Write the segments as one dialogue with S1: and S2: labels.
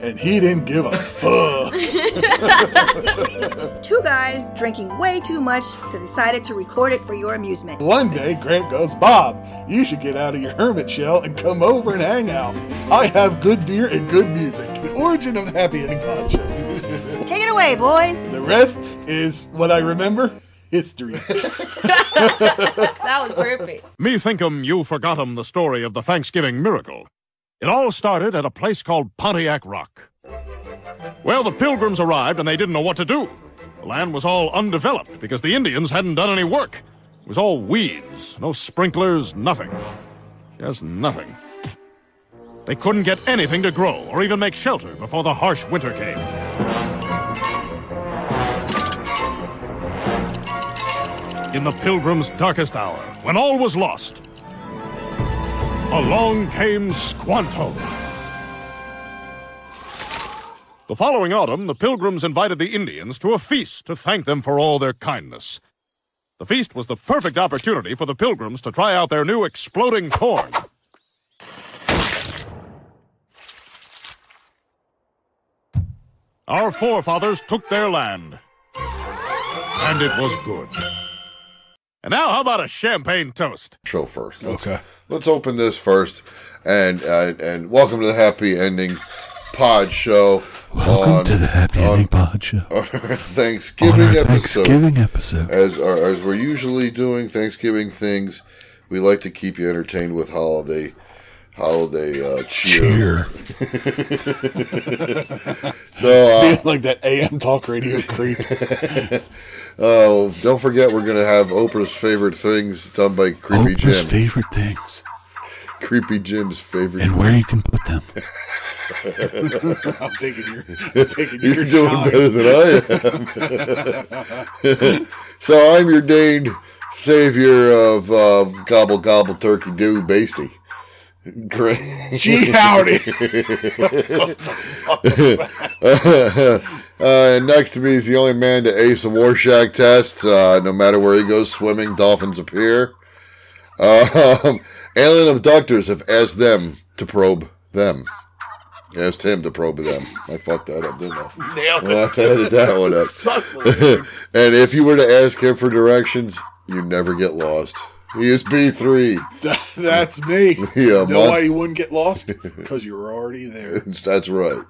S1: and he didn't give a fuck.
S2: Two guys drinking way too much that decided to record it for your amusement.
S1: One day, Grant goes, Bob, you should get out of your hermit shell and come over and hang out. I have good beer and good music. The origin of the Happy Ending Pod Show.
S2: Take it away, boys.
S1: the rest is what I remember history.
S3: That was perfect.
S4: Me thinkum you forgot 'em the story of the Thanksgiving miracle. It all started at a place called Pontiac Rock. Well, the pilgrims arrived and they didn't know what to do. The land was all undeveloped because the Indians hadn't done any work. It was all weeds, no sprinklers, nothing. Just nothing. They couldn't get anything to grow or even make shelter before the harsh winter came. in the pilgrim's darkest hour, when all was lost, along came Squanto. The following autumn, the pilgrims invited the Indians to a feast to thank them for all their kindness. The feast was the perfect opportunity for the pilgrims to try out their new exploding corn. Our forefathers took their land, and it was good. And now, how about a champagne toast?
S5: show first. Let's,
S1: Okay.
S5: Let's open this first, and uh, and welcome to the Happy Ending Pod Show.
S6: Welcome
S5: on-
S6: to the Happy
S5: on-
S6: Ending Pod Show.
S5: on our
S6: On
S5: Thanksgiving
S6: our
S5: episode.
S6: Thanksgiving episode.
S5: As our, as we're usually doing Thanksgiving things, we like to keep you entertained with holiday holiday uh,
S6: Cheer.
S5: cheer. So uh,
S1: like that AM talk radio creep.
S5: oh, don't forget we're gonna have Oprah's favorite things done by Creepy
S6: Oprah's
S5: Jim.
S6: favorite things
S5: Creepy Jim's favorite.
S6: and where you can put them.
S1: I'm taking your, I'm taking
S5: You're doing better than I am. so I'm your Dane savior of uh, gobble gobble turkey do basty. Great.
S1: Gee, howdy.
S5: uh, and next to me is the only man to ace a Warshak test. Uh, no matter where he goes swimming, dolphins appear. Um, alien abductors have asked them to probe them. Asked him to probe them. I fucked that up, didn't I? We'll have to edit that one up. and if you were to ask him for directions, you never get lost. He is B3.
S1: That's me.
S5: Yeah,
S1: know why
S5: month.
S1: you wouldn't get lost? Because you're already there.
S5: That's right.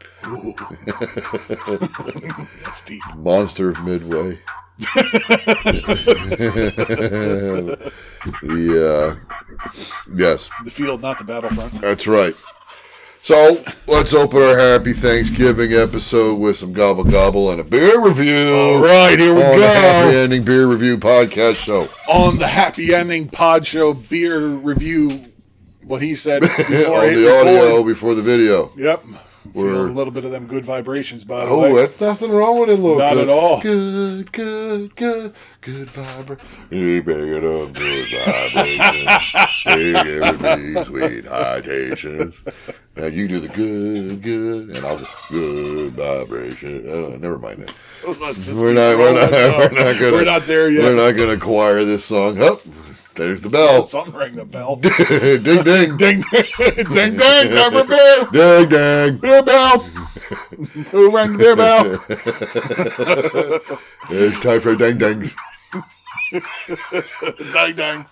S1: That's deep.
S5: Monster of Midway. yeah. Yes,
S1: The field, not the battlefront.
S5: that's right. So let's open our happy Thanksgiving episode with some gobble gobble and a beer review. All
S1: right, here we
S5: on
S1: go.
S5: The happy ending beer review podcast show.
S1: On the Happy Ending Pod Show beer review, what he said before
S5: on
S1: it
S5: the audio
S1: recorded.
S5: before the video.
S1: Yep. Feel
S5: Word.
S1: a little bit of them good vibrations, by the
S5: Oh,
S1: way.
S5: that's nothing wrong with it, look.
S1: Not at
S5: good.
S1: all.
S5: Good, good, good, good vibra. You make it up, good vibration. Give me sweet hydrations. Now you do the good, good, and I'll good vibration. Uh, never mind that.
S1: Let's just
S5: We're
S1: keep
S5: not,
S1: rolling.
S5: we're not, we're not gonna,
S1: We're not there yet.
S5: We're not gonna choir this song. Up, there's the bell.
S1: Oh, Something rang the bell.
S5: ding, ding,
S1: ding, ding, ding, ding, number beer.
S5: ding, ding.
S1: Beer bell. Who rang the beer bell?
S5: It's time for ding, dings.
S1: Ding, ding.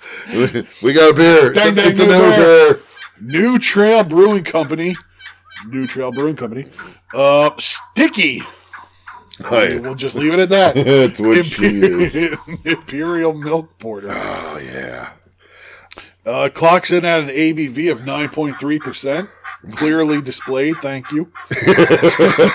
S5: We got a beer.
S1: Dang,
S5: it's a,
S1: dang,
S5: it's a
S1: new
S5: new
S1: beer.
S5: beer.
S1: New Trail Brewing Company. New Trail Brewing Company. Uh, sticky.
S5: Hi.
S1: We'll just leave it at that.
S5: That's what she is.
S1: Imperial Milk Porter.
S5: Oh yeah.
S1: Uh, clocks in at an ABV of 9.3%. Clearly displayed. Thank you. First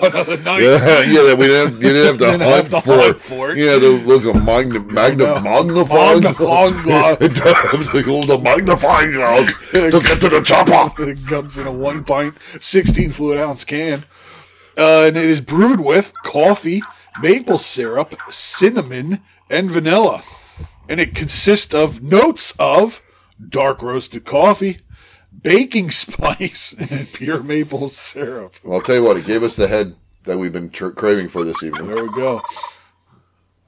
S1: one of the night.
S5: Yeah, yeah, that we didn't have, you didn't have to,
S1: Didn't
S5: hunt,
S1: have to
S5: for
S1: hunt
S5: it.
S1: for it.
S5: Yeah, the look of magna, magna, magnifying
S1: Magnifying glass.
S5: the old magnifying glass to get to the chopper.
S1: It comes in a one pint, 16 fluid ounce can. Uh, and it is brewed with coffee, maple syrup, cinnamon, and vanilla. And it consists of notes of dark roasted coffee, baking spice, and pure maple syrup.
S5: Well, I'll tell you what, it gave us the head that we've been tr- craving for this evening.
S1: There we go.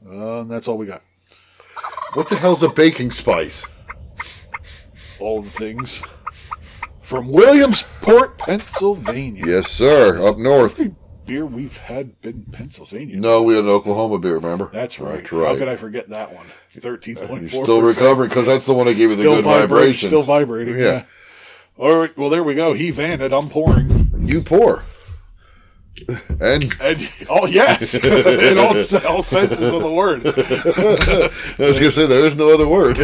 S1: Uh, and that's all we got.
S5: What the hell's a baking spice?
S1: All the things from Williamsport, Pennsylvania.
S5: Yes, sir. Up north.
S1: Beer we've had been Pennsylvania.
S5: No, we had an Oklahoma beer, remember?
S1: That's right.
S5: That's right.
S1: How could I forget that one? Thirteen point
S5: You're
S1: four.
S5: still recovering because that's the one that gave you the
S1: Still
S5: good
S1: vibrate-
S5: vibrations.
S1: Still vibrating. Yeah.
S5: Yeah.
S1: All right. Well, there we go. He vanted. I'm pouring.
S5: You pour. And
S1: And oh yes, in all, all senses of the word.
S5: I was going to say, there is no other word.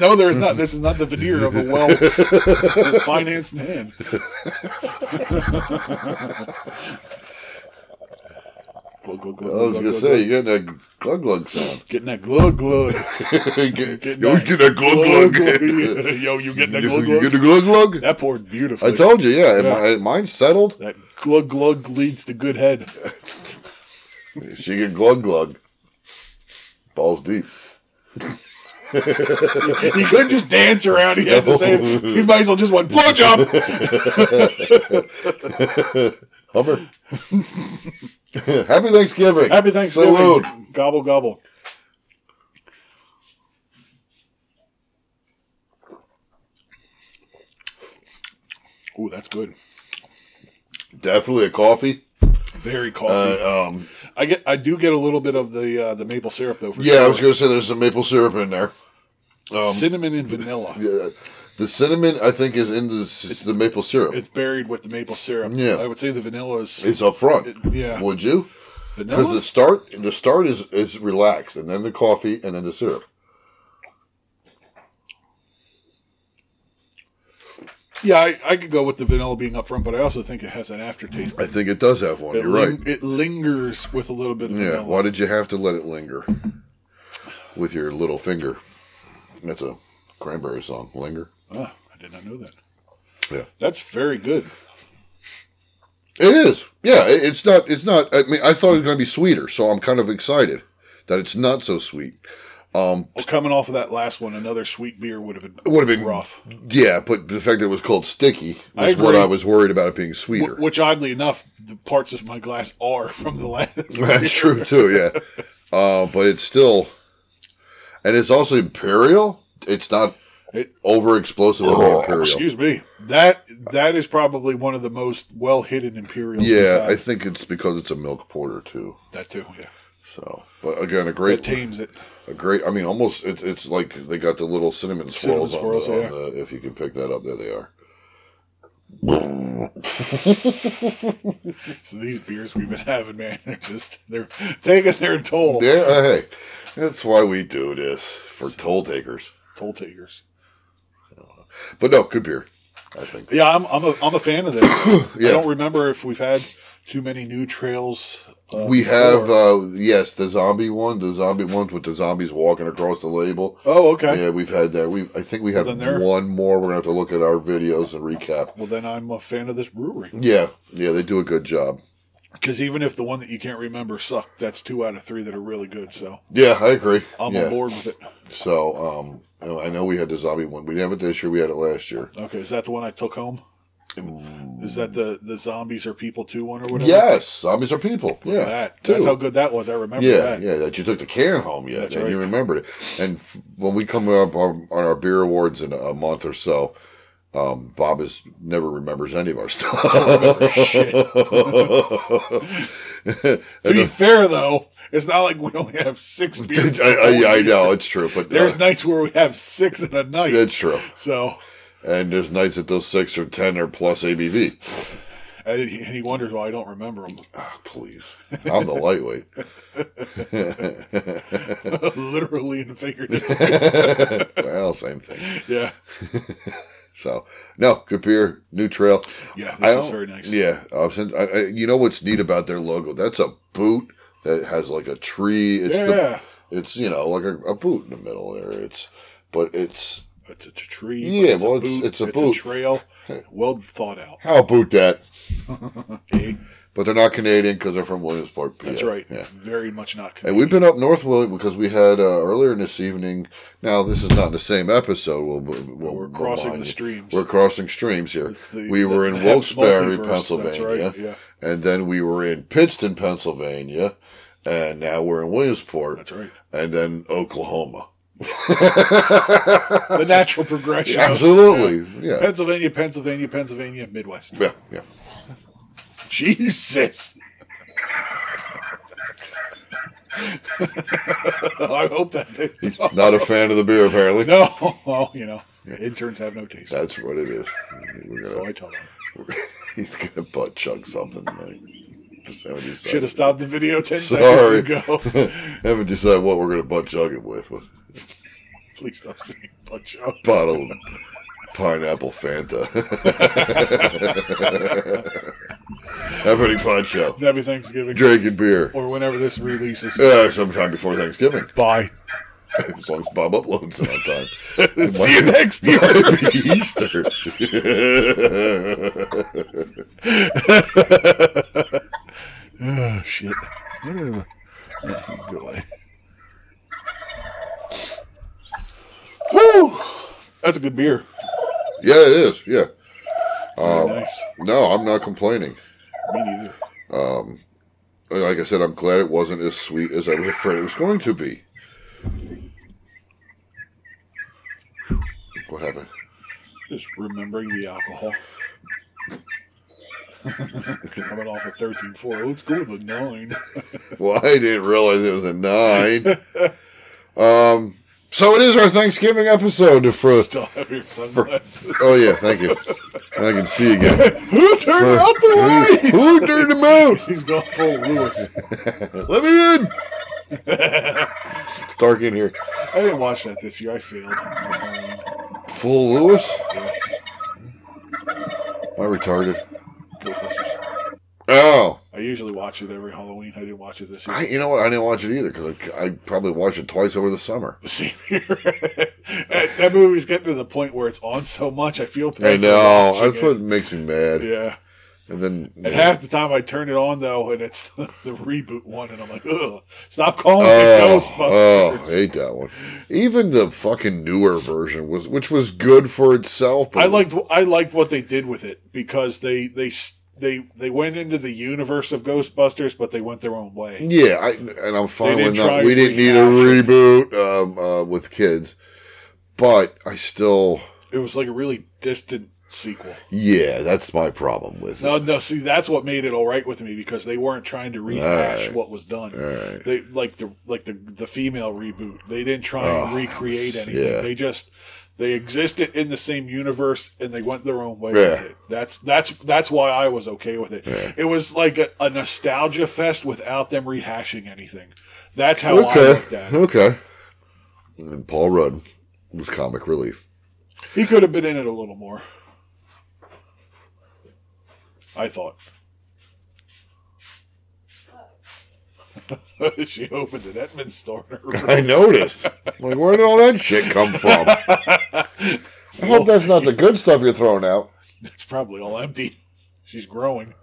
S1: No, there is not. This is not the veneer of a well financed hand. glug, glug, glug,
S5: I
S1: glug,
S5: was going to
S1: glug,
S5: say,
S1: glug.
S5: you're getting that glug glug sound.
S1: getting that glug glug.
S5: Get- you always get that glug glug.
S1: Yo, you getting that glug
S5: You
S1: glug?
S5: get the glug glug?
S1: That poured beautifully.
S5: I told you, yeah. and my- mine's settled.
S1: that glug glug leads to good head.
S5: She get glug glug. Balls deep.
S1: You couldn't just dance around. You had to say it. You might as well just went blowjob.
S5: Hummer. Happy Thanksgiving.
S1: Happy Thanksgiving.
S5: Salute.
S1: Gobble gobble. Ooh, that's good.
S5: Definitely a coffee.
S1: Very coffee.
S5: Uh, um,
S1: I get, I do get a little bit of the uh, the maple syrup though. For
S5: yeah, I was
S1: sure. Um,
S5: going to say there's some maple syrup in there.
S1: cinnamon and vanilla.
S5: Yeah, the cinnamon, I think, is in the, s- the maple syrup.
S1: It's buried with the maple syrup.
S5: Yeah.
S1: I would say the vanilla is
S5: it's up front.
S1: yeah.
S5: Would you? Because
S1: vanilla.
S5: the start, the start is is relaxed, and then the coffee, and then the syrup.
S1: yeah, I, I could go with the vanilla being up front, but I also think it has an aftertaste.
S5: I think it does have one.
S1: it,
S5: You're
S1: ling-
S5: right.
S1: it lingers with a little bit of
S5: Yeah.
S1: vanilla.
S5: Why did you have to let it linger with your little finger? That's a cranberry song. Linger.
S1: Ah, I did not know that.
S5: Yeah.
S1: That's very good.
S5: It is. Yeah, it- it's not. It's not. I mean, I thought it was going to be sweeter, so I'm kind of excited that it's not so sweet.
S1: Well, coming off of that last one, another sweet beer would have been
S5: It would have been
S1: rough.
S5: Yeah, but the fact that it was called sticky
S1: I
S5: was what
S1: agree.
S5: I was worried about it being sweeter.
S1: Wh- Which, oddly enough, the parts of my glass are from the last.
S5: That's true too. Yeah, uh, but it's still, and it's also imperial. It's not
S1: It- Oh,
S5: over explosive over imperial.
S1: Excuse me. That that is probably one of the most well hidden imperials. we've
S5: yeah,
S1: had.
S5: I think it's because it's a milk porter too.
S1: that too. Yeah,
S5: So, but again, a
S1: that
S5: great,
S1: tames it.
S5: a great. I mean, almost it's it's like they got the little cinnamon
S1: Cinnamon
S5: swirls,
S1: swirls,
S5: on, the,
S1: yeah.
S5: on the. If you can pick that up, there they are.
S1: So these beers we've been having, man, they're just they're taking their toll.
S5: Yeah, uh, hey, that's why we do this for toll takers.
S1: Toll takers.
S5: But no, good beer. I think
S1: Yeah, I'm I'm a, I'm a fan of this.
S5: Yeah.
S1: I don't remember if we've had too many new trails. Uh,
S5: we
S1: before.
S5: have uh, yes the zombie one, the zombie ones with the zombies walking across the label.
S1: oh, okay.
S5: Yeah, we've had that. We I think we have
S1: Then there-
S5: one more. We're gonna have to look at our videos and recap.
S1: Well, then I'm a fan of this brewery.
S5: Yeah, yeah, they do a good job.
S1: Because even if the one that you can't remember sucked, that's two out of three that are really good. So
S5: Yeah, I agree.
S1: I'm
S5: yeah.
S1: on board with it.
S5: So um, I know we had the zombie one. We didn't have it this year. We had it last year.
S1: Okay, is that the one I took home? Is that the the zombies are people too one or whatever?
S5: Yes, zombies are people. Yeah,
S1: that
S5: two.
S1: that's how good that was. I remember
S5: yeah,
S1: that.
S5: yeah, that you took the can home yet,
S1: That's
S5: and
S1: right.
S5: you remembered it. And f- when we come up on, on our beer awards in a month or so, um, Bob is never remembers any of our
S1: To
S5: stuff.
S1: be fair though, it's not like we only have six beers.
S5: I, I, I know it's true, but uh,
S1: There's nights where we have six in a night.
S5: it's true.
S1: so
S5: And there's nights that those six or ten are plus ABV.
S1: and he, and he wonders why I don't remember them.
S5: Ah, please, I'm the lightweight.
S1: Literally and figuratively.
S5: well, same thing.
S1: yeah.
S5: So no, good beer, new trail.
S1: Yeah,
S5: I
S1: this is
S5: don't-
S1: very nice.
S5: Yeah, um, since- I, I, you know what's neat about their logo? That's a boot that has like a tree. It's
S1: Yeah.
S5: the, it's you know like a, a boot in the middle there. It's but it's
S1: It's a tree. but
S5: Yeah, well,
S1: a
S5: it's-
S1: boot,
S5: it's a
S1: it's a
S5: boot.
S1: trail. Well thought out.
S5: how boot that.
S1: Eh?
S5: but they're not Canadian because they're from Williamsport. PA.
S1: That's right.
S5: Yeah.
S1: Very much not.
S5: And we've been up north Willie, because we had uh, earlier in this evening. Now this is not the same episode. We'll, we'll, we'll-
S1: We're
S5: we'll
S1: crossing
S5: line
S1: the
S5: you.
S1: streams.
S5: We're crossing streams here.
S1: It's the-
S5: we
S1: the-
S5: were in
S1: the Hebb's multiverse,
S5: Wilkes-Barre,
S1: that's right,
S5: Pennsylvania,
S1: yeah.
S5: and then we were in Pittston, Pennsylvania, and now we're in Williamsport.
S1: That's right.
S5: And then Oklahoma.
S1: the natural progression. of
S5: Absolutely, yeah.
S1: Pennsylvania, Pennsylvania, Pennsylvania, Midwest.
S5: Yeah, yeah.
S1: Jesus. I hope that picked up.
S5: Not a fan of the beer, apparently.
S1: No, well, you know, interns have no taste.
S5: That's what it is. We're
S1: so I
S5: gonna,
S1: tell them.
S5: he's gonna butt chug something. Like, just haven't decided-
S1: Should have stopped the video 10
S5: Sorry,
S1: seconds ago.
S5: haven't decided what we're gonna butt chug it with. What
S1: Please stop singing butt chug.
S5: bottle of pineapple Fanta? Happening pod show.
S1: Happy Thanksgiving.
S5: Drinking beer.
S1: Or whenever this releases.
S5: Uh, sometime before Thanksgiving,
S1: Bye.
S5: as long as Bob uploads it on time.
S1: See you next year.
S5: Might be Easter.
S1: Oh, shit. What a- Yeah, Go away. Woo! That's a good beer. Uh,
S5: yeah, it is. Yeah.
S1: Very nice.
S5: No, I'm not complaining.
S1: Me neither.
S5: Like I said, I'm glad it wasn't as sweet as I was afraid it was going to be. What happened?
S1: Just remembering the alcohol. Coming off a 13.4. Let's go with a 9.
S5: Well, I didn't realize it was a nine. um, so it is our Thanksgiving episode for.
S1: Still have your
S5: for
S1: sunglasses.
S5: oh yeah, thank you. And I can see again.
S1: Who turned out the light?
S5: Who turned him out?
S1: He's gone full Lewis.
S5: Let me in. It's dark in here.
S1: I didn't watch that this year. I failed. Um,
S5: Full Lewis.
S1: yeah.
S5: Am I retarded?
S1: Ghostbusters.
S5: Oh,
S1: I usually watch it every Halloween. I didn't watch it this year.
S5: I, you know what? I didn't watch it either because I, I probably watched it twice over the summer.
S1: the same here. that, that movie's getting to the point where it's on so much. I feel bad.
S5: I
S1: for
S5: know.
S1: watching
S5: That's
S1: it.
S5: what makes me mad.
S1: Yeah.
S5: And then
S1: And half the time I turn it on though, and it's the, the reboot one, and I'm like, ugh, stop calling
S5: oh,
S1: it
S5: oh, I
S1: Ghostbusters.
S5: hate that one. Even the fucking newer version was, which was good for itself. But
S1: I liked I liked what they did with it because they they s- they they went into the universe of Ghostbusters, but they went their own way.
S5: Yeah, I, and I'm fine
S1: didn't
S5: with
S1: try
S5: that.
S1: to
S5: We didn't need a
S1: rehash it.
S5: reboot um, uh, with kids, but I still,
S1: It was like a really distant sequel.
S5: yeah, that's my problem with
S1: No,
S5: it.
S1: no. See, that's what made it all right with me because they weren't trying to rehash what was done. They like the like the the female reboot. They didn't try and recreate anything.
S5: Oh, yeah.
S1: They just they existed in the same universe and they went their own way with
S5: Yeah.
S1: it. That's that's that's why I was okay with it. It was like a, a nostalgia fest without them rehashing anything. That's how I looked
S5: Okay,
S1: at it.
S5: okay. And Paul Rudd was comic relief.
S1: He could have been in it a little more. I thought. she opened an Edmund store in her room.
S5: I noticed. like, where did all that shit come from? I hope that's not the good stuff you're throwing out.
S1: It's probably all empty. She's growing.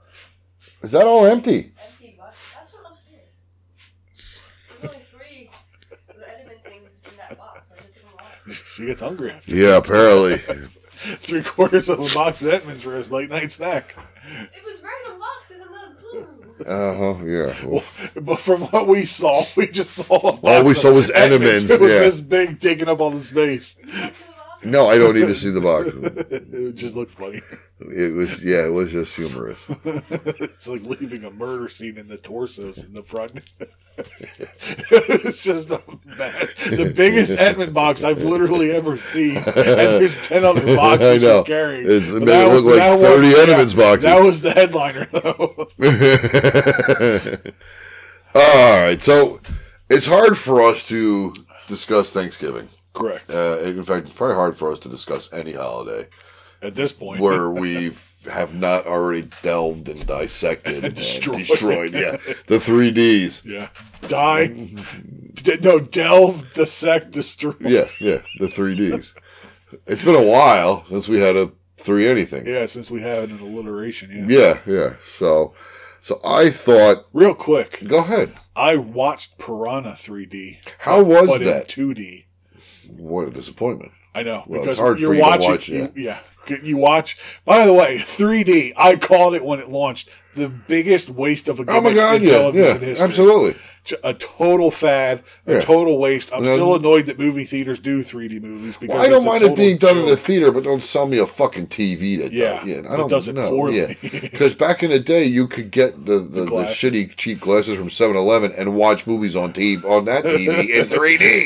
S5: Is that all empty?
S3: Empty box. That's what upstairs. There's only three of the element things in that box. I'm just taking one.
S1: She gets hungry after
S5: Yeah, apparently.
S1: three quarters of a box of Edmonds for his late night snack.
S3: It was random boxes and then blue.
S5: Uh huh. Yeah. Well,
S1: But from what we saw, we just saw a box
S5: All we
S1: of
S5: saw was Edmonds,
S1: It was
S5: yeah.
S1: this big, taking up all the space.
S5: no, I don't need to see the box.
S1: It just looked funny.
S5: It was yeah, it was just humorous.
S1: It's like leaving a murder scene in the torsos in the front. it's just a bad, the biggest Edmund box I've literally ever seen, and there's ten other
S5: I
S1: boxes
S5: know.
S1: she's carrying.
S5: It's- it
S1: But
S5: made
S1: that
S5: it look
S1: was-
S5: like
S1: that
S5: 30
S1: was-
S5: Edmund's boxes.
S1: That was the headliner, though.
S5: All right, so it's hard for us to discuss Thanksgiving.
S1: Correct.
S5: Uh, in fact, it's probably hard for us to discuss any holiday
S1: At this point,
S5: where we have not already delved and dissected and
S1: Destroyed.
S5: destroyed. Yeah, the three Ds.
S1: yeah, die. d- no, delve, dissect, destroy.
S5: Yeah, yeah, the three Ds. It's been a while since we had a three anything.
S1: Yeah, since we have an alliteration, yeah.
S5: Yeah, yeah. So, So I thought,
S1: Real quick,
S5: go ahead.
S1: I watched Piranha 3D.
S5: How was
S1: but in
S5: that?
S1: 2D.
S5: What a disappointment.
S1: I know
S5: Well, it's
S1: because
S5: hard
S1: you're
S5: for you to
S1: watching.
S5: watch
S1: you-
S5: it.
S1: yeah, you watch. By the way, 3D. I called it when it launched the biggest waste of a
S5: Oh
S1: gimmick
S5: my god!
S1: in
S5: Yeah,
S1: television
S5: yeah,
S1: history.
S5: absolutely.
S1: J- A total fad, a
S5: Yeah.
S1: total waste. I'm
S5: Well,
S1: still annoyed that movie theaters do 3D movies because
S5: Well, I don't
S1: it's a
S5: mind it
S1: total
S5: being done in the
S1: joke.
S5: theater, but don't sell me a fucking TV that
S1: Yeah,
S5: does, yeah, I
S1: that
S5: don't
S1: does it
S5: know.
S1: poorly.
S5: Yeah, because back in the day, you could get the, the, the,
S1: glasses.
S5: shitty cheap glasses from 7-Eleven and watch movies on TV on that TV in 3D.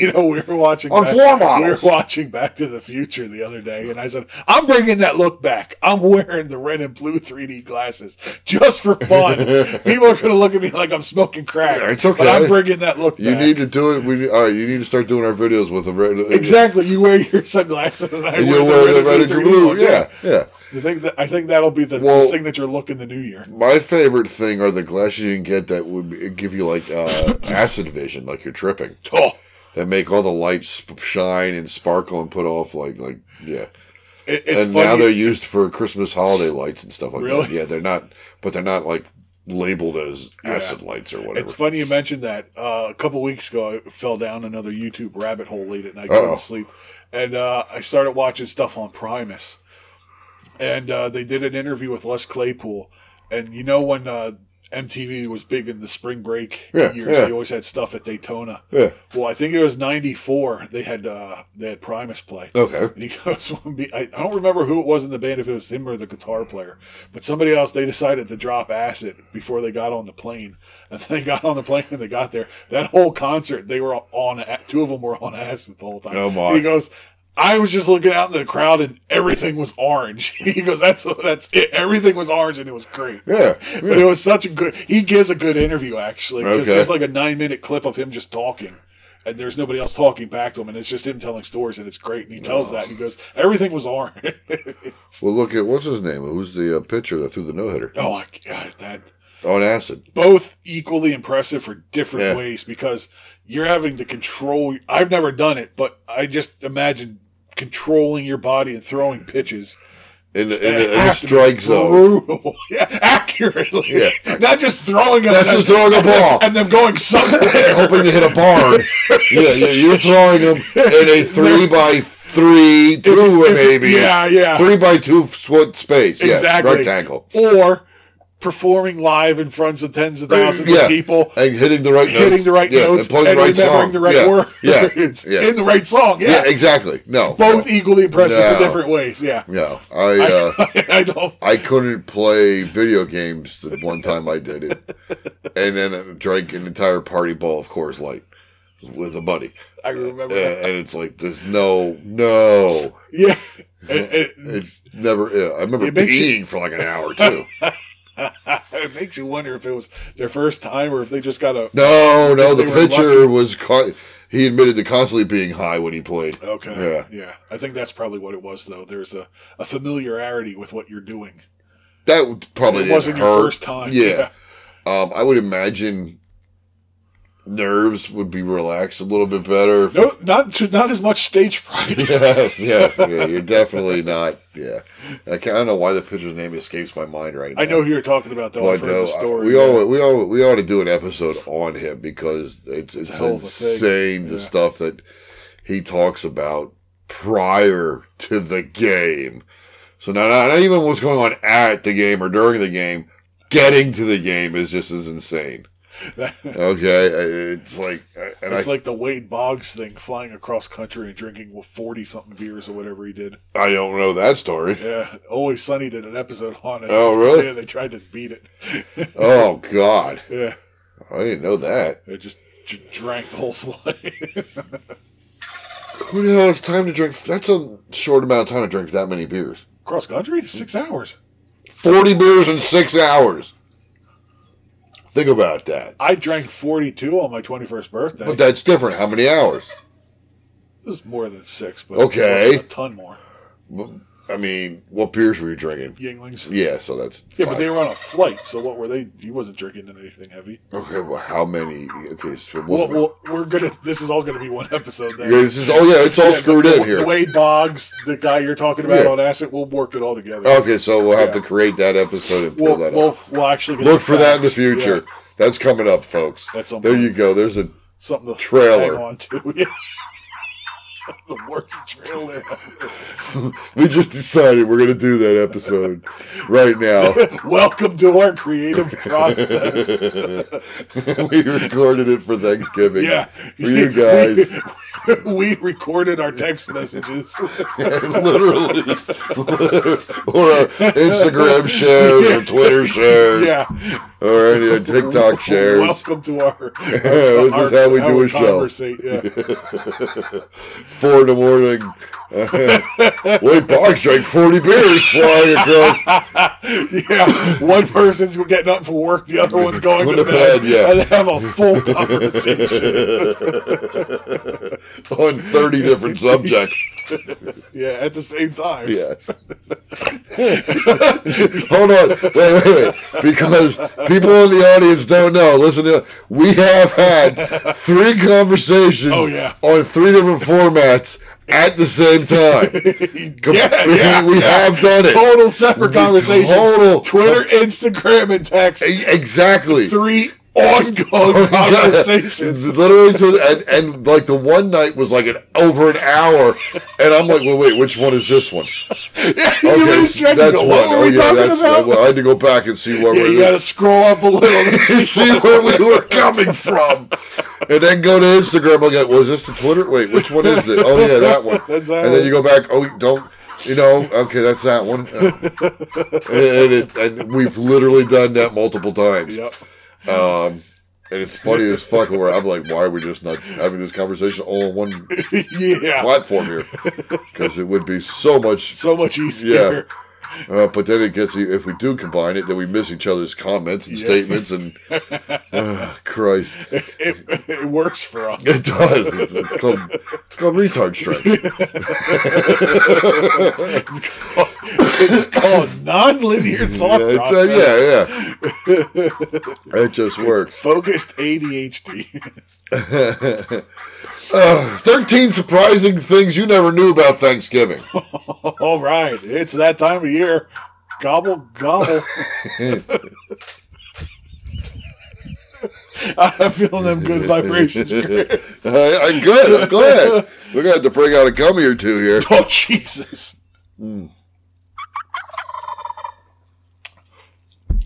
S1: You know, we were watching
S5: On floor models.
S1: We were watching Back to the Future the other day, and I said, "I'm bringing that look back. I'm wearing the red and blue 3D glasses just for fun. People are going to look at me like I'm smoking crack.
S5: Yeah, it's
S1: But
S5: okay.
S1: I'm bringing that look.
S5: you
S1: back.
S5: need to do it. We all right. You need to start doing our videos with the red.
S1: Exactly. You wear your sunglasses, and I
S5: And
S1: wear
S5: you wear
S1: the red and
S5: blue.
S1: blue 3D ones.
S5: Yeah, yeah.
S1: I think that I think that'll be the, the
S5: Well-
S1: signature look in the new year.
S5: My favorite thing are the glasses you can get that would be- give you like uh, acid vision, like you're tripping.
S1: Oh,
S5: That make all the lights sp- shine and sparkle and put off like like yeah.
S1: it, it's
S5: and
S1: funny.
S5: now they're used for Christmas holiday lights and stuff like that.
S1: Really?
S5: Yeah, they're not, but they're not like labeled as acid lights or whatever.
S1: It's funny you mentioned that. Uh, a couple weeks ago, I fell down another YouTube rabbit hole late at night,
S5: Uh-oh.
S1: going to sleep, and uh, I started watching stuff on Primus. And uh, they did an interview with Les Claypool, and you know when uh, MTV was big in the spring break
S5: Yeah,
S1: years,
S5: yeah.
S1: they always had stuff at Daytona.
S5: Yeah.
S1: Well, I think it was '94. They had uh, they had Primus play.
S5: Okay.
S1: And he goes, one be- I, I don't remember who it was in the band, if it was him or the guitar player, but somebody else, they decided to drop acid before they got on the plane. And they got on the plane and they got there. That whole concert, they were on, a- two of them were on acid the whole time.
S5: Oh, my.
S1: And he goes, I was just looking out in the crowd and everything was orange. he goes, that's, that's it. Everything was orange and it was great.
S5: Yeah,
S1: But it was such a good, he gives a good interview actually, because
S5: Okay.
S1: there's like a nine minute clip of him just talking. And there's nobody else talking back to him, and it's just him telling stories, and it's great. And he tells
S5: Oh.
S1: that, and he goes, "Everything was orange."
S5: well, look at what's his name? Who's the uh, pitcher that threw the no hitter
S1: oh, I, God, that
S5: on acid?
S1: both equally impressive for different
S5: Yeah.
S1: ways because you're having to control. I've never done it, but I just imagine controlling your body and throwing pitches
S5: In the, in
S1: It
S5: the, in the
S1: has to be
S5: strike zone.
S1: brutal, yeah, accurately,
S5: Yeah.
S1: not just throwing them,
S5: Not just throwing a ball.
S1: and them going somewhere.
S5: Hoping to hit a barn. yeah, yeah, you're throwing them in a three by three, two maybe.
S1: yeah, yeah.
S5: Three by two foot space. Yeah,
S1: exactly
S5: Rectangle.
S1: or performing live in front of tens of thousands
S5: Yeah.
S1: of people
S5: And hitting the right
S1: hitting
S5: notes.
S1: the right
S5: Yeah,
S1: notes
S5: playing
S1: and
S5: the right
S1: remembering
S5: song.
S1: the right
S5: yeah.
S1: words
S5: Yeah. Yeah.
S1: in the right song yeah,
S5: yeah, exactly. No.
S1: both equally impressive
S5: No.
S1: for different ways yeah
S5: No, I uh,
S1: i know
S5: I couldn't play video games the one time I did it, and then I drank an entire party ball of Coors Light with a buddy,
S1: i
S5: and,
S1: remember that.
S5: and it's like there's no, no,
S1: yeah it, it,
S5: it's never. Yeah, I remember
S1: It makes
S5: peeing for like an hour too.
S1: it makes you wonder if it was their first time or if they just got a
S5: No, no, the
S1: They were
S5: pitcher was con- he admitted to constantly being high when he played.
S1: okay
S5: yeah,
S1: yeah. i think that's probably what it was though there's a, a familiarity with what you're doing
S5: that would- probably
S1: it
S5: didn't
S1: wasn't your
S5: hurt.
S1: first time
S5: Yeah. Um, I would imagine nerves would be relaxed a little bit better. if-
S1: no not not as much stage fright
S5: yes, yes, yeah, you're definitely not. Yeah, I, can't, I don't know why the pitcher's name escapes my mind right now.
S1: I know who you're talking about, though. I've
S5: but
S1: heard
S5: uh,
S1: the story.
S5: we
S1: yeah.
S5: all we all we ought to do an episode on him because it's it's,
S1: a hell of a thing.
S5: insane the
S1: Yeah.
S5: stuff that he talks about prior to the game. So not not even what's going on at the game or during the game. Getting to the game is just as insane. okay, it's like, and I
S1: it's like the Wade Boggs thing, flying across country and drinking forty something beers or whatever he did.
S5: I don't know that story.
S1: Yeah, Always Sunny did an episode on it.
S5: Oh, really?
S1: Yeah, they tried to beat it.
S5: Oh God,
S1: Yeah,
S5: I didn't know that.
S1: they just j- drank the whole flight.
S5: Who the hell has time to drink? That's a short amount of time to drink that many beers.
S1: Cross country, six hours.
S5: 40 beers in six hours. Think about that.
S1: I drank forty two on my twenty first birthday.
S5: But that's different. How many hours?
S1: this is more than six, but
S5: Okay.
S1: it wasn't a ton more.
S5: I mean, what beers were you drinking?
S1: Yinglings.
S5: Yeah, so that's
S1: Yeah, but they
S5: fine.
S1: were on a flight, so what were they? He wasn't drinking anything heavy.
S5: okay. Well, how many? Okay, so it
S1: Well,
S5: wasn't-
S1: well, we're gonna. This is all gonna be one episode. Then.
S5: Yeah, this is- oh yeah, it's all
S1: Yeah,
S5: screwed
S1: the,
S5: in
S1: the-
S5: here.
S1: The Wade Boggs, the guy you're talking about
S5: Yeah.
S1: on acid, we'll work it all together.
S5: okay, so we'll have to create that episode and
S1: we'll,
S5: pull that
S1: we'll,
S5: out.
S1: we'll actually get
S5: Look for that in the
S1: facts.
S5: future.
S1: Yeah,
S5: That's coming up, folks.
S1: That's on-
S5: there you go. There's a
S1: something to
S5: Trailer.
S1: hang on to. Yeah. the worst trailer. ever.
S5: We just decided we're gonna do that episode right now.
S1: Welcome to our creative process.
S5: we recorded it for Thanksgiving.
S1: Yeah,
S5: For you guys.
S1: we, we recorded our text messages.
S5: literally. or our Instagram shares or Twitter shares.
S1: yeah,
S5: Or any of our TikTok shares.
S1: Welcome to our. our
S5: This is how we do a show.
S1: conversate, Yeah.
S5: Four in the morning. Wait, Box drank 40 beers flying across.
S1: yeah, one person's getting up for work, the other one's going
S5: Going
S1: to
S5: to
S1: bed,
S5: bed, yeah.
S1: and have a full conversation.
S5: on 30 different subjects.
S1: yeah, at the same time.
S5: Yes. Hold on. Wait, wait, wait. Because people in the audience don't know. Listen, to, we have had three conversations
S1: Oh, yeah.
S5: on three different formats at the same time.
S1: yeah, yeah.
S5: we have done it.
S1: Total separate conversations.
S5: Total.
S1: Twitter, Instagram, and text.
S5: E- Exactly.
S1: Three
S5: Oh,
S1: ongoing conversations.
S5: Literally, to, and, and like the one night was like an over an hour, and I'm like, well, wait, which one is this one?
S1: you lose track. You go, what were we talking
S5: Oh, that's-
S1: about?
S5: well, I had to go back and see where
S1: yeah,
S5: we
S1: you got to scroll up a little. To
S5: to
S1: see.
S5: see where we were coming from. And then go to Instagram. I go, was this the Twitter? Wait, which one is it? Oh yeah, that one.
S1: That's that
S5: and
S1: one.
S5: then you go back. Oh, don't. You know, okay, that's that one. Uh, and, it, and we've literally done that multiple times.
S1: Yep.
S5: Um, and it's funny as fuck. Where I'm like, why are we just not having this conversation all on one
S1: yeah.
S5: platform here? Because it would be so much
S1: So much easier.
S5: uh, but then it gets if we do combine it, then we miss each other's comments and statements and Ah, Christ,
S1: It, it works for us.
S5: it does. It's, it's called it's called retard strike.
S1: It's called nonlinear thought
S5: Yeah, it's,
S1: process.
S5: uh, yeah, yeah. it just works.
S1: Focused ADHD.
S5: Thirteen surprising things you never knew about Thanksgiving.
S1: All right, it's that time of year. Gobble gobble. I'm feeling them good vibrations.
S5: I, I'm good. I'm glad. We're gonna have to bring out a gummy or two here.
S1: Oh Jesus!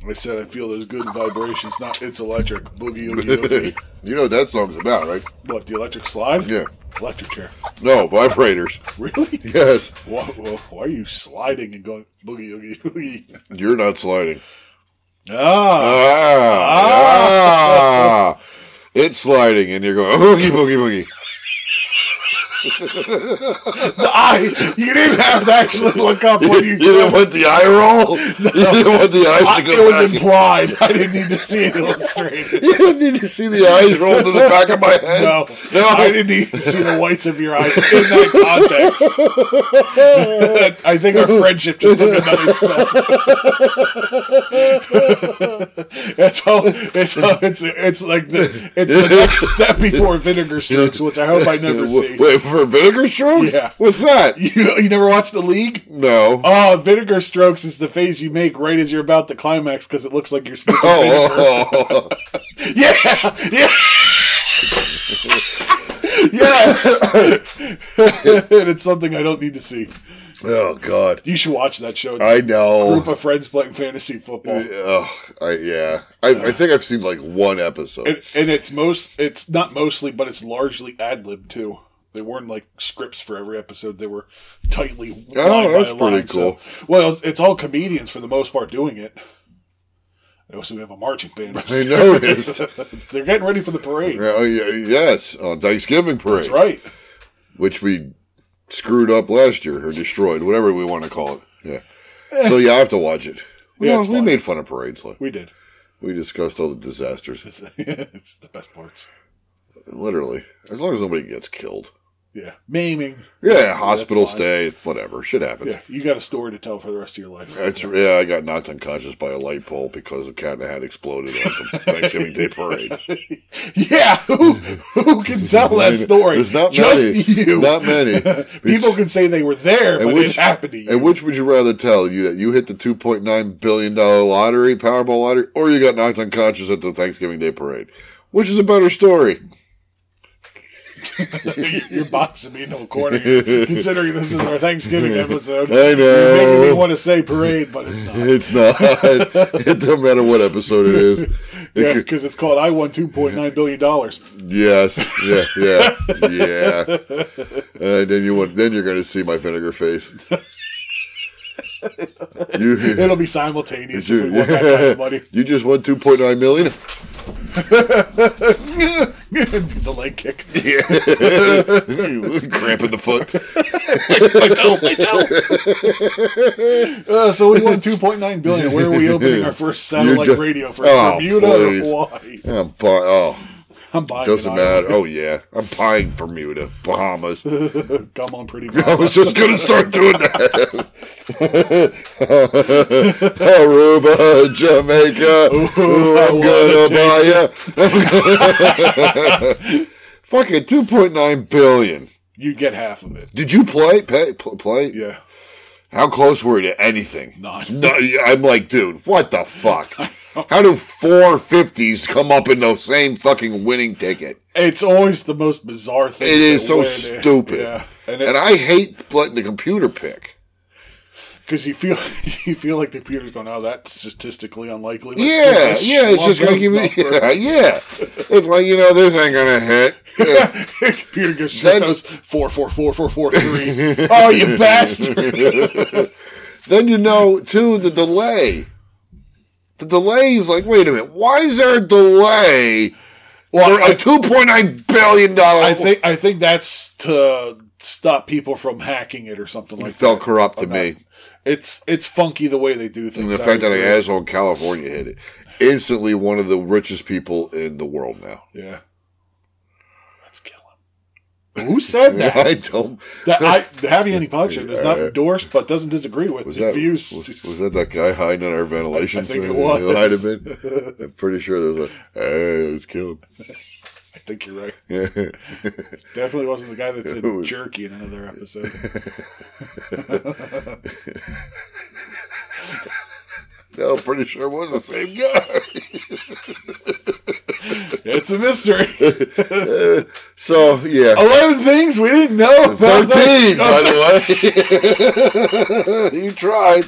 S1: I said I feel those good vibrations. Not it's electric boogie oogie oogie.
S5: You know what that song's about, right?
S1: What the electric slide?
S5: Yeah.
S1: electric chair.
S5: No, vibrators.
S1: Really?
S5: Yes,
S1: Why, why why are you sliding and going boogie oogie oogie?
S5: you're not sliding.
S1: Ah,
S5: Ah, ah. It's sliding, and you're going boogie boogie boogie.
S1: I you didn't have to actually look up
S5: You,
S1: what you.
S5: didn't want the eye roll. You didn't want the eyes
S1: I-
S5: to go.
S1: it was
S5: back.
S1: implied. I didn't need to see it illustrated.
S5: you didn't need to see the eyes roll to the back of my head.
S1: No,
S5: No.
S1: I didn't need to see the whites of your eyes in that context. I think our friendship just took another step. it's all, it's all, it's it's like the it's the next step before vinegar strokes, which I hope I never
S5: W-
S1: see.
S5: Wait for vinegar strokes.
S1: Yeah.
S5: What's that?
S1: You you never watched the league?
S5: No.
S1: Oh, vinegar strokes is the face you make right as you're about to climax because it looks like you're sniffing vinegar.
S5: Oh, oh, oh,
S1: Yeah, yeah. yes. and it's something I don't need to see.
S5: Oh, God.
S1: You should watch that show. It's
S5: I
S1: a group
S5: know.
S1: of friends playing fantasy football.
S5: Ugh, I, yeah, I, I think I've seen like one episode.
S1: And, and it's most it's not mostly, but it's largely ad lib too. They weren't like scripts for every episode. They were tightly line
S5: Oh, that's
S1: by
S5: pretty
S1: line, so-
S5: cool.
S1: well, it's, it's all comedians for the most part doing it. And also, we have a marching band.
S5: I noticed.
S1: They're getting ready for the parade.
S5: Oh, yeah, yes, on Thanksgiving parade.
S1: That's right.
S5: which we screwed up last year or destroyed, whatever we want to call it. Yeah. So yeah, I have to watch it.
S1: Yeah,
S5: Yeah,
S1: it's
S5: we
S1: fun.
S5: made fun of parades. Like,
S1: We did.
S5: we discussed all the disasters,
S1: It's, it's the best parts.
S5: literally. As long as nobody gets killed.
S1: Yeah. Maiming.
S5: Yeah, hospital
S1: that's fine.
S5: stay, whatever. Shit happens.
S1: Yeah. You got a story to tell for the rest of your life.
S5: That's yeah. I got knocked unconscious by a light pole because a cat in the hat exploded at the Thanksgiving Day parade.
S1: yeah. Who, who can tell
S5: I
S1: that
S5: mean,
S1: story?
S5: There's not
S1: Just
S5: many.
S1: you.
S5: Not many.
S1: People can say they were there, but it happened to you.
S5: And which would you rather tell you that you hit the two point nine billion dollar lottery, Powerball lottery, or you got knocked unconscious at the Thanksgiving Day parade? Which is a better story?
S1: You're boxing me into a corner. here, Considering this is our Thanksgiving episode,
S5: I know.
S1: You're making me want to say parade, but it's not.
S5: It's not. it doesn't matter what episode it is. It
S1: Yeah,
S5: could-
S1: because it's called "I Won Two Point Nine Billion Dollars."
S5: Yes. Yeah. Yeah. yeah. Uh, then you want. Then you're going to see my vinegar face. you,
S1: It'll be simultaneous if we
S5: dude,
S1: want that kind of money.
S5: you just won two point nine million.
S1: the leg kick.
S5: Cramp in the foot.
S1: Uh, so we won two point nine billion. Where are we opening our first satellite
S5: You're do-
S1: radio for
S5: Oh,
S1: Bermuda
S5: please.
S1: or Hawaii?
S5: I'm bu- oh,
S1: I'm buying.
S5: doesn't
S1: it.
S5: matter. Oh yeah, I'm buying Bermuda, Bahamas.
S1: Come on, pretty.
S5: I was just going to start doing that. Aruba, Jamaica. Ooh,
S1: I
S5: I'm
S1: wanna
S5: going to
S1: take
S5: buy you. Fuck it, 2.9 billion.
S1: You get half of it.
S5: Did you play? Pay, pl- play?
S1: Yeah.
S5: How close were you to anything?
S1: None.
S5: No, yeah, I'm like, dude, what the fuck? How do four fifties come up in the same fucking winning ticket?
S1: It's always the most bizarre thing.
S5: It is
S1: to
S5: so
S1: win.
S5: stupid.
S1: Yeah.
S5: And,
S1: And, it,
S5: I hate letting the computer pick.
S1: Because you feel you feel like the computer's going, oh, that's statistically unlikely. Let's
S5: Yeah,
S1: give this
S5: yeah, it's just gonna
S1: schlunkos
S5: give me. Yeah,
S1: number.
S5: yeah, it's like you know this ain't gonna hit. Yeah.
S1: computer goes
S5: Then-
S1: goes four four four four four three. oh, you bastard!
S5: then you know too the delay. The delay is like, wait a minute, why is there a delay? Well,
S1: I-
S5: a two point nine billion dollar.
S1: I think I think that's to stop people from hacking it or something like
S5: felt
S1: that.
S5: corrupt to me.
S1: It's it's funky the way they do things.
S5: And the
S1: I
S5: fact that an
S1: agree.
S5: asshole in California hit it, instantly one of the richest people in the world now.
S1: yeah, let's kill him. Who said that?
S5: I don't.
S1: That I the Happy Ending Pod Show does not endorse, but doesn't disagree with
S5: Was
S1: the
S5: that,
S1: views.
S5: was, was that that guy hiding in our ventilation?
S1: I think it
S5: system?
S1: was.
S5: might have been. I'm pretty sure there was a. Hey, let's kill him.
S1: I think you're right.
S5: Yeah.
S1: Definitely wasn't the guy that said
S5: It was-
S1: jerky in another episode.
S5: no, I'm pretty sure it was the same guy.
S1: it's a mystery.
S5: So yeah,
S1: Eleven things we didn't know about.
S5: thirteen
S1: Oh, that-
S5: by the way. you tried.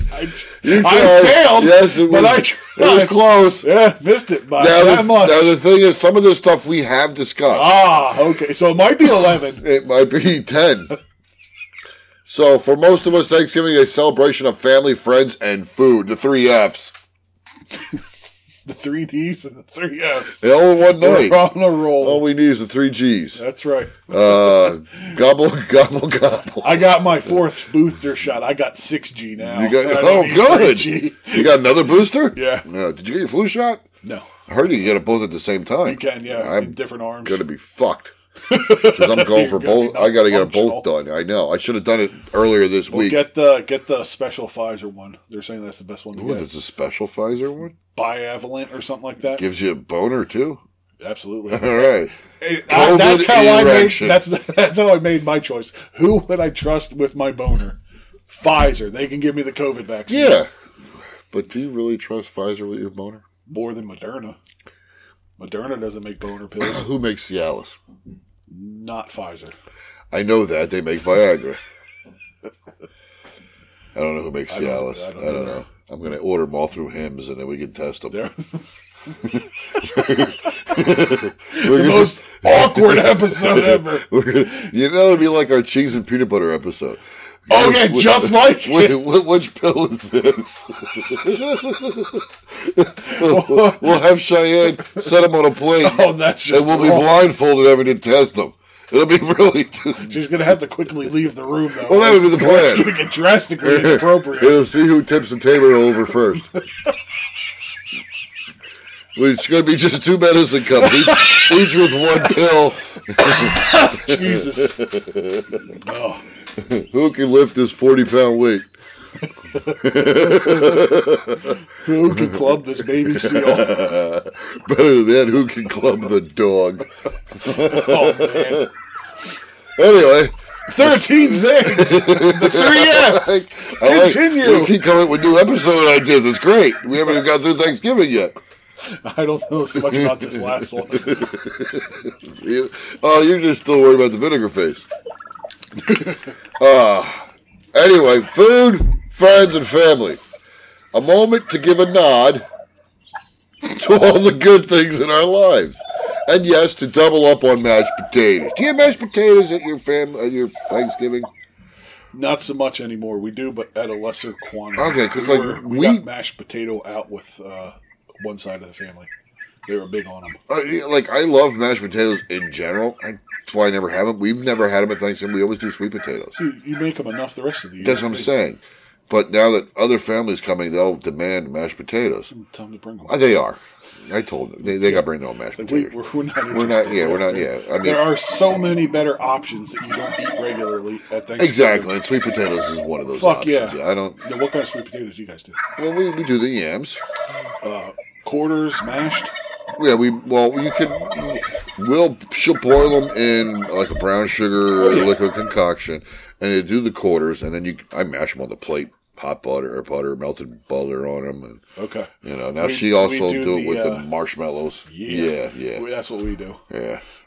S5: You tried.
S1: I failed,
S5: Yes, it
S1: but
S5: was,
S1: I
S5: It was
S1: tried.
S5: close.
S1: Yeah, missed it by
S5: Now, the,
S1: that much.
S5: now the thing is, some of the stuff we have discussed.
S1: ah, okay. So it might be eleven.
S5: It might be 10. so, for most of us, Thanksgiving is a celebration of family, friends, and food. The three F's.
S1: The three Ds and the three Fs.
S5: They all in one
S1: We're
S5: night.
S1: on a roll.
S5: All we need is the three G's.
S1: That's right.
S5: Uh, gobble, gobble, gobble.
S1: I got my fourth booster shot. I got six G now.
S5: You got,
S1: I don't
S5: oh,
S1: need
S5: good.
S1: 3G.
S5: You got another booster?
S1: Yeah.
S5: No. Did you get your flu shot?
S1: No,
S5: I heard you can get it both at the same time.
S1: you can. Yeah, in
S5: I'm
S1: different arms.
S5: going to be fucked. 'Cause I'm going for
S1: gonna be
S5: both. I got to get them both
S1: non-functional.
S5: done. I know. I should have done it earlier this
S1: Well,
S5: week.
S1: get the get the special Pfizer one. They're saying that's the best one to
S5: Ooh,
S1: get.
S5: It's a special Pfizer one.
S1: Biavalent or something like that.
S5: Gives you a boner, too.
S1: Absolutely.
S5: All right.
S1: It- I- that's
S5: COVID
S1: how I made
S5: erection.
S1: that's that's how I made my choice. Who would I trust with my boner? Pfizer. They can give me the COVID vaccine.
S5: Yeah. But do you really trust Pfizer with your boner?
S1: more than Moderna. Moderna doesn't make boner pills.
S5: Who makes Cialis?
S1: Not Pfizer.
S5: I know that. They make Viagra. I don't know who makes
S1: don't-
S5: Cialis. I
S1: I
S5: don't,
S1: don't either.
S5: know. I'm going to order them all through Hims and then we can test them.
S1: They're
S5: We're
S1: the
S5: gonna-
S1: most awkward episode ever.
S5: we're gonna- you know, it'd be like our cheese and peanut butter episode.
S1: Oh yeah, just like
S5: Wait, wh- which pill is this? we'll, we'll have Cheyenne set them on a plate
S1: Oh, that's just
S5: and we'll be
S1: wrong.
S5: blindfolded having to test them. It'll be really.
S1: She's gonna have to quickly leave the room though.
S5: Well, that would be the
S1: It's
S5: plan.
S1: gonna get drastically
S5: Appropriate.
S1: inappropriate.
S5: It'll see who tips the table over first. It's going to be just two medicine cups, each, each with one pill.
S1: Jesus.
S5: Who can lift this 40 pound weight?
S1: Who can club this baby seal?
S5: Better than that, who can club the dog?
S1: Oh, man.
S5: Anyway,
S1: 13 things. The three F's.
S5: I like-
S1: Continue.
S5: we keep coming with new episode ideas. It's great. We haven't even got through Thanksgiving yet.
S1: I don't know so much about this last one.
S5: You- oh, you're just still worried about the vinegar face. uh, anyway, food, friends, and family. A moment to give a nod to all the good things in our lives. And yes, to double up on mashed potatoes. Do you have mashed potatoes at your fam at your Thanksgiving?
S1: Not so much anymore. We do, but at a lesser quantity.
S5: Okay, 'cause,
S1: We
S5: like,
S1: were- we,
S5: we-
S1: got mashed potato out with uh, one side of the family. They were big on them.
S5: Uh, yeah, like I love mashed potatoes in general. I, that's why I never have them. We've never had them at Thanksgiving. We always do sweet potatoes.
S1: Dude, you make them enough the rest of the year.
S5: That's what I'm saying. But now that other families coming, they'll demand mashed potatoes.
S1: Tell them to bring them.
S5: Uh, They are. I told them they, they got to bring their own mashed
S1: Like, we,
S5: potatoes.
S1: we're, we're not interested.
S5: We're not- yeah, we're not-
S1: There-
S5: yeah, I mean-
S1: there are so many better options that you don't eat regularly at Thanksgiving.
S5: exactly, and sweet potatoes is one of those.
S1: Fuck
S5: options.
S1: yeah.
S5: I don't.
S1: Now, what kind of sweet potatoes do you guys do?
S5: Well, we, we do the yams.
S1: Uh, quarters, mashed.
S5: Yeah, we well you could. We'll she'll boil them in like a brown sugar
S1: Oh, yeah.
S5: liquid concoction, and you do the quarters, and then you I mash them on the plate, hot butter or butter, melted butter on them, and
S1: Okay.
S5: you know now
S1: We-
S5: she also
S1: we
S5: do,
S1: do
S5: it
S1: the,
S5: with
S1: uh,
S5: the marshmallows.
S1: Yeah,
S5: Yeah, yeah,
S1: We-
S5: yeah.
S1: that's what we do.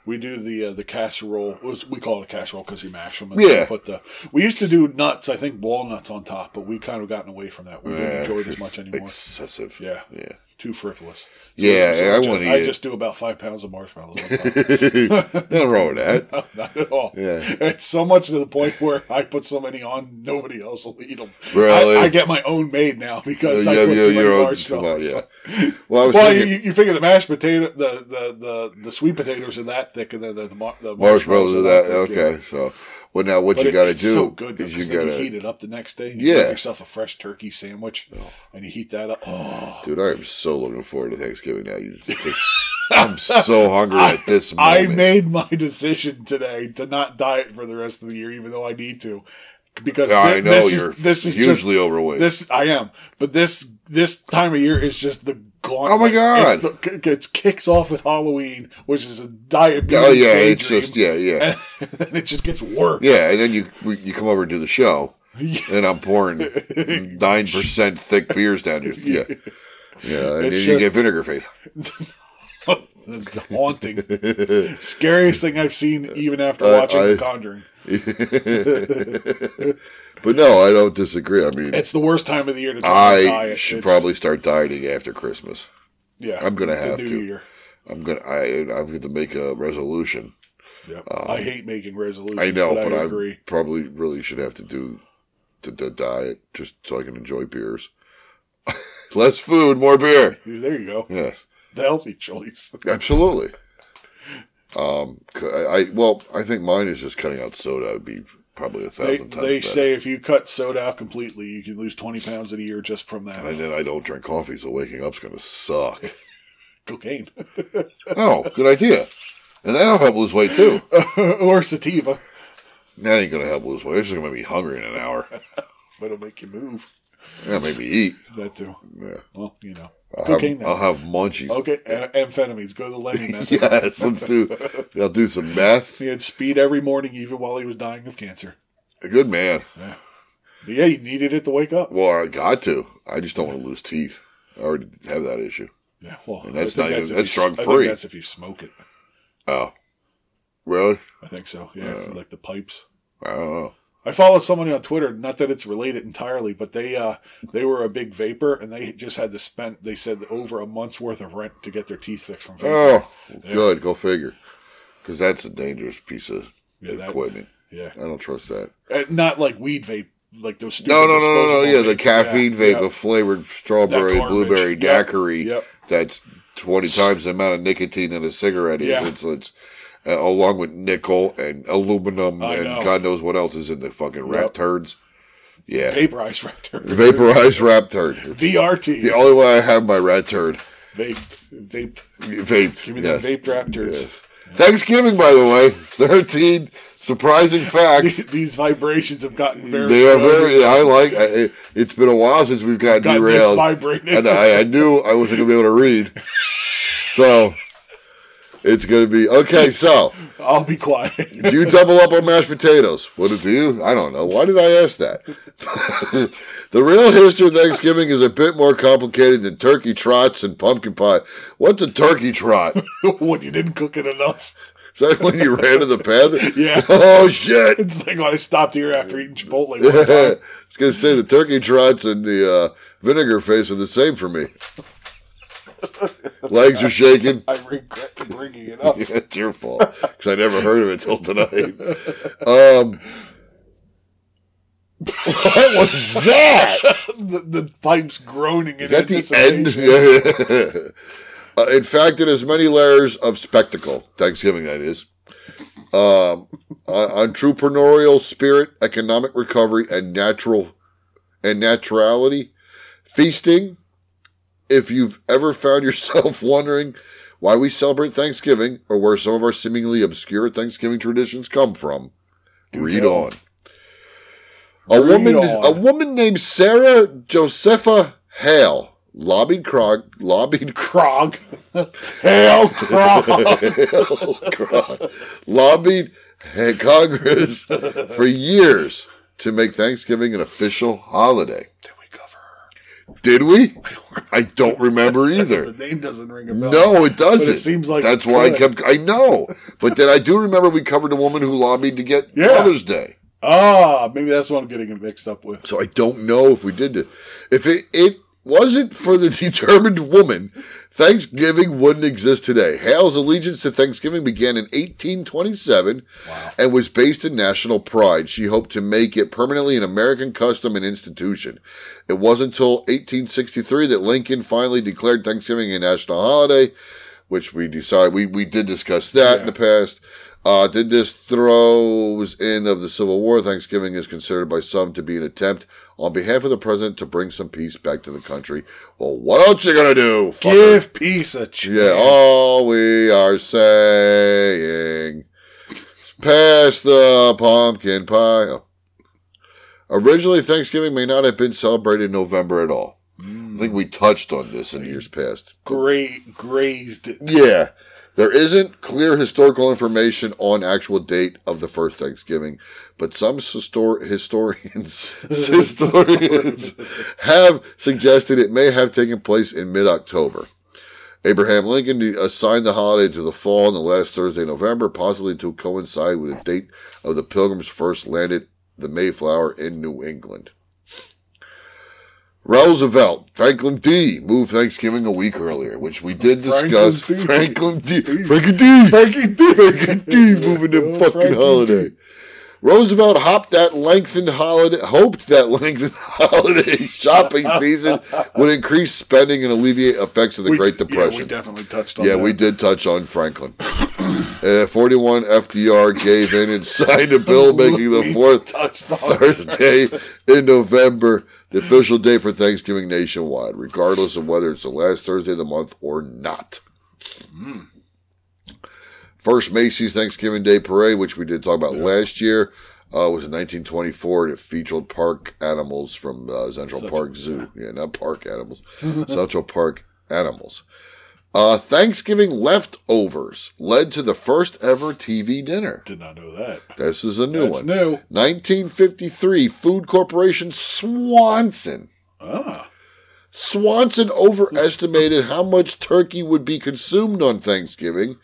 S1: We do the uh, the casserole. well, it's- We call it a casserole because you mash them. And
S5: Yeah.
S1: then Put the we used to do nuts. I think walnuts on top, but we kind of gotten away from that. We don't
S5: Yeah,
S1: enjoy it as much anymore.
S5: Excessive.
S1: Yeah.
S5: yeah.
S1: Too frivolous. So
S5: Yeah,
S1: so
S5: I
S1: ju-
S5: wouldn't eat
S1: I
S5: it.
S1: just do about five pounds of marshmallows. On top.
S5: Nothing wrong with that.
S1: Not at all.
S5: Yeah.
S1: It's so much to the point where I put so many on, nobody else will eat them.
S5: Really?
S1: I, I get my own made now because I
S5: Yeah,
S1: put
S5: yeah,
S1: too many
S5: you're on-
S1: marshmallows.
S5: yeah.
S1: on.
S5: Well, I was
S1: Well, you,
S5: thinking
S1: you figure the mashed potato, the, the, the, the sweet potatoes are that thick, and then the, the, mar- the
S5: marshmallows
S1: are
S5: are that
S1: thick, yeah.
S5: okay. So, well, now what
S1: But
S5: you
S1: it-
S5: got to
S1: it's so
S5: do
S1: good though,
S5: is you
S1: 'cause then
S5: got
S1: you
S5: to
S1: heat it up the next day. And you
S5: Yeah.
S1: make yourself a fresh turkey sandwich, and you heat that up. Oh,
S5: Dude, I am so looking forward to Thanksgiving now. You just, I'm so hungry at this
S1: I
S5: moment.
S1: made my decision today to not diet for the rest of the year, even though I need to, because
S5: Yeah,
S1: thi-
S5: I know
S1: this
S5: you're
S1: is this is
S5: hugely
S1: just,
S5: overweight.
S1: This I am, but this this time of year is just the gauntlet.
S5: Oh my God.
S1: It kicks off with Halloween, which is a diabetes.
S5: oh yeah, it's
S1: daydream,
S5: just yeah, yeah,
S1: and it just gets worse.
S5: yeah. And then you we- you come over to the show, and I'm pouring nine percent thick beers down your yeah, yeah. And then
S1: It's just-
S5: you get vinegar face.
S1: it's haunting. Scariest thing I've seen, even after
S5: I-
S1: watching
S5: I-
S1: The Conjuring.
S5: But no, I don't disagree. I mean,
S1: It's the worst time of the year to try and
S5: I
S1: diet.
S5: should
S1: It's-
S5: probably start dieting after Christmas.
S1: Yeah,
S5: I'm gonna
S1: the
S5: have
S1: new
S5: to.
S1: Year.
S5: I'm gonna I I've got to make a resolution.
S1: Yep. I hate making resolutions.
S5: Um, I know,
S1: but,
S5: but,
S1: I
S5: I,
S1: agree.
S5: probably really should have to do the, the diet just so I can enjoy beers. Less food, more beer.
S1: There you go.
S5: Yes,
S1: The healthy choice.
S5: absolutely. Um, c- I, I- well, I think mine is just cutting out soda. Would be probably
S1: They,
S5: a thousand times.
S1: they
S5: better.
S1: say if you cut soda out completely, you can lose 20 pounds in a year just from that.
S5: and then I don't drink coffee, so waking up's gonna suck.
S1: Cocaine.
S5: oh, good idea. And that'll help lose weight too.
S1: or sativa.
S5: That ain't gonna help lose weight. It's just gonna make me hungry in an hour.
S1: But it'll make you move.
S5: That'll make me eat.
S1: That too.
S5: Yeah.
S1: Well, you know.
S5: I'll have,
S1: Cocaine,
S5: I'll
S1: then.
S5: have munchies.
S1: Okay. a- amphetamines. Go to the Lemmy method.
S5: yes, let's do. I'll do some meth.
S1: He had speed every morning, even while he was dying of cancer.
S5: A good man.
S1: Yeah, he needed it to wake up.
S5: Well, I got to. I just don't want to lose teeth. I already have that issue.
S1: Yeah, well,
S5: And that's
S1: I think
S5: not even-
S1: if
S5: that's
S1: you s- I think
S5: drug-free.
S1: That's if you smoke it.
S5: Oh, really?
S1: I think so. Yeah,
S5: Uh,
S1: like the pipes.
S5: I don't know.
S1: I followed somebody on Twitter. Not that it's related entirely, but they uh, they were a big vapor, and they just had to spend. They said over a month's worth of rent to get their teeth fixed from vapor.
S5: Oh, good. Go figure. Because that's a dangerous piece of
S1: Yeah, that-
S5: equipment.
S1: Yeah,
S5: I don't trust that.
S1: Uh, not like weed vape, like those. Stupid
S5: No, no, no, no, no.
S1: disposable
S5: Yeah, the
S1: vapors.
S5: caffeine
S1: Yeah,
S5: vape, the flavored strawberry,
S1: That garbage.
S5: blueberry
S1: Yep.
S5: daiquiri.
S1: Yep.
S5: That's twenty times the amount of nicotine in a cigarette is.
S1: Yeah.
S5: It's it's uh, along with nickel and aluminum
S1: I
S5: and
S1: know.
S5: God knows what else is in the fucking rat
S1: Yep.
S5: turds. Yeah,
S1: yeah. vaporized raptor.
S5: vaporized rat turd.
S1: VRT.
S5: The only way I have my rat turd
S1: Vape, vape.
S5: Vaped.
S1: Give me
S5: yes.
S1: them vape raptors.
S5: Yes. Thanksgiving, by the way, 13 surprising facts.
S1: These, these vibrations have gotten very.
S5: They are very. I like. I, it- it's been a while since we've gotten
S1: Got
S5: derailed,
S1: misvibrated.
S5: and I, I knew I wasn't going to be able to read. So it's going to be okay. So
S1: I'll be quiet.
S5: do you double up on mashed potatoes? What do you? I don't know. Why did I ask that? the real history of Thanksgiving is a bit more complicated than turkey trots and pumpkin pie. What's a turkey trot?
S1: when you didn't cook it enough.
S5: Is that when you ran to the bathroom?
S1: Yeah.
S5: Oh shit.
S1: It's like when I stopped here after eating Chipotle one time.
S5: I was gonna say the turkey trots and the uh, vinegar face are the same for me. Legs are shaking.
S1: I regret bringing it up.
S5: it's your fault because I never heard of it till tonight. Um, what was that?
S1: the, the pipes groaning.
S5: Is that the end? Yeah. uh, in fact, it has many layers of spectacle. Thanksgiving, that is. Um, on entrepreneurial spirit, economic recovery, and natural and naturality, feasting. If you've ever found yourself wondering why we celebrate Thanksgiving or where some of our seemingly obscure Thanksgiving traditions come from, read
S1: tell.
S5: on. A
S1: Read
S5: woman,
S1: on.
S5: a woman named Sarah Josepha Hale lobbied Krog, lobbied
S1: Krog. Hell, Krog.
S5: Krog, lobbied uh, Congress for years to make Thanksgiving an official holiday. Did we? I don't remember
S1: the
S5: either.
S1: name doesn't ring a bell.
S5: No, it doesn't.
S1: But it seems like
S5: that's
S1: it
S5: why I
S1: could.
S5: kept. I know, but then I do remember we covered a woman who lobbied to get
S1: Yeah.
S5: Mother's Day.
S1: Ah, maybe that's what I'm getting it mixed up with.
S5: So I don't know if we did it. If it, it wasn't for the determined woman, Thanksgiving wouldn't exist today. Hale's allegiance to Thanksgiving began in 1827 and was based in national pride. She hoped to make it permanently an American custom and institution. It wasn't until 1863 that Lincoln finally declared Thanksgiving a national holiday, which we decided we, we did discuss that in the past. Uh, did this throws end of the Civil War? Thanksgiving is considered by some to be an attempt on behalf of the president to bring some peace back to the country. Well, what else you gonna do? fucker?
S1: Give peace a chance.
S5: Yeah, oh. all we are saying is pass the pumpkin pie. Oh. Originally, Thanksgiving may not have been celebrated in November at all. I think we touched on this in years past.
S1: Gray, grazed.
S5: Yeah. There isn't clear historical information on actual date of the first Thanksgiving, but some histor- historians historians have suggested it may have taken place in mid-October. Abraham Lincoln assigned the holiday to the fall on the last Thursday in November, possibly to coincide with the date of the Pilgrims first landed the Mayflower in New England. Roosevelt, Franklin D. moved Thanksgiving a week earlier, which we did discuss. Franklin
S1: Franklin
S5: D. Franklin D. Franklin D. Franklin D. moving the
S1: Oh,
S5: fucking
S1: Franklin D.
S5: holiday. Roosevelt hopped that lengthened holiday, hoped that lengthened holiday shopping season would increase spending and alleviate effects of the
S1: We-
S5: Great
S1: Yeah, we
S5: Depression.
S1: definitely touched on
S5: Yeah,
S1: that.
S5: we did touch on Franklin. Uh, 41 FDR gave in and signed a bill making the
S1: We
S5: fourth
S1: touched on that.
S5: Thursday in November the official day for Thanksgiving nationwide, regardless of whether it's the last Thursday of the month or not. Hmm. First Macy's Thanksgiving Day Parade, which we did talk about last year, uh, was in 1924, and it featured park animals from uh, Central Park Zoo. Yeah, not park animals, Central Park animals. Uh, Thanksgiving leftovers led to the first ever TV dinner.
S1: Did not know that.
S5: This is a new
S1: That's
S5: one.
S1: new.
S5: 1953, Food Corporation Swanson.
S1: Ah,
S5: Swanson overestimated how much turkey would be consumed on Thanksgiving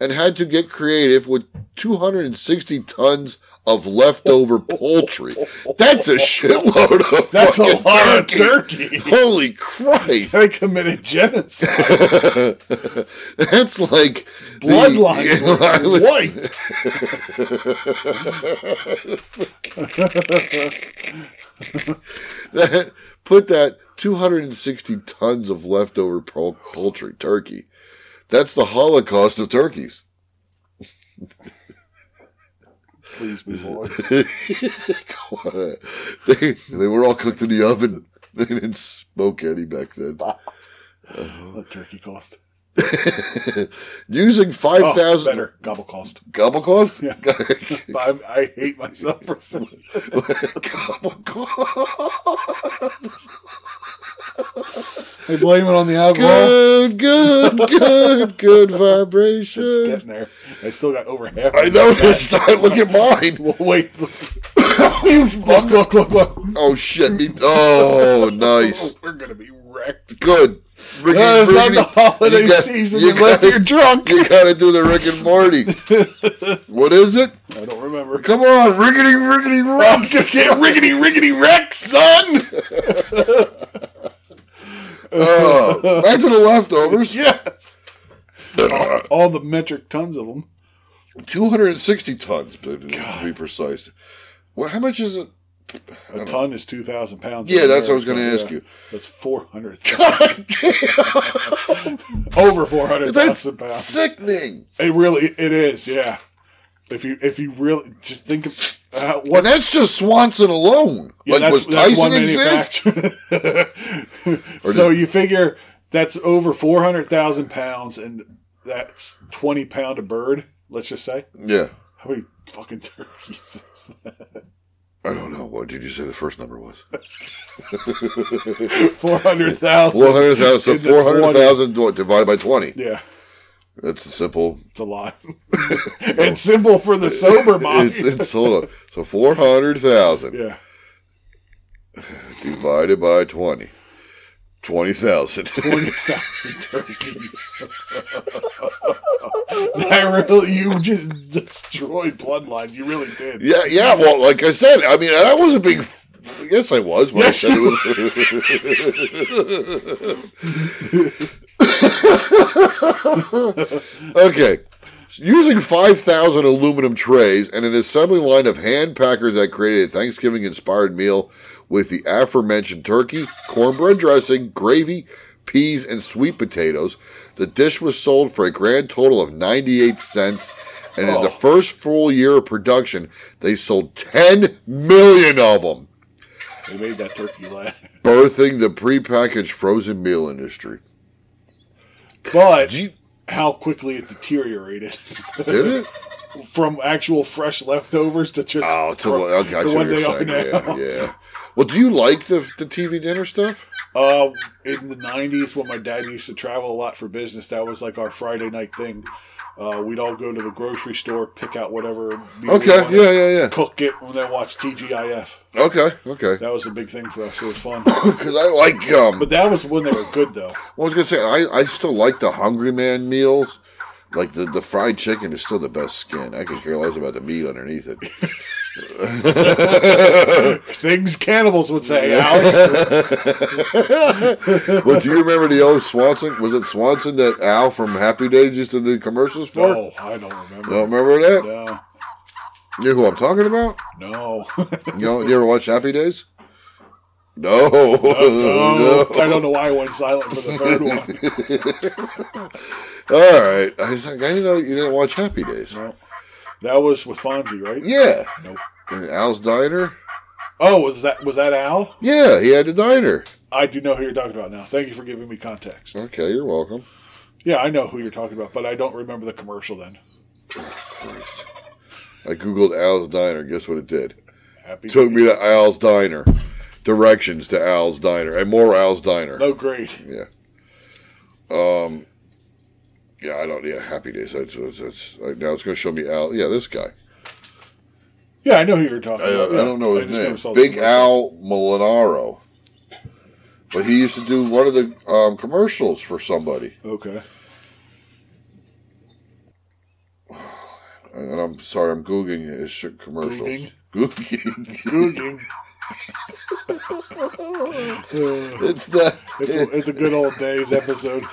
S5: and had to get creative with 260 tons of leftover poultry. That's a shitload of
S1: that's a
S5: fucking
S1: lot of
S5: turkey.
S1: turkey.
S5: Holy Christ.
S1: they committed genocide.
S5: That's like the-
S1: Bloodlines
S5: Yeah, I
S1: were
S5: was-
S1: white.
S5: that, put that 260 tons of leftover pol- poultry turkey. That's the Holocaust of turkeys.
S1: Please move on.
S5: they, they were all cooked in the oven. They didn't smoke any back then.
S1: What turkey cost?
S5: Using
S1: Oh,
S5: 5,000
S1: better gobble cost.
S5: gobble cost?
S1: Yeah. But I, I hate myself for saying.
S5: gobble cost.
S1: I blame it on the alcohol.
S5: Good, good, good, good
S1: It's
S5: vibration.
S1: getting there. I still got over half.
S5: Uh, I noticed that. Look at mine.
S1: Well, wait. Look, look, look, look. look.
S5: Oh, shit. Me. Oh, nice.
S1: Oh, we're gonna be wrecked.
S5: Good. Ricky,
S1: No, it's not the holiday season. You left your drunk.
S5: You gotta do the Rick and Morty. what is it?
S1: I don't remember.
S5: Come on, rickety, rickety,
S1: I'm
S5: rocks.
S1: gonna get riggedy riggedy wrecked, son.
S5: Oh, back to the leftovers.
S1: yes. all, all the metric tons of them.
S5: 260 tons, to to be precise. Well, how much is it?
S1: A ton is two thousand pounds.
S5: Yeah, that's what I was gonna ask you.
S1: That's four hundred
S5: God damn,
S1: over four hundred
S5: that's
S1: thousand pounds.
S5: sickening.
S1: It really, it is. Yeah. If you if you really just think of uh,
S5: Well,
S1: what
S5: that's just Swanson alone.
S1: Yeah,
S5: like, was Tyson exist?
S1: manufacturer. so you figure that's over 400,000 pounds and that's 20 pound a bird, let's just say.
S5: Yeah.
S1: How many fucking turkeys is that?
S5: I don't know. What did you say the first number was?
S1: 400,000.
S5: 400,000
S1: in the
S5: 400,000 divided by 20.
S1: 20. Yeah,
S5: That's a simple.
S1: it's a lot. it's simple for the sober mind.
S5: It's, it's, hold on. So 400,000
S1: yeah.
S5: divided by 20. 20,000.
S1: 20,000 turkeys. that really, you just destroyed Bloodline. You really did.
S5: Yeah, yeah. Well, like I said, I mean, and I was a big. f- Yes, I was. When
S1: Yes,
S5: I said it
S1: you
S5: was. okay, using five thousand aluminum trays and an assembly line of hand packers that created a Thanksgiving-inspired meal with the aforementioned turkey, cornbread dressing, gravy, peas, and sweet potatoes. The dish was sold for a grand total of ninety-eight cents. And in
S1: Oh.
S5: the first full year of production, they sold 10 million of them,
S1: They made that turkey laugh.
S5: birthing the prepackaged frozen meal industry.
S1: But
S5: Do you-
S1: how quickly it deteriorated
S5: Did it?
S1: from actual fresh leftovers to just
S5: Oh, to
S1: from
S5: what, okay, I
S1: the
S5: see
S1: one
S5: what
S1: they
S5: you're
S1: are
S5: saying.
S1: now.
S5: Yeah, yeah. Well, do you like the, the TV dinner stuff?
S1: Uh, in the '90s, when my dad used to travel a lot for business, that was like our Friday night thing. Uh, we'd all go to the grocery store, pick out whatever. meal we
S5: Okay,
S1: wanted,
S5: yeah, yeah, yeah.
S1: Cook it, and then watch TGIF.
S5: Okay, okay.
S1: That was a big thing for us. It was fun.
S5: Because I like, um,
S1: but that was when they were good, though.
S5: I was going to say, I, I still like the Hungry Man meals. Like, the, the fried chicken is still the best skin. I could care less about the meat underneath it.
S1: Things cannibals would say, Alex.
S5: But do you remember the old Swanson? Was it Swanson that Al from Happy Days used to do commercials for?
S1: no, I don't remember.
S5: Don't remember that?
S1: No,
S5: You know who I'm talking about?
S1: no,
S5: You know, you ever watch Happy Days? No.
S1: Oh, no. I don't know why I went silent for the third one.
S5: All right. I was like, I didn't know you didn't watch Happy Days.
S1: No. That was with Fonzie, right?
S5: Yeah.
S1: Nope.
S5: And Al's Diner?
S1: Oh, was that was that Al?
S5: Yeah, he had a diner.
S1: I do know who you're talking about now. Thank you for giving me context.
S5: Okay, you're welcome.
S1: Yeah, I know who you're talking about, but I don't remember the commercial then.
S5: Christ. I Googled Al's Diner. Guess what it did?
S1: Happy
S5: Took me to Al's Diner. Directions to Al's Diner. And more Al's Diner.
S1: Oh, great.
S5: Yeah. Um. Yeah, I don't. Yeah, Happy Days. That's, that's, that's like, now it's going to show me Al. Yeah, this guy.
S1: Yeah, I know who you're talking
S5: I, I
S1: about. Yeah.
S5: don't know his
S1: just never saw
S5: name.
S1: the
S5: Big
S1: commercial.
S5: Al Molinaro. But he used to do one of the um, commercials for somebody,
S1: Okay.
S5: and I'm sorry, I'm googling his sh- commercials. Googling.
S1: Googing.
S5: it's the.
S1: It's a, it's a good old days episode.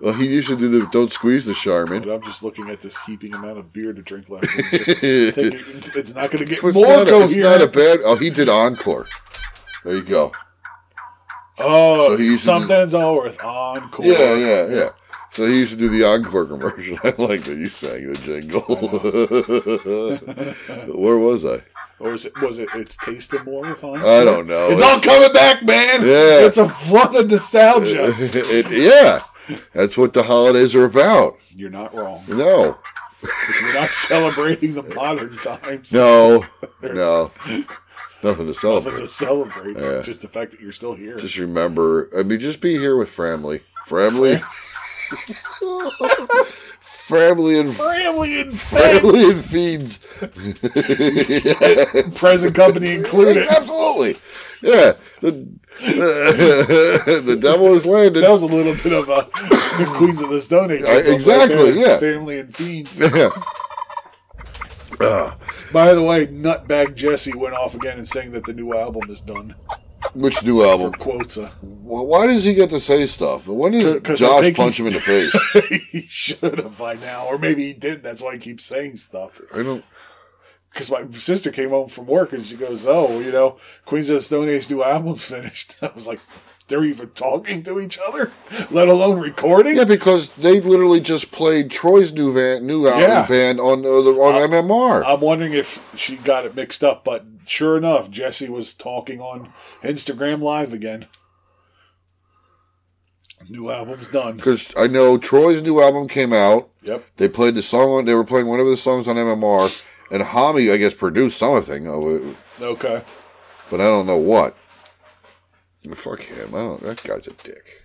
S5: Well, he used to do the "Don't Squeeze the
S1: But
S5: Charmin."
S1: I'm just looking at this heaping amount of beer to drink left. and just take it- it's not going to get
S5: It's
S1: more
S5: not a- it's not a
S1: coherent.
S5: bad. Oh, he did Encore. There you go.
S1: oh,
S5: So he used to do-
S1: something's all worth encore.
S5: Yeah, yeah, yeah. So he used to do the encore commercial. I like that you sang the jingle. Where was I?
S1: Or is it was it its taste of more time?
S5: I don't know.
S1: It's all coming back, man.
S5: Yeah.
S1: It's a flood of nostalgia.
S5: It- yeah, that's what the holidays are about.
S1: You're not wrong.
S5: No,
S1: You're not celebrating the modern times.
S5: no, no, nothing to
S1: Nothing to
S5: celebrate.
S1: celebrate.
S5: Yeah.
S1: Just the fact that you're still here.
S5: Just remember, I mean, just be here with family, family, family, and
S1: Family and friends,
S5: family and fiends.
S1: present company included.
S5: Absolutely, yeah. The, the devil is landed.
S1: That was a little bit of a Queens of the Stone Age. or
S5: Uh,
S1: something
S5: exactly,
S1: there.
S5: yeah.
S1: Family and fiends.
S5: Yeah.
S1: By the way, Nutbag Jesse went off again and saying that the new album is done.
S5: Which new album?
S1: Quotes. uh,
S5: Why why does he get to say stuff? When does
S1: 'Cause I
S5: Josh
S1: think
S5: punch
S1: he-
S5: him in the face?
S1: he should have by now, or maybe he did. That's why he keeps saying stuff.
S5: I don't.
S1: Because my sister came home from work and she goes, "Oh, you know, Queens of the Stone Age new album's finished." I was like, "They're even talking to each other, let alone recording."
S5: Yeah, because they literally just played Troy's new van, new album
S1: Yeah.
S5: band on uh, the, on MMR.
S1: I'm wondering if she got it mixed up, but sure enough, Jesse was talking on Instagram Live again. New album's done.
S5: Because I know Troy's new album came out.
S1: Yep.
S5: They played the song on. They were playing one of the songs on MMR, and Hami, I guess, produced something, of it,
S1: Okay.
S5: but I don't know what. Fuck him! I don't. That guy's a dick.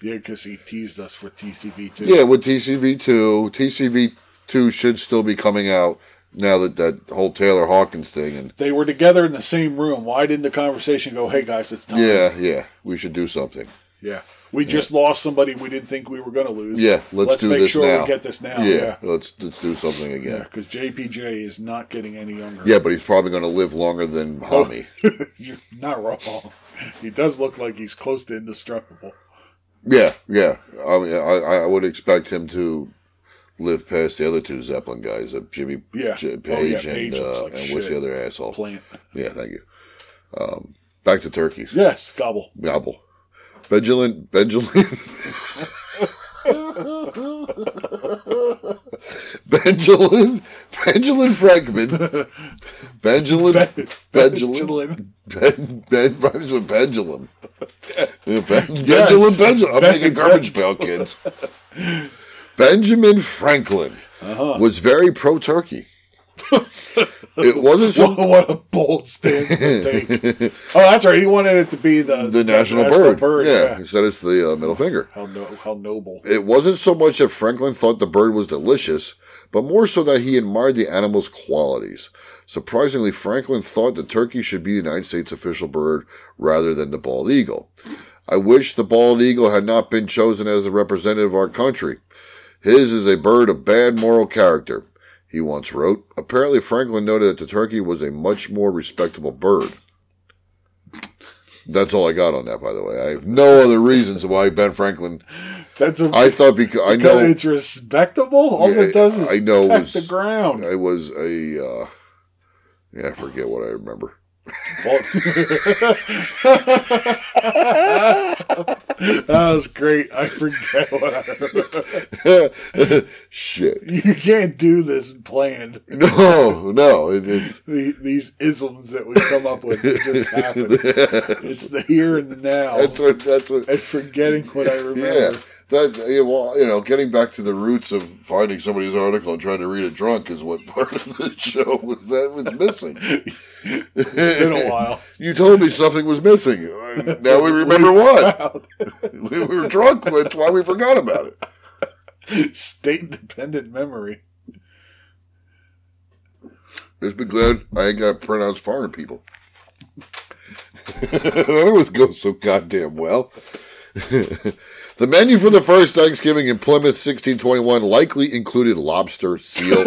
S1: Yeah, because he teased us for TCV too.
S5: Yeah, with TCV two, TCV two should still be coming out now that that whole Taylor Hawkins thing and
S1: They were together in the same room. Why didn't the conversation go, hey guys, it's time?
S5: yeah, yeah, we should do something.
S1: Yeah. We just lost somebody we didn't think we were going to lose.
S5: Yeah, let's, do
S1: make
S5: this
S1: sure
S5: now.
S1: we get this now.
S5: Yeah,
S1: Yeah.
S5: let's let's do something
S1: Yeah,
S5: again.
S1: because JPJ is not getting any younger.
S5: Yeah, but he's probably going to live longer than
S1: Oh,
S5: Hami.
S1: You're not wrong. He does look like he's close to indestructible.
S5: yeah, yeah. I mean, I, I would expect him to live past the other two Zeppelin guys, uh, Jimmy
S1: Yeah.
S5: J-
S1: Oh, yeah,
S5: Page and,
S1: Page looks
S5: uh,
S1: like
S5: and what's
S1: shit.
S5: the other asshole?
S1: Plant.
S5: Yeah, thank you. Um, back to turkeys.
S1: Yes, gobble.
S5: Gobble. Benjamin. Benjamin. Benjamin. Benjamin Frankman. Benjamin. Benjamin.
S1: Benjamin.
S5: Ben, ben rhymes with pendulum. Yeah, ben, Benjamin Benjamin. I'm
S1: Ben-
S5: making garbage pail kids. Benjamin Franklin was very pro turkey. it wasn't so
S1: What, what a bold stance to take. oh, that's right. He wanted it to be the,
S5: the national, bird. yeah, he said it's the uh, middle finger.
S1: How, no, how noble.
S5: It wasn't so much that Franklin thought the bird was delicious, but more so that he admired the animal's qualities. Surprisingly, Franklin thought the turkey should be the United States official bird rather than the bald eagle. I wish the bald eagle had not been chosen as the representative of our country. His is a bird of bad moral character, he once wrote. Apparently, Franklin noted that the turkey was a much more respectable bird. That's all I got on that, by the way. I have no other reasons why Ben Franklin
S1: That's a,
S5: I thought because I
S1: because
S5: know
S1: it's respectable. All
S5: Yeah,
S1: it does is
S5: I know it
S1: peck
S5: was-
S1: the ground.
S5: I was a uh, yeah, I forget what I remember.
S1: Well- that was great. I forget what I
S5: Shit,
S1: You can't do this planned.
S5: no, no, it, it's
S1: The- These isms that we come up with it just happen. It's the here and the now.
S5: that's what that's what.
S1: and forgetting what I
S5: Yeah,
S1: remember.
S5: that yeah, well, you know, getting back to the roots of finding somebody's article and trying to read it drunk is what part of the show was that was missing.
S1: Been a while.
S5: You told me something was missing. Now we remember what we were drunk. That's why we forgot about it.
S1: State dependent memory.
S5: Just be glad I ain't got to pronounce foreign people. that always goes so goddamn well. the menu for the first Thanksgiving in Plymouth 1621 likely included lobster, seal,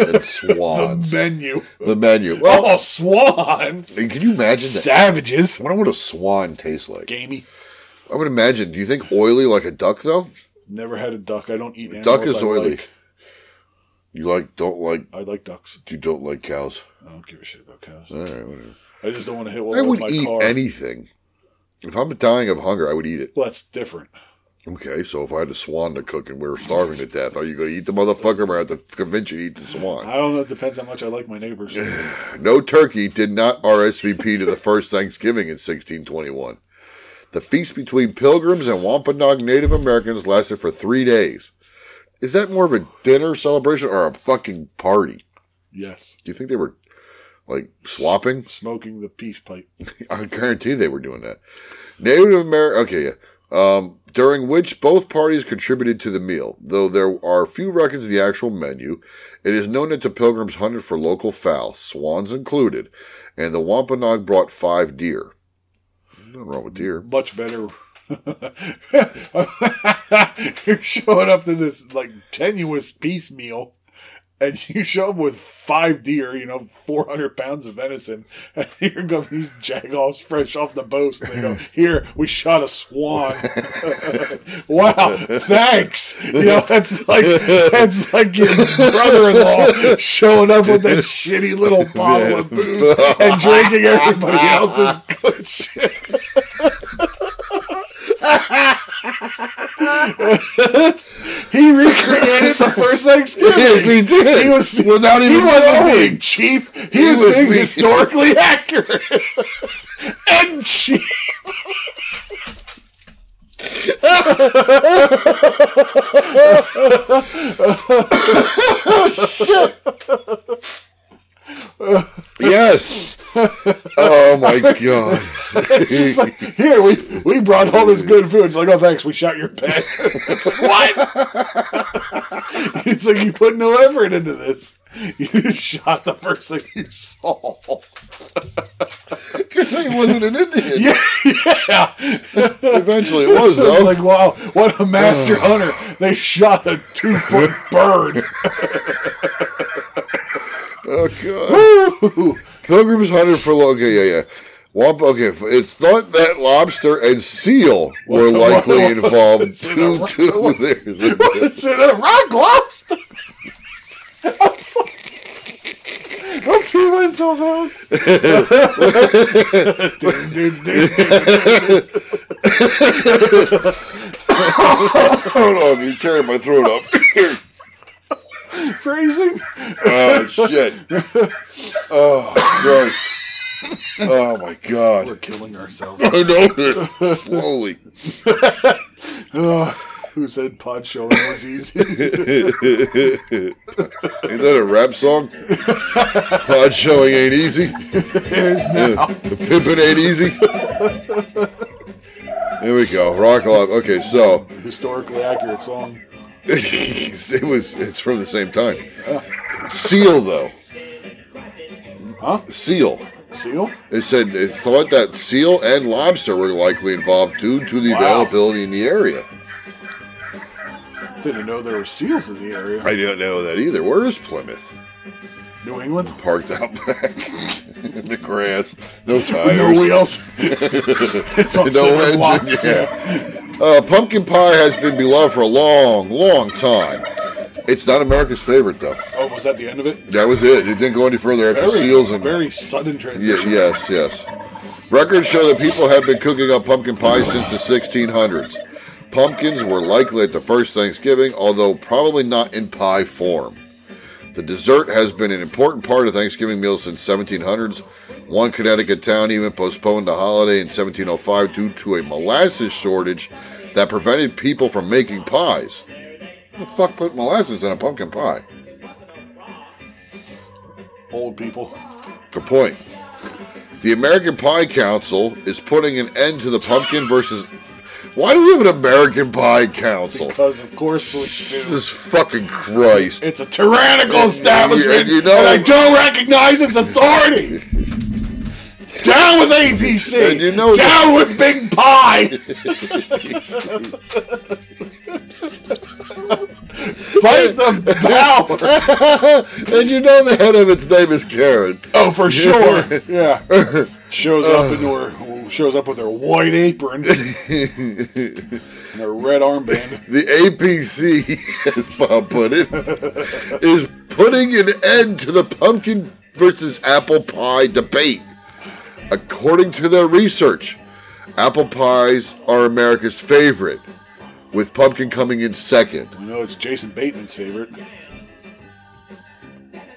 S5: and swans.
S1: Menu.
S5: the menu. Well,
S1: Oh, swans.
S5: can you imagine that?
S1: Savages.
S5: I wonder what a swan tastes like.
S1: Gamey.
S5: I would imagine. Do you think oily like a duck, though?
S1: Never had a duck. I don't eat animals.
S5: duck is
S1: I
S5: oily.
S1: Like.
S5: You like, don't like,
S1: I like ducks.
S5: you don't like cows.
S1: I don't give a shit about cows.
S5: All right, whatever.
S1: I just don't want to hit one
S5: I
S1: with
S5: would
S1: my
S5: eat
S1: car.
S5: anything. If I'm dying of hunger, I would eat it.
S1: Well, that's different.
S5: Okay, so if I had a swan to cook and we were starving to death, are you going to eat the motherfucker or I have to convince you to eat the swan?
S1: I don't know. It depends how much I like my neighbors.
S5: No turkey did not RSVP to the first Thanksgiving in 1621. The feast between pilgrims and Wampanoag Native Americans lasted for three days. Is that more of a dinner celebration or a fucking party?
S1: yes.
S5: Do you think they were like swapping?
S1: Smoking the peace pipe.
S5: I guarantee they were doing that. Native American. Okay, yeah. Um, during which both parties contributed to the meal, though there are few records of the actual menu. It is known that the pilgrims hunted for local fowl, swans included, and the Wampanoag brought five deer. Nothing wrong with deer.
S1: Much better. You're showing up to this like tenuous peace meal, and you show up with five deer, you know, 400 pounds of venison, and here come these jagoffs fresh off the boat. And they go, Here, we shot a swan. wow, thanks. You know, that's like, that's like your brother in law showing up with that shitty little bottle of booze and drinking everybody else's good shit. He recreated the first Thanksgiving.
S5: Yes, he did.
S1: He was
S5: Without
S1: he
S5: even
S1: wasn't
S5: knowing.
S1: being cheap. He,
S5: He
S1: was,
S5: was
S1: being
S5: being-
S1: historically accurate and cheap.
S5: Yes. oh my god.
S1: It's like, here we we brought all this good food. It's like, oh, thanks. We shot your pet. It's like what? it's like you put no effort into this. You shot the first thing you saw.
S5: Good thing it wasn't an Indian.
S1: yeah.
S5: Eventually, it was
S1: It's
S5: though.
S1: like, wow, what a master hunter. They shot a two foot bird.
S5: Oh god. Pilgrims hunted for lo- okay, yeah, yeah. Wamp, okay, f- it's thought that lobster and seal were likely involved. Two, two, there's a-
S1: Is it a rock lobster? I'm sorry. I'll see myself out. Dun, dun, dun, dun.
S5: Hold on, you're tearing my throat up.
S1: Phrasing.
S5: oh shit. Oh gross. Oh my god.
S1: killing ourselves.
S5: I know. Holy.
S1: Who said pod showing was easy?
S5: Is that a rap song? Pod showing ain't easy.
S1: There's now.
S5: The pimpin' ain't easy. There we go. Rock lob. Okay, so
S1: Historically accurate song.
S5: it was. It's from the same time. Seal though.
S1: Huh?
S5: Seal.
S1: Seal?
S5: It said it thought that seal and lobster were likely involved due to the
S1: Wow.
S5: availability in the area.
S1: Didn't know there were seals in the area.
S5: I don't know that either. Where is Plymouth?
S1: New England?
S5: Parked out back in the grass. No tires.
S1: No wheels. it's on
S5: Oh, no
S1: seven
S5: engine,
S1: blocks.
S5: yeah. Uh, pumpkin pie has been beloved for a long, long time. It's not America's favorite though.
S1: Oh, was that the end of it?
S5: That was it. It didn't go any further after
S1: Very,
S5: seals and
S1: very sudden
S5: Ye-
S1: transition.
S5: yes, yes. Records show that people have been cooking up pumpkin pie since the 1600s. Pumpkins were likely at the first Thanksgiving, although probably not in pie form. The dessert has been an important part of Thanksgiving meals since 1700s. One Connecticut town even postponed the holiday in 1705 due to a molasses shortage that prevented people from making pies. Who the fuck put molasses in a pumpkin pie?
S1: Old people.
S5: Good point. The American Pie Council is putting an end to the pumpkin versus. Why do we have an American Pie Council?
S1: Because, of course, we do.
S5: Jesus fucking Christ.
S1: It's a tyrannical establishment,
S5: you know-
S1: and I don't recognize its authority. Down with APC.
S5: And you know-
S1: Down with Big Pie. Fight the power.
S5: and you know the head of its name is Karen.
S1: Oh, for sure. Yeah. Shows up
S5: Uh.
S1: in her, shows up with her white apron and her red armband.
S5: The APC, as Bob put it, is putting an end to the pumpkin versus apple pie debate. According to their research, apple pies are America's favorite. with Pumpkin coming in second.
S1: You know, it's Jason Bateman's favorite.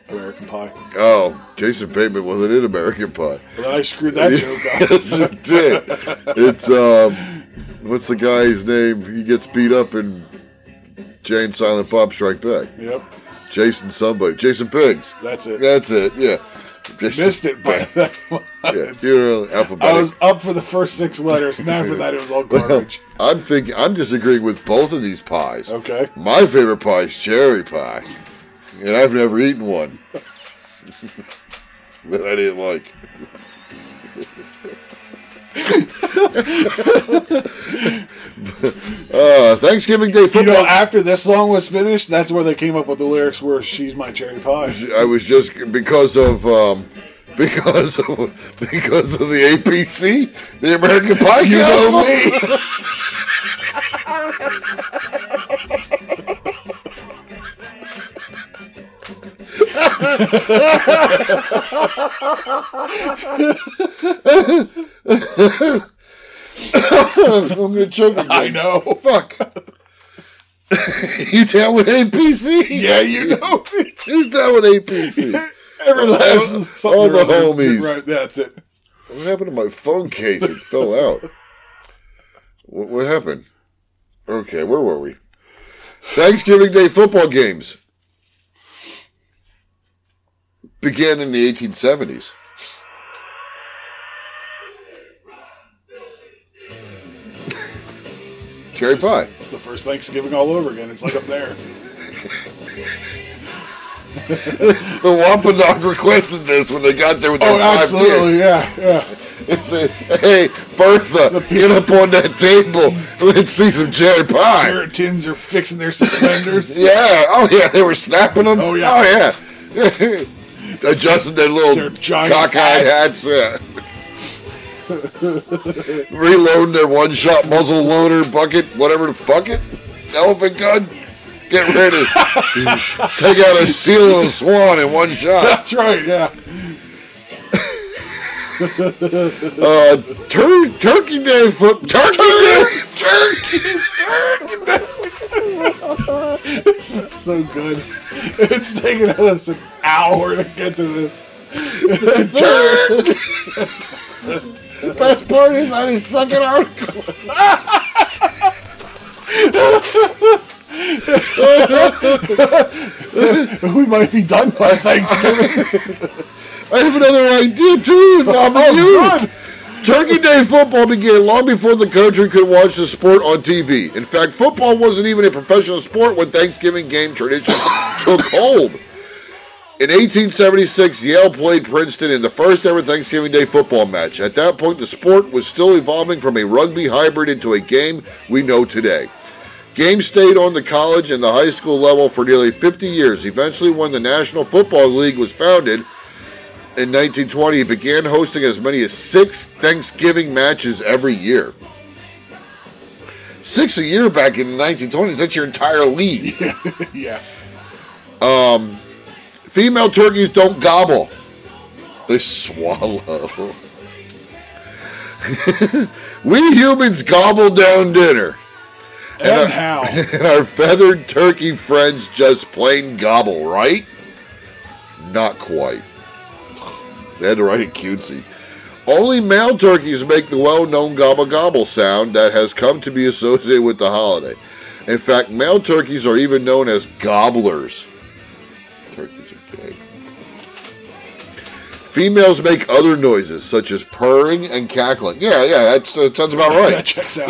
S1: American Pie.
S5: Oh, Jason Bateman wasn't in American Pie.
S1: Well, then I screwed that joke up.
S5: yes, it did. It's um, what's the guy's name? He gets beat up in Jane Silent Bob Strike Back.
S1: Yep,
S5: Jason somebody. Jason Pigs.
S1: that's it.
S5: That's it. Yeah. Jason
S1: Missed it by
S5: Pig.
S1: that one.
S5: Yeah, you're alphabetic.
S1: I was up for the first six letters, and after that, it was all garbage.
S5: I'm thinking. I'm disagreeing with both of these pies.
S1: Okay.
S5: My favorite pie is cherry pie, and I've never eaten one that I didn't like. uh, Thanksgiving Day
S1: You know,
S5: football.
S1: after this song was finished, that's where they came up with the lyrics where "She's my cherry pie."
S5: I was just because of um, because of because of the APC, the American Pie
S1: You know
S5: Council.
S1: me.
S5: I'm gonna choke again.
S1: I know.
S5: Fuck. you down with APC?
S1: Yeah, you know me.
S5: Who's down with APC?
S1: Every last something
S5: all the
S1: or other.
S5: homies.
S1: Right, that's it.
S5: What happened to my phone case? It fell out. What, what happened? Okay, where were we? Thanksgiving Day football games began in the 1870s. Cherry pie.
S1: It's the first Thanksgiving all over again. It's like up there.
S5: The Wampanoag requested this when they got there with their
S1: Oh,
S5: five kids.
S1: absolutely. Yeah, yeah.
S5: and say, "Hey, Bertha, get up on that table. Let's see some cherry pie."
S1: Puritans are fixing their suspenders.
S5: Yeah. Oh yeah, they were snapping them.
S1: Oh, yeah.
S5: Oh yeah. Adjusting their little
S1: Their giant
S5: cockeyed
S1: hats.
S5: hats. yeah. Reload their one-shot muzzle loader bucket, whatever the bucket, elephant gun. Get ready. Take out a seal and a swan in one shot.
S1: That's right. Yeah.
S5: Uh, tur- turkey day foot. Turkey day. Turkey.
S1: This is so good. It's taken us an hour to get to this.
S5: Best part is on his second article.
S1: We might be done by Thanksgiving.
S5: I have another idea too. Bob, for you. Turkey Day football began long before the country could watch the sport on TV. In fact, football wasn't even a professional sport when Thanksgiving game tradition took hold. In 1876, Yale played Princeton in the first ever Thanksgiving Day football match. At that point, the sport was still evolving from a rugby hybrid into a game we know today. Game stayed on the college and the high school level for nearly 50 years. Eventually, when the National Football League was founded in 1920, it began hosting as many as six Thanksgiving matches every year. Six a year back in the 1920s, that's your entire league.
S1: yeah.
S5: Female turkeys don't gobble, they swallow. we humans gobble down dinner.
S1: And, how?
S5: and uh, our feathered turkey friends just plain gobble, right? Not quite. They had to write it cutesy. Only male turkeys make the well known gobble gobble sound that has come to be associated with the holiday. In fact, male turkeys are even known as gobblers. Turkeys are gay. Females make other noises, such as purring and cackling. Yeah, yeah, that's, that sounds about right.
S1: That checks out.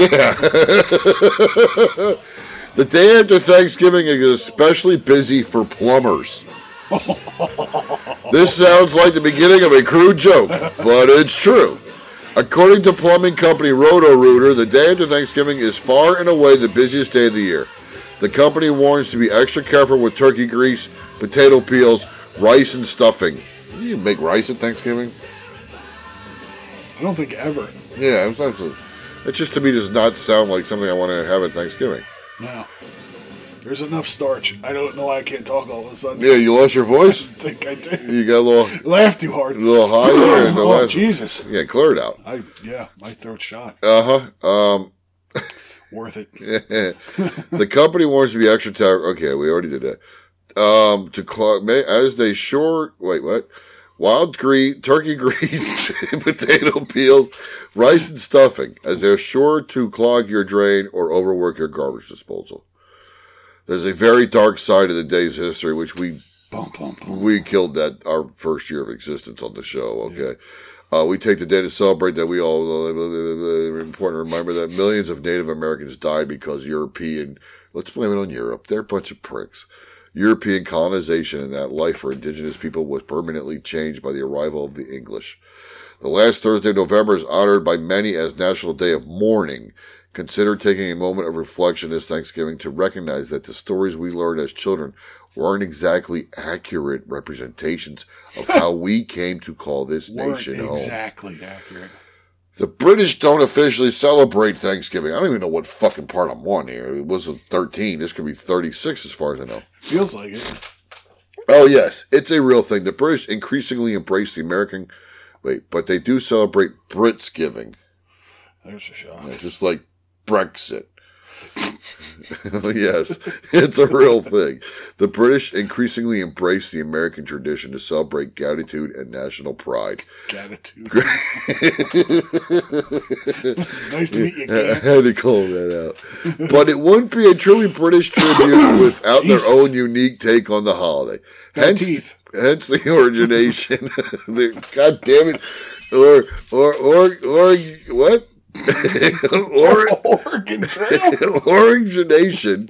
S5: The day after Thanksgiving is especially busy for plumbers. this sounds like the beginning of a crude joke, but it's true. According to plumbing company Roto-Rooter, the day after Thanksgiving is far and away the busiest day of the year. The company warns to be extra careful with turkey grease, potato peels, rice, and stuffing. You make rice at Thanksgiving?
S1: I don't think ever.
S5: Yeah, it's not- it just to me does not sound like something I want to have at Thanksgiving.
S1: No. There's enough starch. I don't know why I can't talk all of a sudden.
S5: Yeah, you lost your voice.
S1: I think I did.
S5: You got a little
S1: Laugh too hard.
S5: A little high there in the
S1: oh,
S5: last.
S1: Jesus.
S5: Yeah, cleared out. Uh-huh,
S1: I yeah, my throat shot.
S5: Uh huh. Um,
S1: Worth it.
S5: the company warns to be extra tower. Okay, we already did that. Um, to clog may- as they shore. Wait, what? Wild green, turkey greens, potato peels, rice and stuffing, as they're sure to clog your drain or overwork your garbage disposal. There's a very dark side of the day's history, which we
S1: Bum, bum, bum.
S5: we killed that our first year of existence on the show. Okay. Uh, we take the day to celebrate that we all blah, blah, blah, blah, important to remember that millions of Native Americans died because European let's blame it on Europe. They're a bunch of pricks. European colonization and that life for indigenous people was permanently changed by the arrival of the English. The last Thursday of November is honored by many as National Day of Mourning. Consider taking a moment of reflection this Thanksgiving to recognize that the stories we learned as children weren't exactly accurate representations of how we came to call this
S1: Weren't
S5: nation home.
S1: exactly accurate.
S5: The British don't officially celebrate Thanksgiving. I don't even know what fucking part I'm on here. It was 13. This could be 36 as far as I know.
S1: Feels like it.
S5: Oh yes, it's a real thing. The British increasingly embrace the American. Wait, but they do celebrate Britsgiving,
S1: There's a shot.
S5: just like Brexit. yes, it's a real thing. The British increasingly embrace the American tradition to celebrate gratitude and national pride.
S1: Gratitude. nice to meet you,
S5: I
S1: Ken.
S5: had to call that out. But it wouldn't be a truly British tribute without their
S1: Jesus.
S5: own unique take on the holiday.
S1: Got
S5: Hence,
S1: teeth.
S5: hence the origination. the, God damn it. Or, or, or, or, what? or,
S1: Oregon Trail.
S5: origination,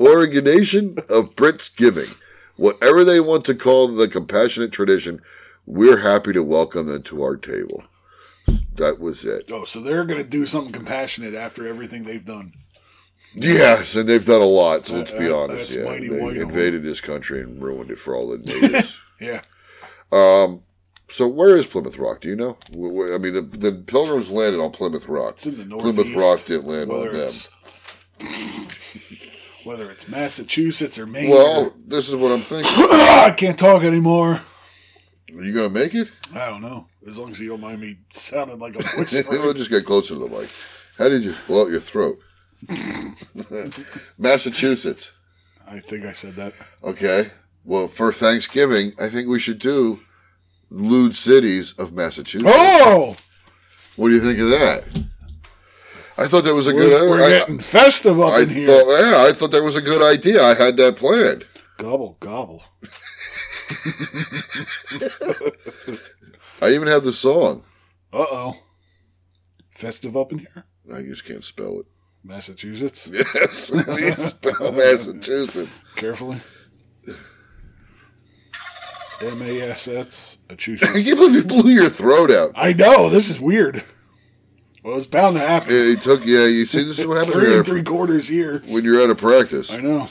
S5: origination of Brits giving, whatever they want to call the compassionate tradition, we're happy to welcome them to our table. That was it.
S1: Oh, so they're going to do something compassionate after everything they've done.
S5: Yes, and they've done a lot. So let's be
S1: Uh, uh,
S5: honest.
S1: that's
S5: Yeah,
S1: mighty
S5: they
S1: white of
S5: invaded this country and ruined it for all the natives.
S1: Yeah.
S5: so where is Plymouth Rock? Do you know? Where- where- I mean, the, the Pilgrims landed on Plymouth Rock.
S1: It's in the northeast.
S5: Plymouth Rock didn't land
S1: whether
S5: on them.
S1: it's- whether it's Massachusetts or Maine.
S5: Well, this is what I'm thinking.
S1: I can't talk anymore.
S5: Are you gonna make it?
S1: I don't know. As long as you don't mind me sounding like a
S5: we'll
S1: whisperer.
S5: just get closer to the mic. How did you blow out your throat? Massachusetts.
S1: I think I said that.
S5: Okay. Well, for Thanksgiving, I think we should do lewd cities of Massachusetts.
S1: Oh,
S5: What do you think of that? I thought that was a good.
S1: we're, we're
S5: I,
S1: getting festive up
S5: I
S1: in here.
S5: thought, yeah, I thought that was a good idea. I had that planned.
S1: Gobble gobble.
S5: I even have the song.
S1: Uh oh. Festive up in here,
S5: I just can't spell it.
S1: Massachusetts.
S5: Yes, you spell Massachusetts.
S1: Carefully. M A S S a
S5: I
S1: choose.
S5: can't believe you blew your throat out.
S1: I know this is weird. Well, it's bound to happen.
S5: Yeah, you took. Yeah, you see, this is what happens when
S1: Three
S5: you're,
S1: and three quarters years.
S5: when you're out of practice.
S1: I know.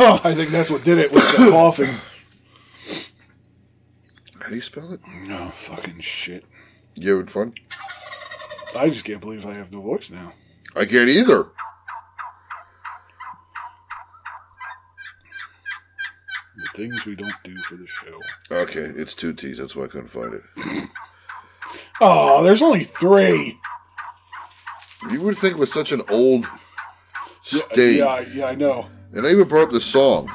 S1: Oh, I think that's what did it was the coughing.
S5: How do you spell it?
S1: No Oh, fucking shit.
S5: You having fun?
S1: I just can't believe I have the voice now.
S5: I can't either.
S1: The things we don't do for the show.
S5: Okay, it's two T's. That's why I couldn't find it.
S1: Oh, there's only three.
S5: You would think with such an old state,
S1: Yeah, I- yeah, I know.
S5: and I even brought up the song.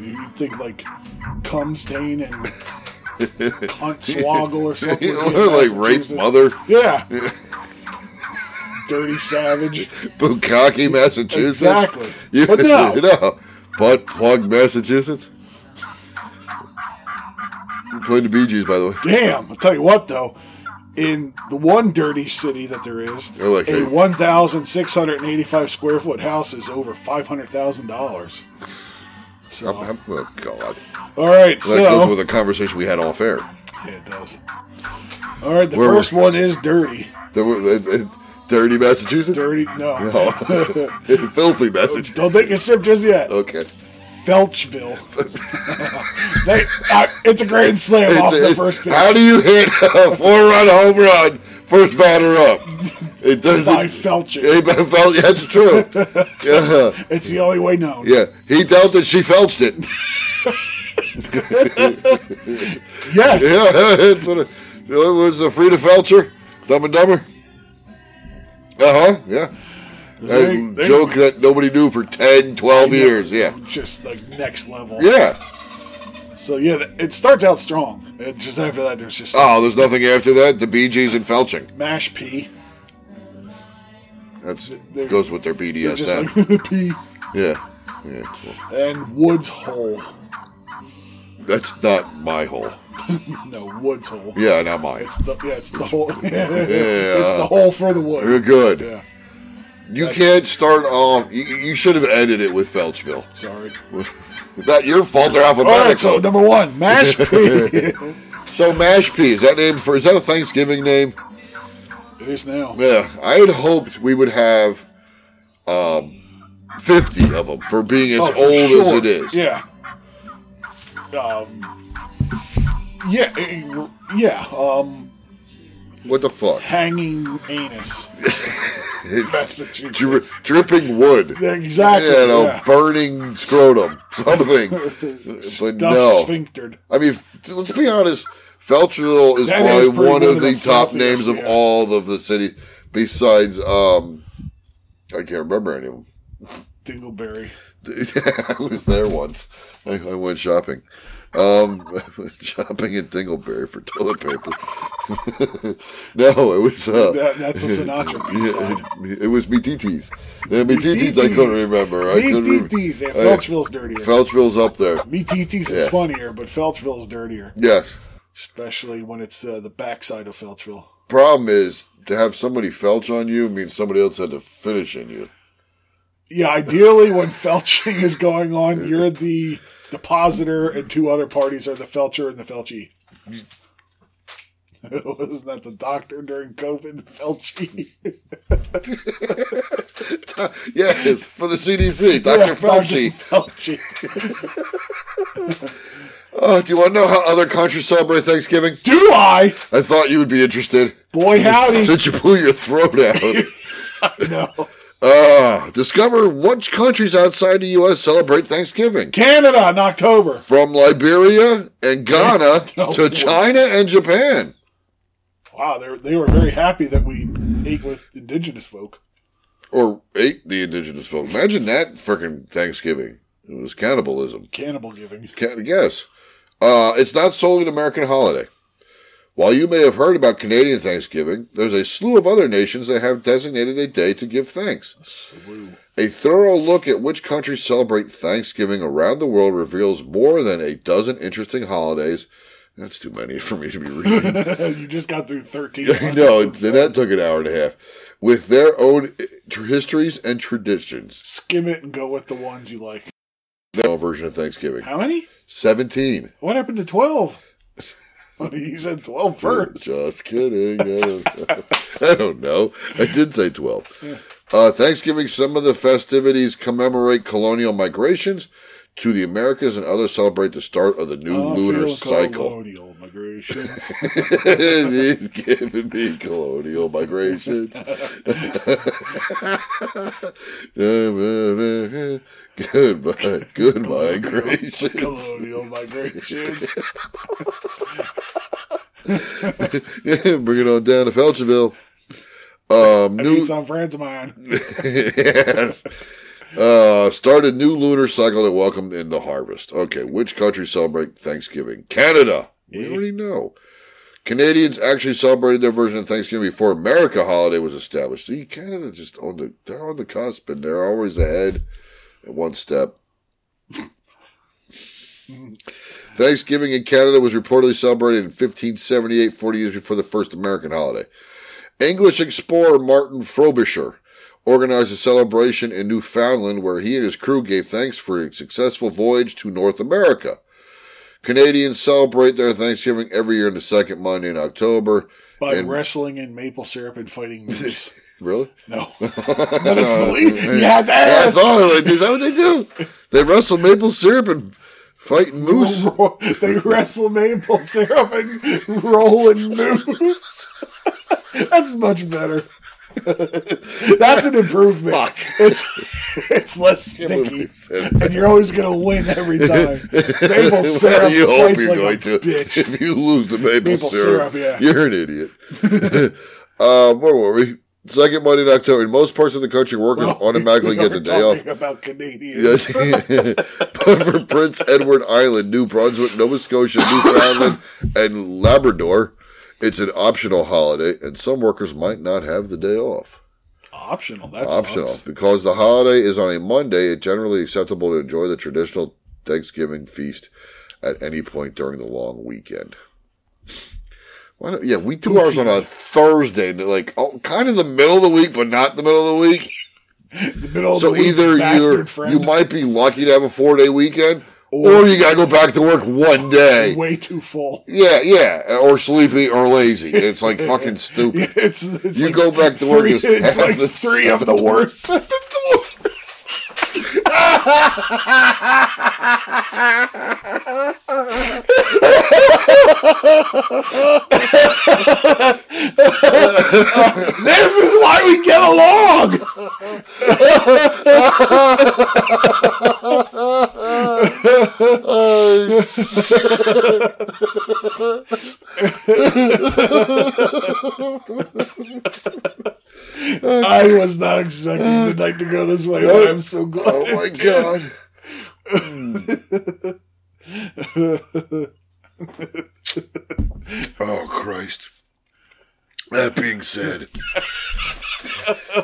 S1: You'd think like cum stain and cunt swoggle or something.
S5: You
S1: would be
S5: know,
S1: in
S5: like rape
S1: Massachusetts.
S5: mother,
S1: Yeah. Dirty savage.
S5: Bukaki, Massachusetts.
S1: Exactly.
S5: You,
S1: But no.
S5: you know, butt plug, Massachusetts. You played the Bee Gees, by the way.
S1: Damn, I'll tell you what though. In the one dirty city that there is,
S5: I like
S1: a
S5: it.
S1: one thousand six hundred and eighty-five square foot house is over five hundred thousand dollars.
S5: I'm- I'm- oh God,
S1: All right,
S5: that goes
S1: so
S5: with a conversation we had off air.
S1: yeah, it does. All right, the
S5: Where
S1: first
S5: were-
S1: one is dirty.
S5: There were- it- it- dirty Massachusetts,
S1: Dirty, no,
S5: No. filthy Massachusetts.
S1: don't take a sip just yet.
S5: Okay.
S1: Felchville. they, I, it's a grand slam
S5: It's-
S1: off the
S5: it's-
S1: first pitch
S5: How do you hit a four-run home run first batter up? It doesn't.
S1: by Felching.
S5: Hey, but fel- that's true. Yeah,
S1: it's the only way known.
S5: yeah. He dealt it. She felched it.
S1: Yes,
S5: uh, Yeah, it's what it, it was a Frida Felcher, Dumb and Dumber. Uh huh. Yeah.
S1: They-
S5: A
S1: they-
S5: joke that nobody knew for 10, 12 years. Yeah.
S1: Just like next level.
S5: Yeah.
S1: So yeah, th- it starts out strong. And just after that, there's just
S5: Oh, there's nothing after that. The BGs and felching.
S1: mash pee.
S5: That's
S1: They're-
S5: goes with their
S1: They're
S5: BDSM.
S1: just like pee
S5: yeah. Yeah. well,
S1: and Woods Hole.
S5: that's not my hole.
S1: No, Woods Hole.
S5: Yeah, not mine.
S1: It's the yeah, it's the hole. it's the hole for the wood.
S5: You're good.
S1: Yeah.
S5: You can't start off. You, you should have ended it with Felchville.
S1: Sorry.
S5: Not your fault. They're
S1: All right. So
S5: alphabetical.
S1: number one, mash pee. it
S5: so mash pea is that name for? Is that a Thanksgiving name?
S1: is now.
S5: Yeah, I had hoped we would have um, fifty of them for being as
S1: Oh, for
S5: old as
S1: sure.
S5: it is.
S1: Yeah. Um. Yeah. eh, Yeah. Um.
S5: What the fuck?
S1: Hanging anus.
S5: Dri-
S1: Massachusetts.
S5: dripping wood.
S1: Yeah, exactly,
S5: You know,
S1: yeah.
S5: burning scrotum. Something. but
S1: Stuffed
S5: no.
S1: sphinctered.
S5: I mean, f- let's be honest. Felcherville is
S1: That
S5: probably
S1: is
S5: one,
S1: probably
S5: of the, top
S1: filthiest,
S5: names of
S1: yeah.
S5: all of the city, besides um, I can't remember any of them.
S1: Dingleberry.
S5: I was there once. I, I went shopping. Um, I went shopping at Dingleberry for toilet paper. no, it was uh,
S1: That- that's a Sinatra B-side.
S5: Yeah, it, it was me tts. Yeah, me tts. I couldn't remember. I couldn't
S1: Me
S5: remember.
S1: tts. Yeah,
S5: I-
S1: Felchville's dirtier.
S5: Felchville's up there.
S1: Me tts is
S5: Yeah.
S1: funnier, but Felchville's dirtier,
S5: Yes.
S1: especially when it's uh, the backside of Felchville.
S5: Problem is to have somebody felch on you means somebody else had to finish in you.
S1: Yeah, ideally when felching is going on, you're the depositor, and two other parties are the felcher and the felchee. Wasn't that the doctor during COVID? Felchie.
S5: Yes, for the CDC, Dr. Fauci.
S1: Felchie.
S5: Oh, do you want to know how other countries celebrate Thanksgiving?
S1: Do I?
S5: I thought you would be interested.
S1: Boy, howdy.
S5: Since you blew your throat out.
S1: no.
S5: Ah, discover which countries outside the U.S. celebrate Thanksgiving.
S1: Canada in October.
S5: From Liberia and Ghana to China and Japan.
S1: Wow, they were, they were very happy that we ate with indigenous folk.
S5: Or ate the indigenous folk. Imagine that freaking Thanksgiving. It was cannibalism.
S1: Cannibal giving.
S5: Can't guess. Uh, it's not solely an American holiday. While you may have heard about Canadian Thanksgiving, there's a slew of other nations that have designated a day to give thanks. A thorough look at which countries celebrate Thanksgiving around the world reveals more than a dozen interesting holidays. That's too many for me to be reading.
S1: you just got through 13.
S5: no, it- that took an hour and a half. With their own eh, tr- histories and traditions.
S1: Skim it and go with the ones you like.
S5: Their own version of Thanksgiving.
S1: How many?
S5: 17.
S1: What happened to 12? you said 12 first.
S5: Just kidding. I don't know. I, don't know. I did say 12. Uh, Thanksgiving, some of the festivities commemorate colonial migrations to the Americas and others celebrate the start of the new
S1: Oh, I'm
S5: lunar
S1: feeling
S5: cycle.
S1: Colonial migration.
S5: He's giving me colonial migrations. Goodbye. Good migrations.
S1: colonial migrations.
S5: Bring it on down to Felcherville. Um,
S1: I
S5: new,
S1: need some friends of mine.
S5: yes. Uh, start a new lunar cycle that welcomed in the harvest. Okay, which countries celebrate Thanksgiving? Canada. We already know. Canadians actually celebrated their version of Thanksgiving before America holiday was established. See, Canada just on the they're on the cusp and they're always ahead at one step. Thanksgiving in Canada was reportedly celebrated in 1578, 40 years before the first American holiday. English explorer Martin Frobisher organized a celebration in Newfoundland where he and his crew gave thanks for a successful voyage to North America. Canadians celebrate their Thanksgiving every year on the second Monday in October.
S1: By
S5: And-
S1: wrestling in maple syrup and fighting moose.
S5: Really?
S1: No. but it's believe. You had to
S5: Yeah, I
S1: ask.
S5: thought it was- is that what they do? They wrestle maple syrup and fight moose.
S1: they wrestle maple syrup and roll in moose. That's much better. That's an improvement.
S5: Fuck.
S1: It's it's less
S5: believe we
S1: sticky,
S5: said
S1: and you're always gonna win every time. Maple
S5: Well,
S1: syrup
S5: you hope
S1: fights
S5: you're
S1: like
S5: going
S1: a
S5: to.
S1: bitch.
S5: If you lose the maple,
S1: Maple
S5: syrup,
S1: syrup, yeah.
S5: you're an idiot. uh, where were we? Second Monday in October. In most parts of the country, workers
S1: Oh,
S5: automatically
S1: We're
S5: get the day off.
S1: talking about Canadians.
S5: Yes. but for Prince Edward Island, New Brunswick, Nova Scotia, Newfoundland, and Labrador, it's an optional holiday, and some workers might not have the day off.
S1: Optional. That's
S5: Optional. Because the holiday is on a Monday, it's generally acceptable to enjoy the traditional Thanksgiving feast at any point during the long weekend. Why don't, yeah, we two hours on a Thursday, like oh, kind of the middle of the week, but not the middle of the week
S1: The middle of
S5: so
S1: Oh, the week,
S5: either
S1: bastard
S5: you
S1: friend.
S5: you might be lucky to have a four day weekend,
S1: Or-
S5: or you gotta go back to work one day.
S1: way too full.
S5: Yeah, yeah, or sleepy or lazy. It's like fucking stupid.
S1: It's, it's
S5: You
S1: like
S5: go back to work,
S1: Three,
S5: it's
S1: it's
S5: half
S1: like
S5: the
S1: three of the
S5: stuff.
S1: worst. this is why we get along. I was not expecting the night to go this way, but I'm so glad.
S5: Oh my god. Hmm. oh Christ. That being said,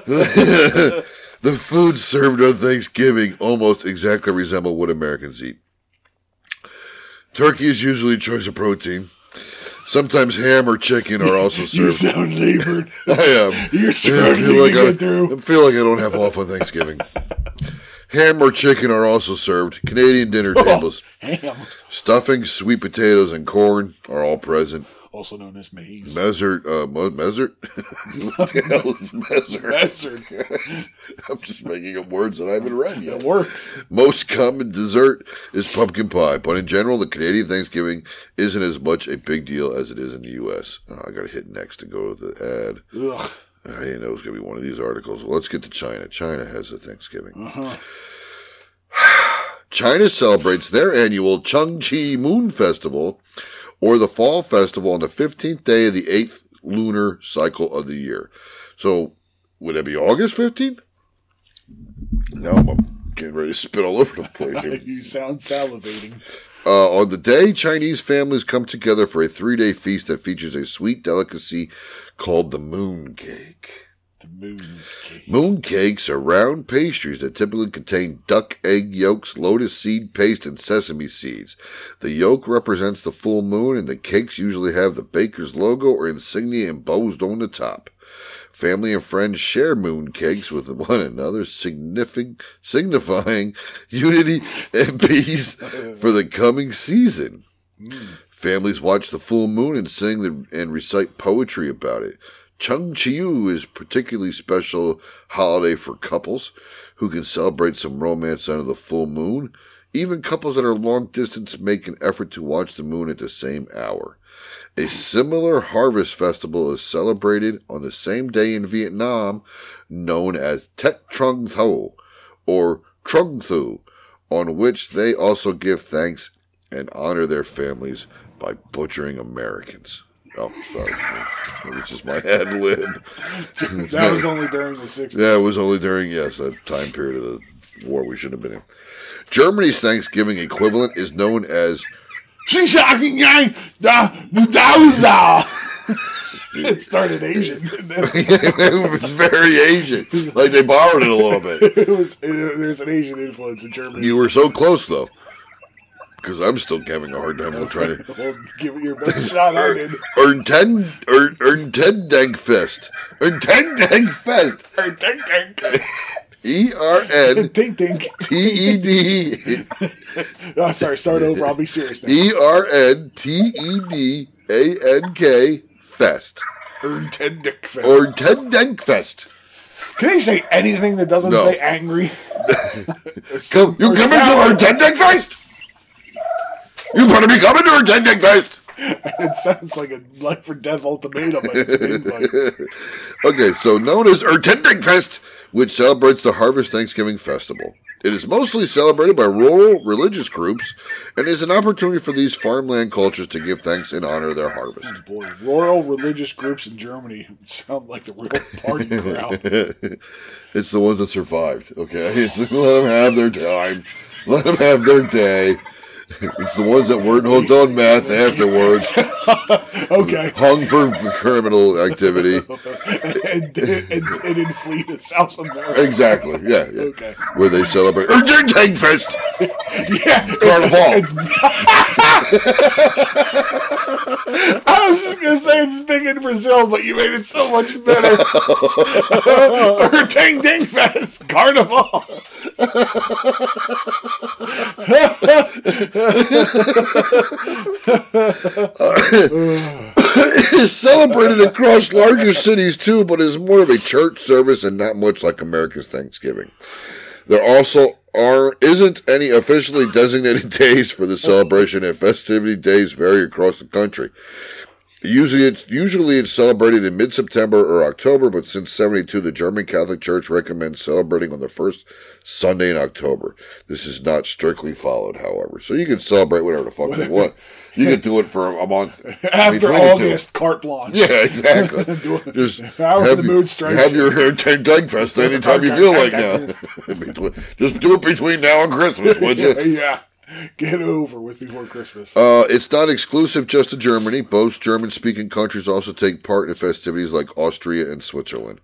S5: the food served on Thanksgiving almost exactly resemble what Americans eat. Turkey is usually a choice of protein. Sometimes ham or chicken are also
S1: You
S5: served.
S1: sound labored.
S5: I am.
S1: You're
S5: I
S1: struggling
S5: feel like
S1: to get
S5: I,
S1: through.
S5: I feel like I don't have off on Thanksgiving. Ham or chicken are also served. Canadian dinner
S1: Oh.
S5: tables,
S1: Ham,
S5: stuffing, sweet potatoes, and corn are all present.
S1: also known as maize.
S5: Mezzer, uh, mo- mezzer? what the hell is mezzer?
S1: Mezzer.
S5: I'm just making up words that I haven't read yet.
S1: It works.
S5: Most common dessert is pumpkin pie, but in general, the Canadian Thanksgiving isn't as much a big deal as it is in the U.S. Oh, I gotta hit next to go to the ad.
S1: Ugh.
S5: I didn't know it was going to be one of these articles. Well, let's get to China. China has a Thanksgiving. China celebrates their annual Changchi Moon Festival, or the Fall Festival, on the 15th day of the eighth lunar cycle of the year. So, would that be August 15th? No, I'm getting ready to spit all over the place here.
S1: You sound salivating.
S5: Uh, on the day, Chinese families come together for a three day feast that features a sweet delicacy called the moon cake.
S1: The moon. cake.
S5: Moon cakes are round pastries that typically contain duck egg yolks, lotus seed paste, and sesame seeds. The yolk represents the full moon, and the cakes usually have the baker's logo or insignia embossed on the top. Family and friends share moon cakes with one another, signifying, signifying unity and peace for the coming season. Families watch the full moon and sing the, and recite poetry about it. Chung Chiu is a particularly special holiday for couples who can celebrate some romance under the full moon. Even couples that are long distance make an effort to watch the moon at the same hour. A similar harvest festival is celebrated on the same day in Vietnam, known as Tet Trung Tho or Trung Thu, on which they also give thanks and honor their families by butchering Americans. Oh, sorry. It was just my ad lib.
S1: That was only during the 60s.
S5: Yeah, it was only during, yes, that time period of the war we should have been in. Germany's Thanksgiving equivalent is known as
S1: Shishaki-yang, da- da-da-za. It started Asian. and then
S5: it was very Asian. Like they borrowed it a little bit.
S1: It was, uh, there's an Asian influence in Germany.
S5: You were so close, though. Because I'm still having a hard time with trying to.
S1: well, give it your best shot I did.
S5: Earn ten, earn, earn ten fest, earn ten fest, E R N
S1: Tink, tink.
S5: T E D
S1: Oh, sorry, start over. I'll be serious now.
S5: E R N T E D A N K fest,
S1: Earn ten dick fat.
S5: or ten fest.
S1: Can they say anything that doesn't
S5: No.
S1: say angry?
S5: Come, you
S1: Or
S5: coming to
S1: sour.
S5: our ten fest? You better be coming to our ten fest.
S1: It sounds like a life or death ultimatum, but it's an invite.
S5: Okay, so known as Ertentingfest, which celebrates the Harvest Thanksgiving Festival. It is mostly celebrated by rural religious groups and is an opportunity for these farmland cultures to give thanks and honor their harvest.
S1: Boy, royal religious groups in Germany sound like the real party crowd.
S5: it's the ones that survived. Okay, it's let them have their time, let them have their day. It's the ones that weren't hooked on meth afterwards,
S1: Okay.
S5: hung for criminal activity.
S1: and, and, and, then flee to South America.
S5: Exactly. Yeah. yeah.
S1: Okay.
S5: Where they celebrate Fest
S1: Yeah. it's-
S5: Carnival.
S1: I was just gonna say it's big in Brazil, but you made it so much better. Or Tang Ding Fest Carnival.
S5: It is celebrated across larger cities too, but is more of a church service and not much like America's Thanksgiving. There also are isn't any officially designated days for the celebration, and festivity days vary across the country. Usually, it's usually it's celebrated in mid-September or October, but since '72, the German Catholic Church recommends celebrating on the first Sunday in October. This is not strictly followed, however, so you can celebrate whatever the fuck you want. You can do it for a month I mean,
S1: After
S5: 22.
S1: August, carte blanche.
S5: Yeah, exactly. Just
S1: However the
S5: you-
S1: mood strikes
S5: Have
S1: you.
S5: your hair tank tank fest anytime you feel like now. Between- Just do it between now and Christmas, would you?
S1: yeah. Get over with before Christmas.
S5: Uh, it's not exclusive just to Germany. Most German speaking countries also take part in festivities like Austria and Switzerland.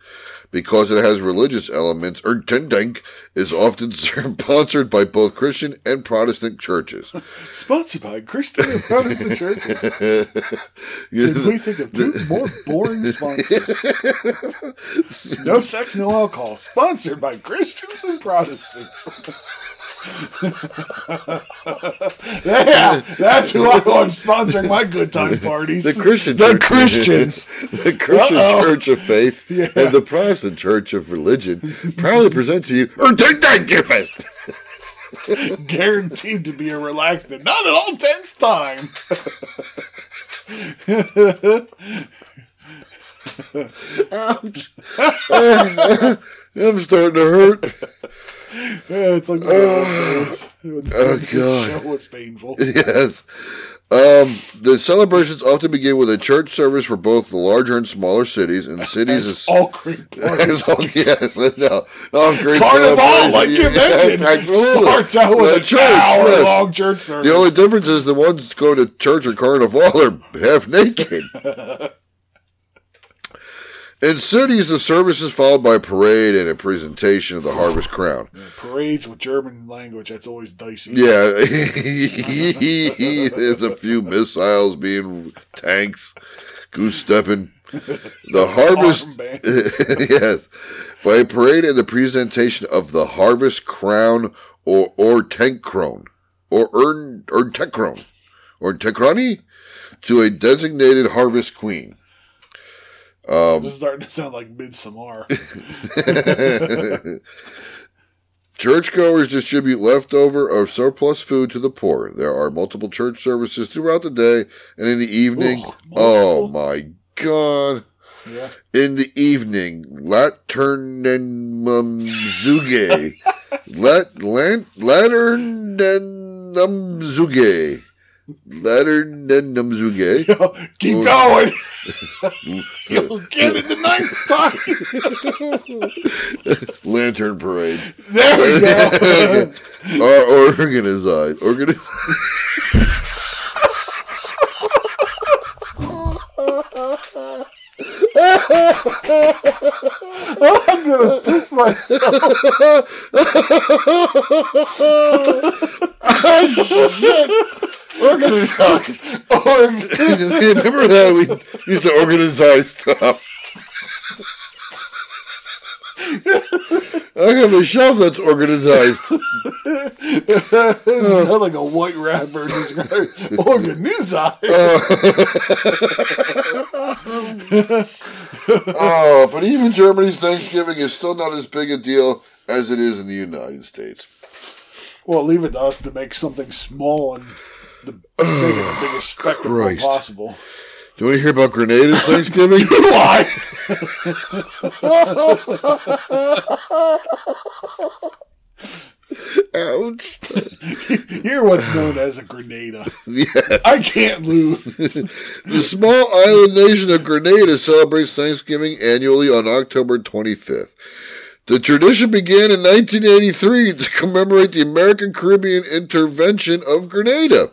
S5: Because it has religious elements, Erntendank is often sponsored by both Christian and Protestant churches.
S1: Sponsored by Christian and Protestant churches. Did we think of two more boring sponsors? no sex, no alcohol. Sponsored by Christians and Protestants. yeah, that's who I want sponsoring my good time parties.
S5: The Christian
S1: The
S5: church.
S1: Christians.
S5: the Christian
S1: Uh-oh.
S5: Church of Faith and the Protestant Church of Religion proudly present to you
S1: Oh,
S5: Erntendankfest.
S1: Guaranteed to be a relaxed and not at all tense time.
S5: I'm starting to hurt.
S1: Yeah, it's like oh,
S5: God.
S1: show was painful.
S5: yes. Um, the celebrations often begin with a church service for both the larger and smaller cities, and cities is
S1: All creep parties.
S5: As long- yes, no, no, I'm great
S1: Carnival,
S5: celebration.
S1: like you
S5: Yes,
S1: mentioned,
S5: absolutely.
S1: starts out with
S5: The
S1: an hour
S5: yes.
S1: long church service.
S5: The only difference is the ones going to church or carnival are half naked. In cities, the service is followed by a parade and a presentation of the harvest crown.
S1: parades with German language. That's always dicey.
S5: Yeah, there's a few missiles being tanks, goose stepping. The harvest, yes, by a parade and the presentation of the harvest crown or or tank crone or urn or techron or techrani to a designated harvest queen.
S1: this is starting to sound like Midsommar.
S5: Churchgoers distribute leftover or surplus food to the poor. There are multiple church services throughout the day and in the evening. oh my God.
S1: Yeah.
S5: In the evening, Laternenumzuge. Lat, um, lan, um, Laternenumzuge. um, Laternenumzuge.
S1: Keep going. You'll get it the ninth time.
S5: Lantern parades.
S1: There we go.
S5: are organized. Organized.
S1: I'm gonna piss myself.
S5: organized. Remember that we used to organize stuff. I have a shelf that's organized.
S1: It sounds like a white rapper describing Organiza.
S5: Oh, but even Germany's Thanksgiving is still not as big a deal as it is in the United States.
S1: Well, leave it to us to make something small and the, make it the biggest spectacle
S5: Christ.
S1: possible.
S5: Do you want to hear about Grenada's Thanksgiving?
S1: Why?
S5: Ouch.
S1: You're what's known as a Grenada.
S5: Yeah.
S1: I can't lose.
S5: The small island nation of Grenada celebrates Thanksgiving annually on October 25th. The tradition began in 1983 to commemorate the American Caribbean intervention of Grenada.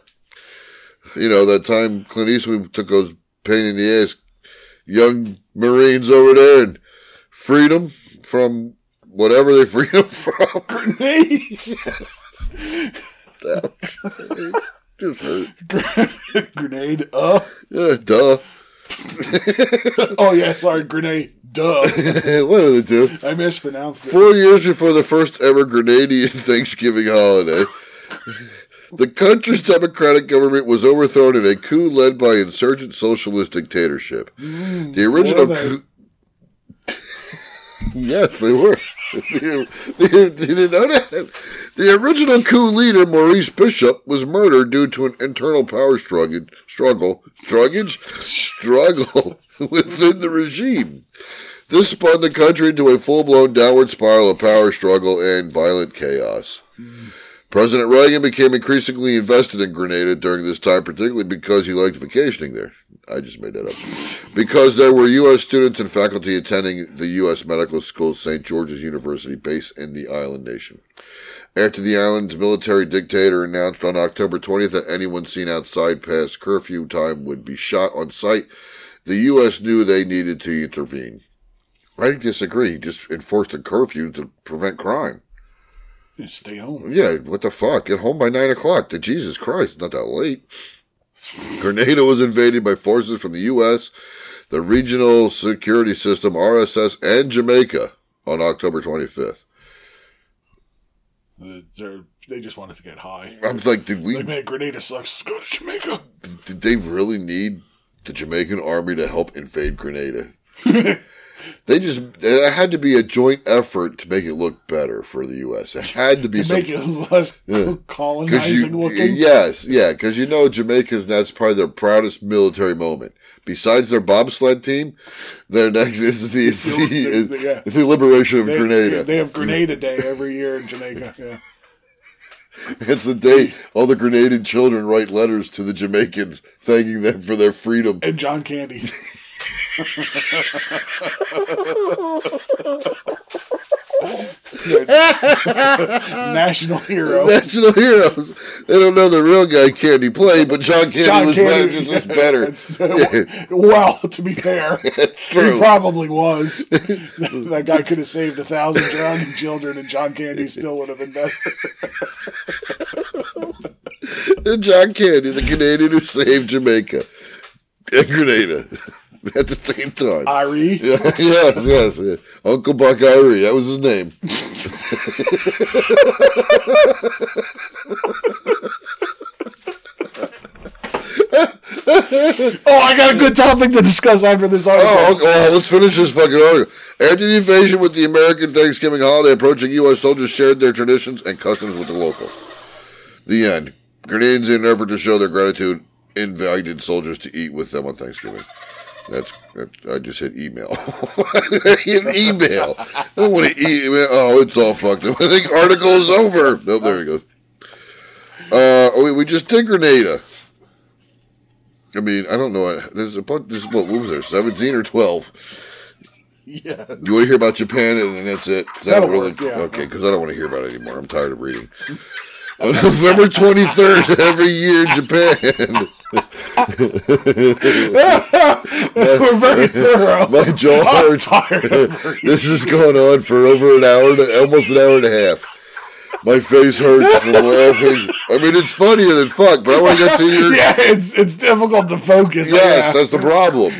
S5: You know, that time Clint Eastwood took those pain in the ass young Marines over there and freed them from whatever they freed them from.
S1: Grenades.
S5: Just hurt.
S1: Grenade. Uh.
S5: Yeah, duh.
S1: Oh yeah, sorry, grenade. Duh.
S5: what do they do?
S1: I mispronounced it.
S5: Four years before the first ever Grenadian Thanksgiving holiday, the country's democratic government was overthrown in a coup led by insurgent socialist dictatorship. the original
S1: were they?
S5: coup. yes, they were. you, you- you didn't know that? The original coup leader, Maurice Bishop, was murdered due to an internal power struggle, struggle, struggle, struggle within the regime. This spun the country into a full blown downward spiral of power struggle and violent chaos. President Reagan became increasingly invested in Grenada during this time, particularly because he liked vacationing there. I just made that up. Because there were U.S. students and faculty attending the U.S. Medical School, St. George's University, based in the island nation. After the island's military dictator announced on October 20th that anyone seen outside past curfew time would be shot on sight, the U.S. knew they needed to intervene. I disagree. He just enforced a curfew to prevent crime.
S1: Just Stay home.
S5: Yeah, what the fuck? Get home by nine o'clock. To Jesus Christ, it's not that late. Grenada was invaded by forces from the U.S., the Regional Security System (RSS), and Jamaica on October 25th.
S1: They're, they just wanted to get high.
S5: I'm like, did we?
S1: Like, man, Grenada sucks. Let's go to Jamaica.
S5: Did they really need the Jamaican army to help invade Grenada? they just. It had to be a joint effort to make it look better for the U.S. It had to be
S1: To
S5: some
S1: make it less
S5: Because you,
S1: colonizing looking.
S5: yes, yeah, because you know Jamaica's that's probably their proudest military moment. Besides their bobsled team, their next is the, is the, is
S1: They- yeah.
S5: the liberation of
S1: They,
S5: Grenada.
S1: They have Grenada Day every year in Jamaica. Yeah.
S5: it's the day all the Grenadian children write letters to the Jamaicans thanking them for their freedom.
S1: And John Candy. National hero.
S5: National heroes. They don't know the real guy Candy played, but John Candy
S1: John
S5: was
S1: Candy.
S5: better. Just was better.
S1: That's- well, to be fair,
S5: true.
S1: he probably was. that guy could have saved a thousand drowning children, and John Candy still would have been better.
S5: John Candy, the Canadian who saved Jamaica and Grenada at the same time.
S1: Irie,
S5: Yeah, yes, yes, yes. Uncle Buck Irie, that was his name.
S1: Oh, I got a good topic to discuss after this article.
S5: Oh, okay, well, let's finish this fucking article. After the invasion with the American Thanksgiving holiday approaching, U.S. soldiers shared their traditions and customs with the locals. The end. Grenadians, in an effort to show their gratitude, invited soldiers to eat with them on Thanksgiving. That's that, I just hit email. An email. I don't want to eat. Oh, it's all fucked up. I think article is over. Nope, there he goes. Uh, oh, wait, we just did Grenada. I mean, I don't know. There's a bunch. There's what, what was there? Seventeen or twelve?
S1: Yeah.
S5: You want to hear about Japan, and then that's it. 'Cause I
S1: That'll
S5: don't really,
S1: work, yeah.
S5: Okay, because I don't want to hear about it anymore. I'm tired of reading. On November 23rd, every year, Japan.
S1: We're very thorough.
S5: My jaw
S1: I'm
S5: hurts.
S1: tired of reading.
S5: This is going on for over an hour, and almost an hour and a half. My face hurts from laughing. I mean, it's funnier than fuck, but I want to get to your.
S1: Yeah, it's it's difficult to focus.
S5: Yes,
S1: yeah.
S5: that's the problem.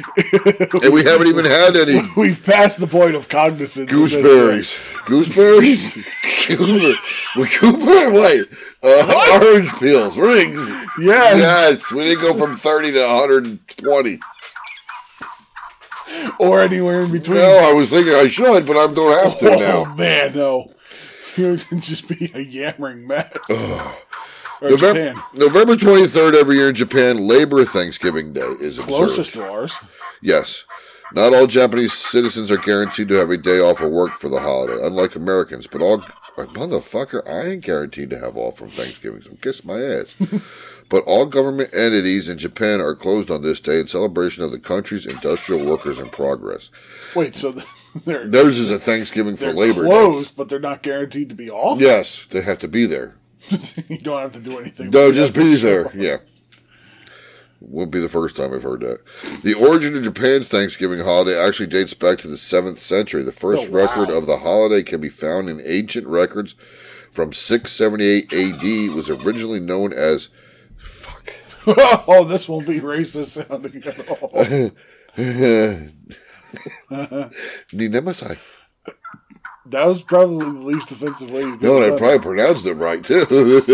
S5: and we haven't even had any
S1: We've passed the point of cognizance. at this
S5: Gooseberries. Gooseberries? Gooseberry. Well, gooseberry? Wait. Uh, orange peels. Rings.
S1: point. Yes.
S5: Yes. We didn't go from 30 to 120.
S1: Or anywhere in between.
S5: No, I was thinking I should, but I don't have to
S1: oh
S5: now.
S1: man, no. You would just be a yammering mess. or
S5: November,
S1: Japan.
S5: November 23rd every year in Japan, Labor Thanksgiving Day is observed.
S1: Closest to ours.
S5: Yes. Not all Japanese citizens are guaranteed to have a day off of work for the holiday, unlike Americans, but all Like, motherfucker, I ain't guaranteed to have off from Thanksgiving, so kiss my ass. but all government entities in Japan are closed on this day in celebration of the country's industrial workers in progress.
S1: Wait, so th- they're
S5: Theirs is a Thanksgiving for
S1: they're
S5: Labor Day.
S1: closed, but they're not guaranteed to be off.
S5: Yes, they have to be there.
S1: you don't have to do anything.
S5: No,
S1: You
S5: just
S1: have to
S5: be
S1: show
S5: there.
S1: up.
S5: Yeah. Won't be the first time I've heard that. The origin of Japan's Thanksgiving holiday actually dates back to the 7th century. The first
S1: Oh, wow.
S5: record of the holiday can be found in ancient records from 678 AD. It was originally known as. Fuck.
S1: oh, this won't be racist sounding at all.
S5: Ninemasai.
S1: That was probably the least offensive way you could.
S5: No, and I
S1: have done it.
S5: probably pronounced it right, too.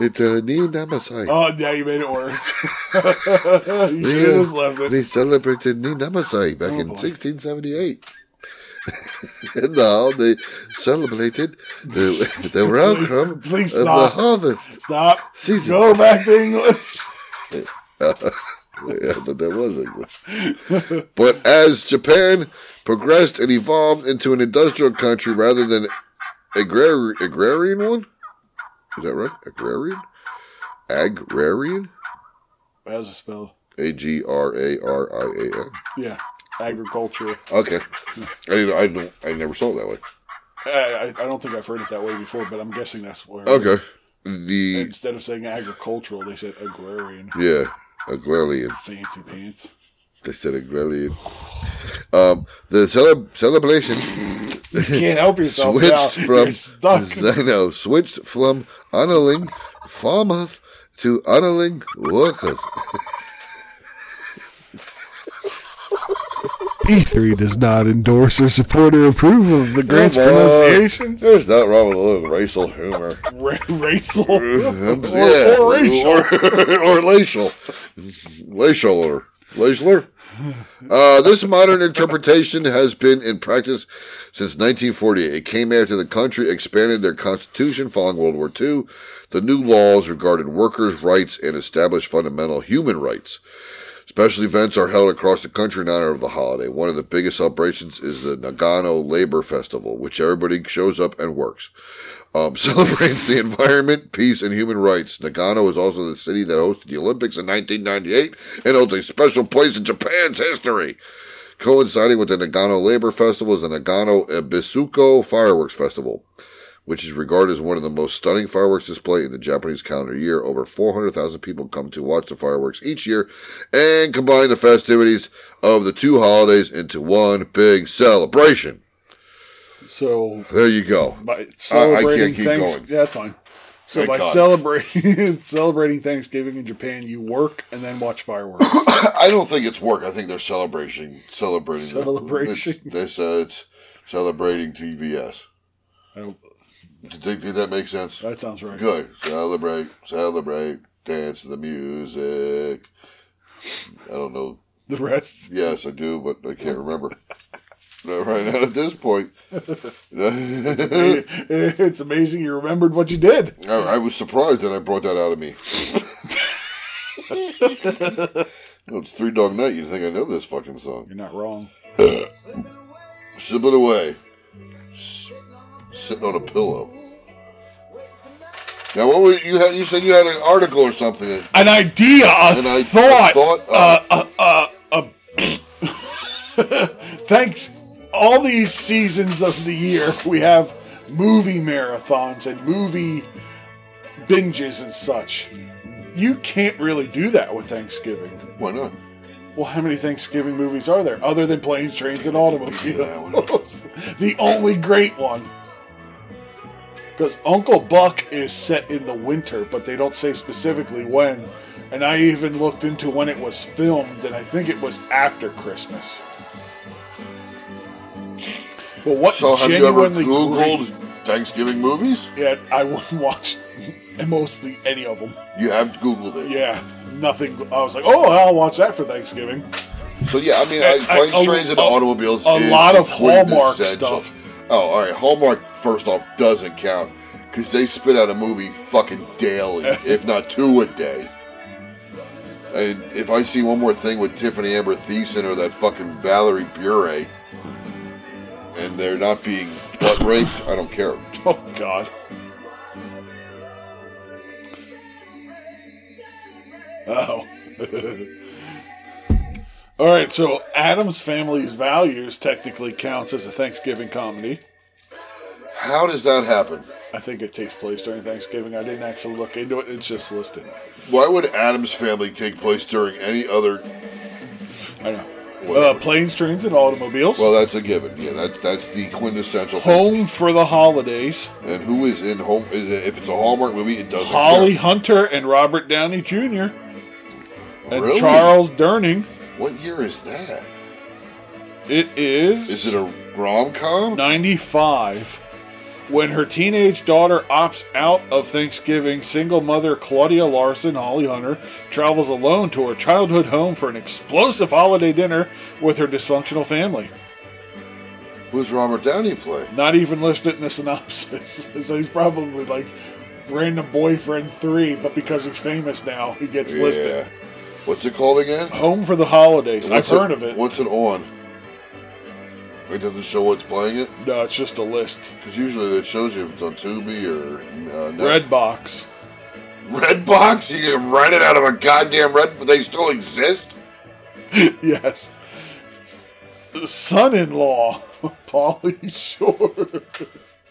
S5: it's uh, Ninamasai.
S1: Oh, yeah, you made it worse. you should have just left it. Oh,
S5: They celebrated Ninamasai back in 1678. and now they celebrated the, the welcome
S1: Please
S5: of
S1: stop.
S5: the harvest.
S1: Stop.
S5: Season.
S1: Go back to English.
S5: Yeah, but that was English. but as Japan progressed and evolved into an industrial country rather than agrar- agrarian one, is that right? Agrarian? Agrarian?
S1: How's it spelled?
S5: A G R A R I A N.
S1: Yeah, agriculture.
S5: Okay, I didn't, I, don't, I never saw it that way.
S1: I, I, I don't think I've heard it that way before, but I'm guessing that's where.
S5: Okay, the
S1: Instead of saying agricultural, they said agrarian.
S5: Yeah, Agrelian.
S1: Fancy pants.
S5: They said Agrelian. Um, the cele- celebration
S1: Can't help yourself. now.
S5: switched
S1: You're
S5: from
S1: stuck.
S5: I know switched from honoring farmers to honoring workers.
S6: E3 does not endorse or support or approve of the Grant's
S5: Come on.
S6: pronunciations.
S5: There's not wrong with a little racial humor.
S1: Ra- racial.
S5: Um,
S1: Or- or racial.
S5: or, or racial, racial, or racialer. Uh, this modern interpretation has been in practice since 1948. It came after the country expanded their constitution following World War II. The new laws regarded workers' rights and established fundamental human rights. Special events are held across the country in honor of the holiday. One of the biggest celebrations is the Nagano Labor Festival, which everybody shows up and works um, celebrates the environment, peace, and human rights. Nagano is also the city that hosted the Olympics in 1998 and holds a special place in Japan's history. Coinciding with the Nagano Labor Festival is the Nagano Ebisuko Fireworks Festival, which is regarded as one of the most stunning fireworks display in the Japanese calendar year. Over 400,000 people come to watch the fireworks each year and combine the festivities of the two holidays into one big celebration.
S1: So
S5: There you go.
S1: by
S5: I
S1: celebrating
S5: can't keep
S1: thanks-
S5: going.
S1: Yeah, that's fine. So
S5: Thank
S1: by
S5: God.
S1: celebrating celebrating Thanksgiving in Japan, you work and then watch fireworks.
S5: I don't think it's work. I think they're celebrating, celebrating,
S1: Celebration.
S5: This, this uh, it's celebrating TBS.
S1: I hope-
S5: Did, did- did that make sense?
S1: that sounds right.
S5: Good. Celebrate, celebrate, dance to the music. I don't know.
S1: The rest,
S5: Yes, I do, but I can't remember. Not right now at this point. I,
S1: it's amazing you remembered what you did.
S5: I was surprised that I brought that out of me. You know, it's Three Dog Night. You'd think I know this fucking song.
S1: You're not wrong.
S5: Sip it away. S- sitting on a pillow. Now, what were you had? You said you had an article or something. that-
S1: An idea, a
S5: An i- a
S1: thought.
S5: thought,
S1: uh, uh, uh, uh, thanks. All these seasons of the year, we have movie marathons and movie binges and such. You can't really do that with Thanksgiving.
S5: Why not?
S1: Well, how many Thanksgiving movies are there other than planes, trains, and automobiles? the only great one. Because Uncle Buck is set in the winter, but they don't say specifically when. And I even looked into when it was filmed, and I think it was after Christmas. But what
S5: So, have you ever
S1: genuinely
S5: Googled
S1: great-
S5: Thanksgiving movies?
S1: Yeah, I wouldn't watch mostly any of them.
S5: You have Googled it.
S1: Yeah, nothing. I was like, oh, I'll watch that for Thanksgiving.
S5: So, yeah, I mean,
S1: I-
S5: I, planes,
S1: I- a-
S5: trains, and
S1: a-
S5: automobiles.
S1: a
S5: is
S1: lot of
S5: quintessential.
S1: Hallmark stuff.
S5: Oh, all right. Hallmark, first off, doesn't count because they spit out a movie fucking daily, if not two a day. And if I see one more thing with Tiffany Amber Thiessen or that fucking Valerie Bure, and they're not being What raped? I don't care.
S1: Oh, God. Oh. All right, so Adam's Family's Values technically counts as a Thanksgiving comedy.
S5: How does that happen?
S1: I think it takes place during Thanksgiving. I didn't actually look into it, it's just listed.
S5: Why would Adam's family take place during any other?
S1: I know. Uh, planes, trains, and automobiles.
S5: Well, that's a given. Yeah, that that's the quintessential.
S1: Home for the Holidays.
S5: Thing. And who is in home? Is it, if it's a Hallmark movie, it doesn't.
S1: Holly
S5: count.
S1: Hunter and Robert Downey Jr. and
S5: Really?
S1: Charles Durning.
S5: What year is that?
S1: It is.
S5: Is it a rom com?
S1: 95 when her teenage daughter opts out of Thanksgiving, single mother Claudia Larson Holly Hunter travels alone to her childhood home for an explosive holiday dinner with her dysfunctional family.
S5: Who's Robert Downey play?
S1: Not even listed in the synopsis. so he's probably like random boyfriend three, but because he's famous now, he gets listed.
S5: What's it called again?
S1: Home for the holidays.
S5: What's
S1: I've heard of it.
S5: What's it on? It doesn't show what's playing it
S1: No, it's just a list.
S5: because usually it shows you if it's on Tubi or uh, Netflix.
S1: Redbox.
S5: Red box? You can rent it out of a goddamn red. They still exist.
S1: Yes. Son in law, Polly Shore.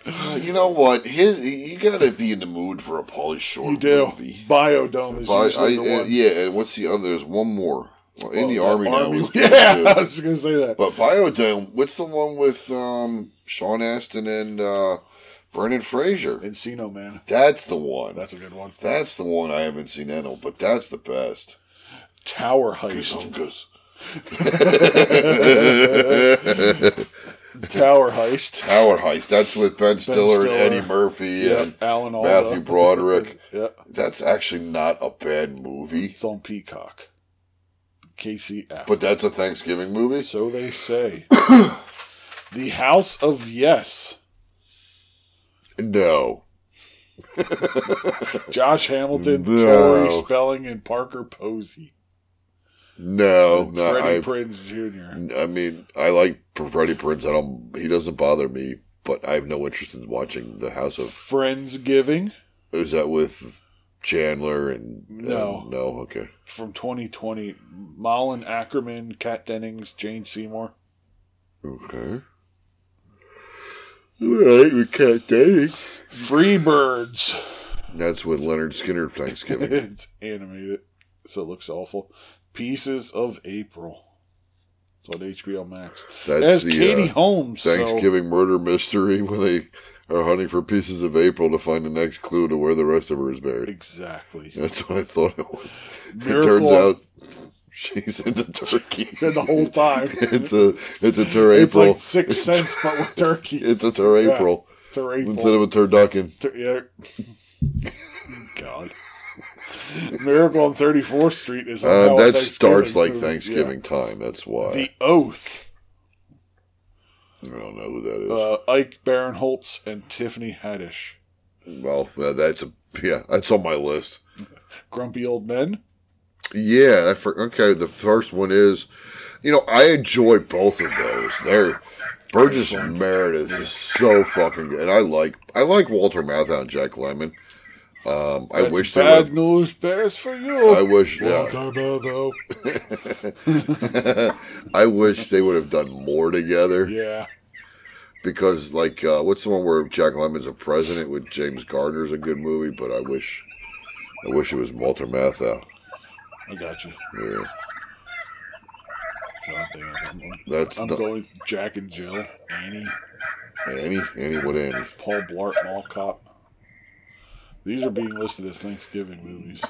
S5: Uh, you know what? His you gotta be in the mood for a Pauly Shore
S1: You do.
S5: movie.
S1: Biodome is
S5: But I-
S1: usually the
S5: I-
S1: one.
S5: yeah, and what's the other? There's one more well, in the
S1: That
S5: army, now. is good,
S1: Yeah,
S5: too.
S1: I was going to say that.
S5: But Biodome. What's the one with um, Sean Astin and uh, Brendan Fraser?
S1: Encino Man.
S5: That's the one.
S1: That's a good one.
S5: That's the one I haven't seen at all, but that's the best.
S1: Tower Heist.
S5: Chungus.
S1: Tower Heist.
S5: Tower Heist. That's with Ben Stiller,
S1: Stiller.
S5: and Eddie Murphy and
S1: Yep, Alan Alda.
S5: Matthew Broderick.
S1: Yep.
S5: That's actually not a bad movie,
S1: It's on Peacock. KCF.
S5: but that's a Thanksgiving movie.
S1: so they say. the House of Yes.
S5: No.
S1: Josh Hamilton,
S5: No.
S1: Terry Spelling, and Parker Posey.
S5: No, Oh, no.
S1: Freddie
S5: I,
S1: Prinze Jr.
S5: I mean, I like Freddie Prince. I don't. He doesn't bother me, but I have no interest in watching The House of.
S1: Friendsgiving
S5: Is that with Chandler and?
S1: No.
S5: and- no. Okay.
S1: from 2020. Malin Ackerman, Kat Dennings, Jane Seymour.
S5: Okay. All right, we can't date.
S1: Freebirds.
S5: That's with Leonard Skinner Thanksgiving.
S1: it's animated, so it looks awful. Pieces of April. It's on HBO Max.
S5: That's
S1: As
S5: the,
S1: Katie
S5: uh,
S1: Holmes. So
S5: Thanksgiving murder mystery where they are hunting for pieces of April to find the next clue to where the rest of her is buried.
S1: exactly.
S5: That's what I thought it was.
S1: Miracle
S5: it turns
S1: on-
S5: out she's into turkey.
S1: the whole time.
S5: it's a it's a tur
S1: It's
S5: April.
S1: like six cents, but with turkey.
S5: It's a tur
S1: Yeah,
S5: April
S1: Tur April.
S5: instead of a turducken.
S1: Tur- yeah. God. Miracle on 34th Street is
S5: Uh,
S1: now a
S5: that
S1: Thanksgiving
S5: starts like
S1: movie. Yeah.
S5: Thanksgiving time. That's why
S1: The Oath.
S5: I don't know who that is.
S1: Uh, Ike Barinholtz and Tiffany Haddish.
S5: well, uh, that's a yeah. That's on my list.
S1: Grumpy Old Men.
S5: Yeah, I for, okay. The first one is, you know, I enjoy both of those. They're Burgess Meredith is so fucking good, and I like I like Walter Matthau and Jack Lemmon. Um, I
S1: That's
S5: wish they
S1: bad
S5: would've-
S1: news bears for you.
S5: I wish yeah,
S1: Walter Matthau.
S5: I wish they would have done more together
S1: Yeah.
S5: because like uh, what's the one where Jack Lemmon's a president with James Gardner's a good movie, but I wish I wish it was Walter Matthau.
S1: I got you.
S5: Yeah,
S1: Something. I'm,
S5: that's
S1: I'm
S5: not-
S1: going with Jack and Jill, Annie,
S5: Annie Annie what Annie.
S1: Paul Blart, Mall Cop. These are being listed as Thanksgiving movies.
S5: I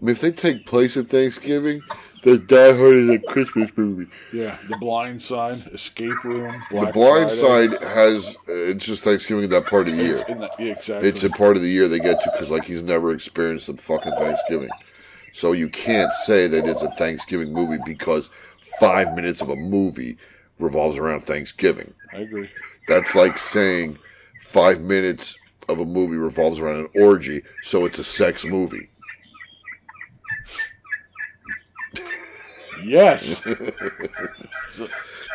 S5: mean, if they take place at Thanksgiving, the Die Hard is a Christmas movie.
S1: Yeah, The Blind Side, Escape Room,
S5: the
S1: Black
S5: Blind
S1: Friday.
S5: Side has uh, it's just Thanksgiving at that part of the year.
S1: It's in the, yeah, exactly.
S5: It's a part of the year they get to because like he's never experienced the fucking Thanksgiving, so you can't say that it's a Thanksgiving movie because five minutes of a movie revolves around Thanksgiving.
S1: I agree.
S5: That's like saying five minutes of a movie revolves around an orgy, so it's a sex movie.
S1: Yes.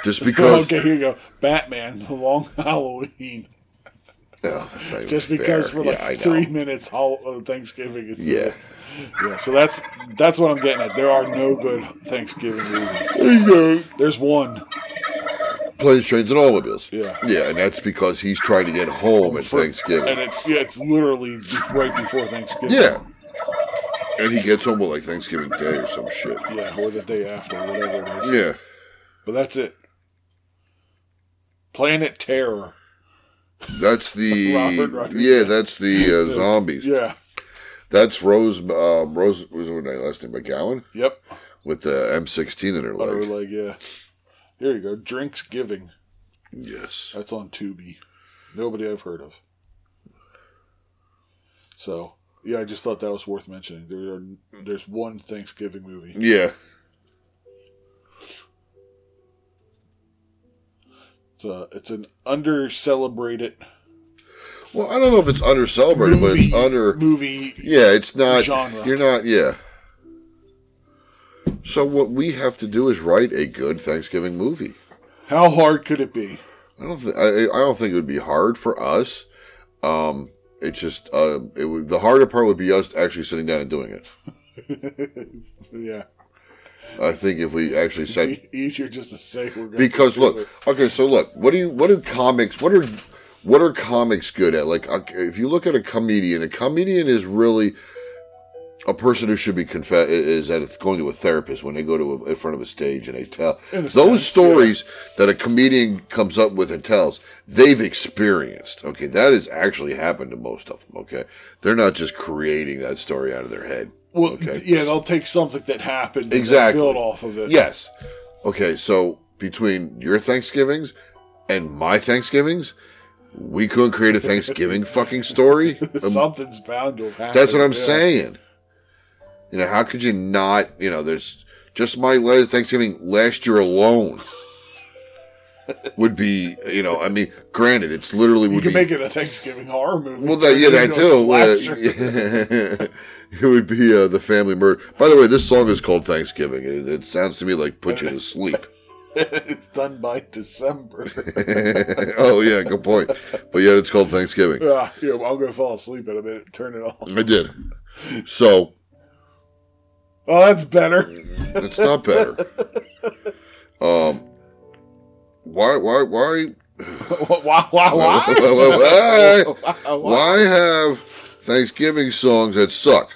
S5: Just oh, because
S1: okay, here you go. Batman, The Long Halloween.
S5: No, that's not even
S1: just because
S5: fair.
S1: for like
S5: Yeah, I know.
S1: three minutes, hol- uh, Thanksgiving is
S5: Yeah.
S1: yeah. So that's that's what I'm getting at. There are no good Thanksgiving movies.
S5: There you go.
S1: There's one.
S5: Planes, trains, and automobiles.
S1: Yeah.
S5: Yeah, and that's because he's trying to get home at
S1: for-
S5: Thanksgiving.
S1: and it's yeah, it's literally just right before Thanksgiving.
S5: yeah. And he gets home on like Thanksgiving Day or some shit.
S1: yeah, or the day after, whatever it is.
S5: Yeah.
S1: But that's it. Planet Terror.
S5: That's the
S1: Robert Rodriguez.
S5: yeah. That's the uh, zombies.
S1: Yeah.
S5: That's Rose. Uh, Rose what was her name, last name McGowan
S1: Yep.
S5: with the M16 in her
S1: Like,
S5: leg.
S1: like yeah. Here you go. Drinks Giving.
S5: Yes.
S1: That's on Tubi. Nobody I've heard of. So yeah, I just thought that was worth mentioning. There are, there's one Thanksgiving movie.
S5: Yeah.
S1: It's, a, it's an under celebrated
S5: Well, I don't know if it's under celebrated, but it's under.
S1: movie.
S5: Yeah, it's not.
S1: Genre.
S5: You're not. Yeah. So what we have to do is write a good Thanksgiving movie.
S1: How hard could it be?
S5: I don't. Th- I, I don't think it would be hard for us. Um, it's just uh, it would, the harder part would be us actually sitting down and doing it.
S1: Yeah.
S5: I think if we actually sat
S1: It's e- easier just to say we're going
S5: because look, okay, so look, what do you what do comics what are what are comics good at? Like okay, if you look at a comedian, a comedian is really a person who should be confess is at a, going to a therapist when they go to a, in front of a stage and they tell
S1: In a
S5: those
S1: sense,
S5: stories that a comedian comes up with and tells they've experienced. Okay, that has actually happened to most of them. Okay, they're not just creating that story out of their head.
S1: well,
S5: okay.
S1: yeah, they'll take something that happened and then
S5: Exactly.
S1: build off of it.
S5: Yes. Okay, so between your Thanksgivings and my Thanksgivings, we couldn't create a Thanksgiving fucking story. Um,
S1: Something's bound to have happened.
S5: That's what I'm
S1: Yeah.
S5: saying. You know, how could you not? You know, there's just my last Thanksgiving last year alone would be. You know, I mean, granted, it's literally
S1: You
S5: would
S1: can
S5: be
S1: make it a Thanksgiving horror movie.
S5: well, that,
S1: Turn
S5: yeah,
S1: it
S5: that
S1: into a
S5: too.
S1: slasher.
S5: Uh, it would be uh, the family murder. By the way, this song is called Thanksgiving. It, it sounds to me like put you to sleep.
S1: it's done by December.
S5: oh yeah, good point. But yet it's called Thanksgiving.
S1: ah, yeah, well, I'm going to fall asleep in a minute. Turn it off.
S5: I did. So
S1: Oh, that's better.
S5: it's not better. Um, why, why, why,
S1: wow, wow, wow.
S5: why, why have Thanksgiving songs that suck?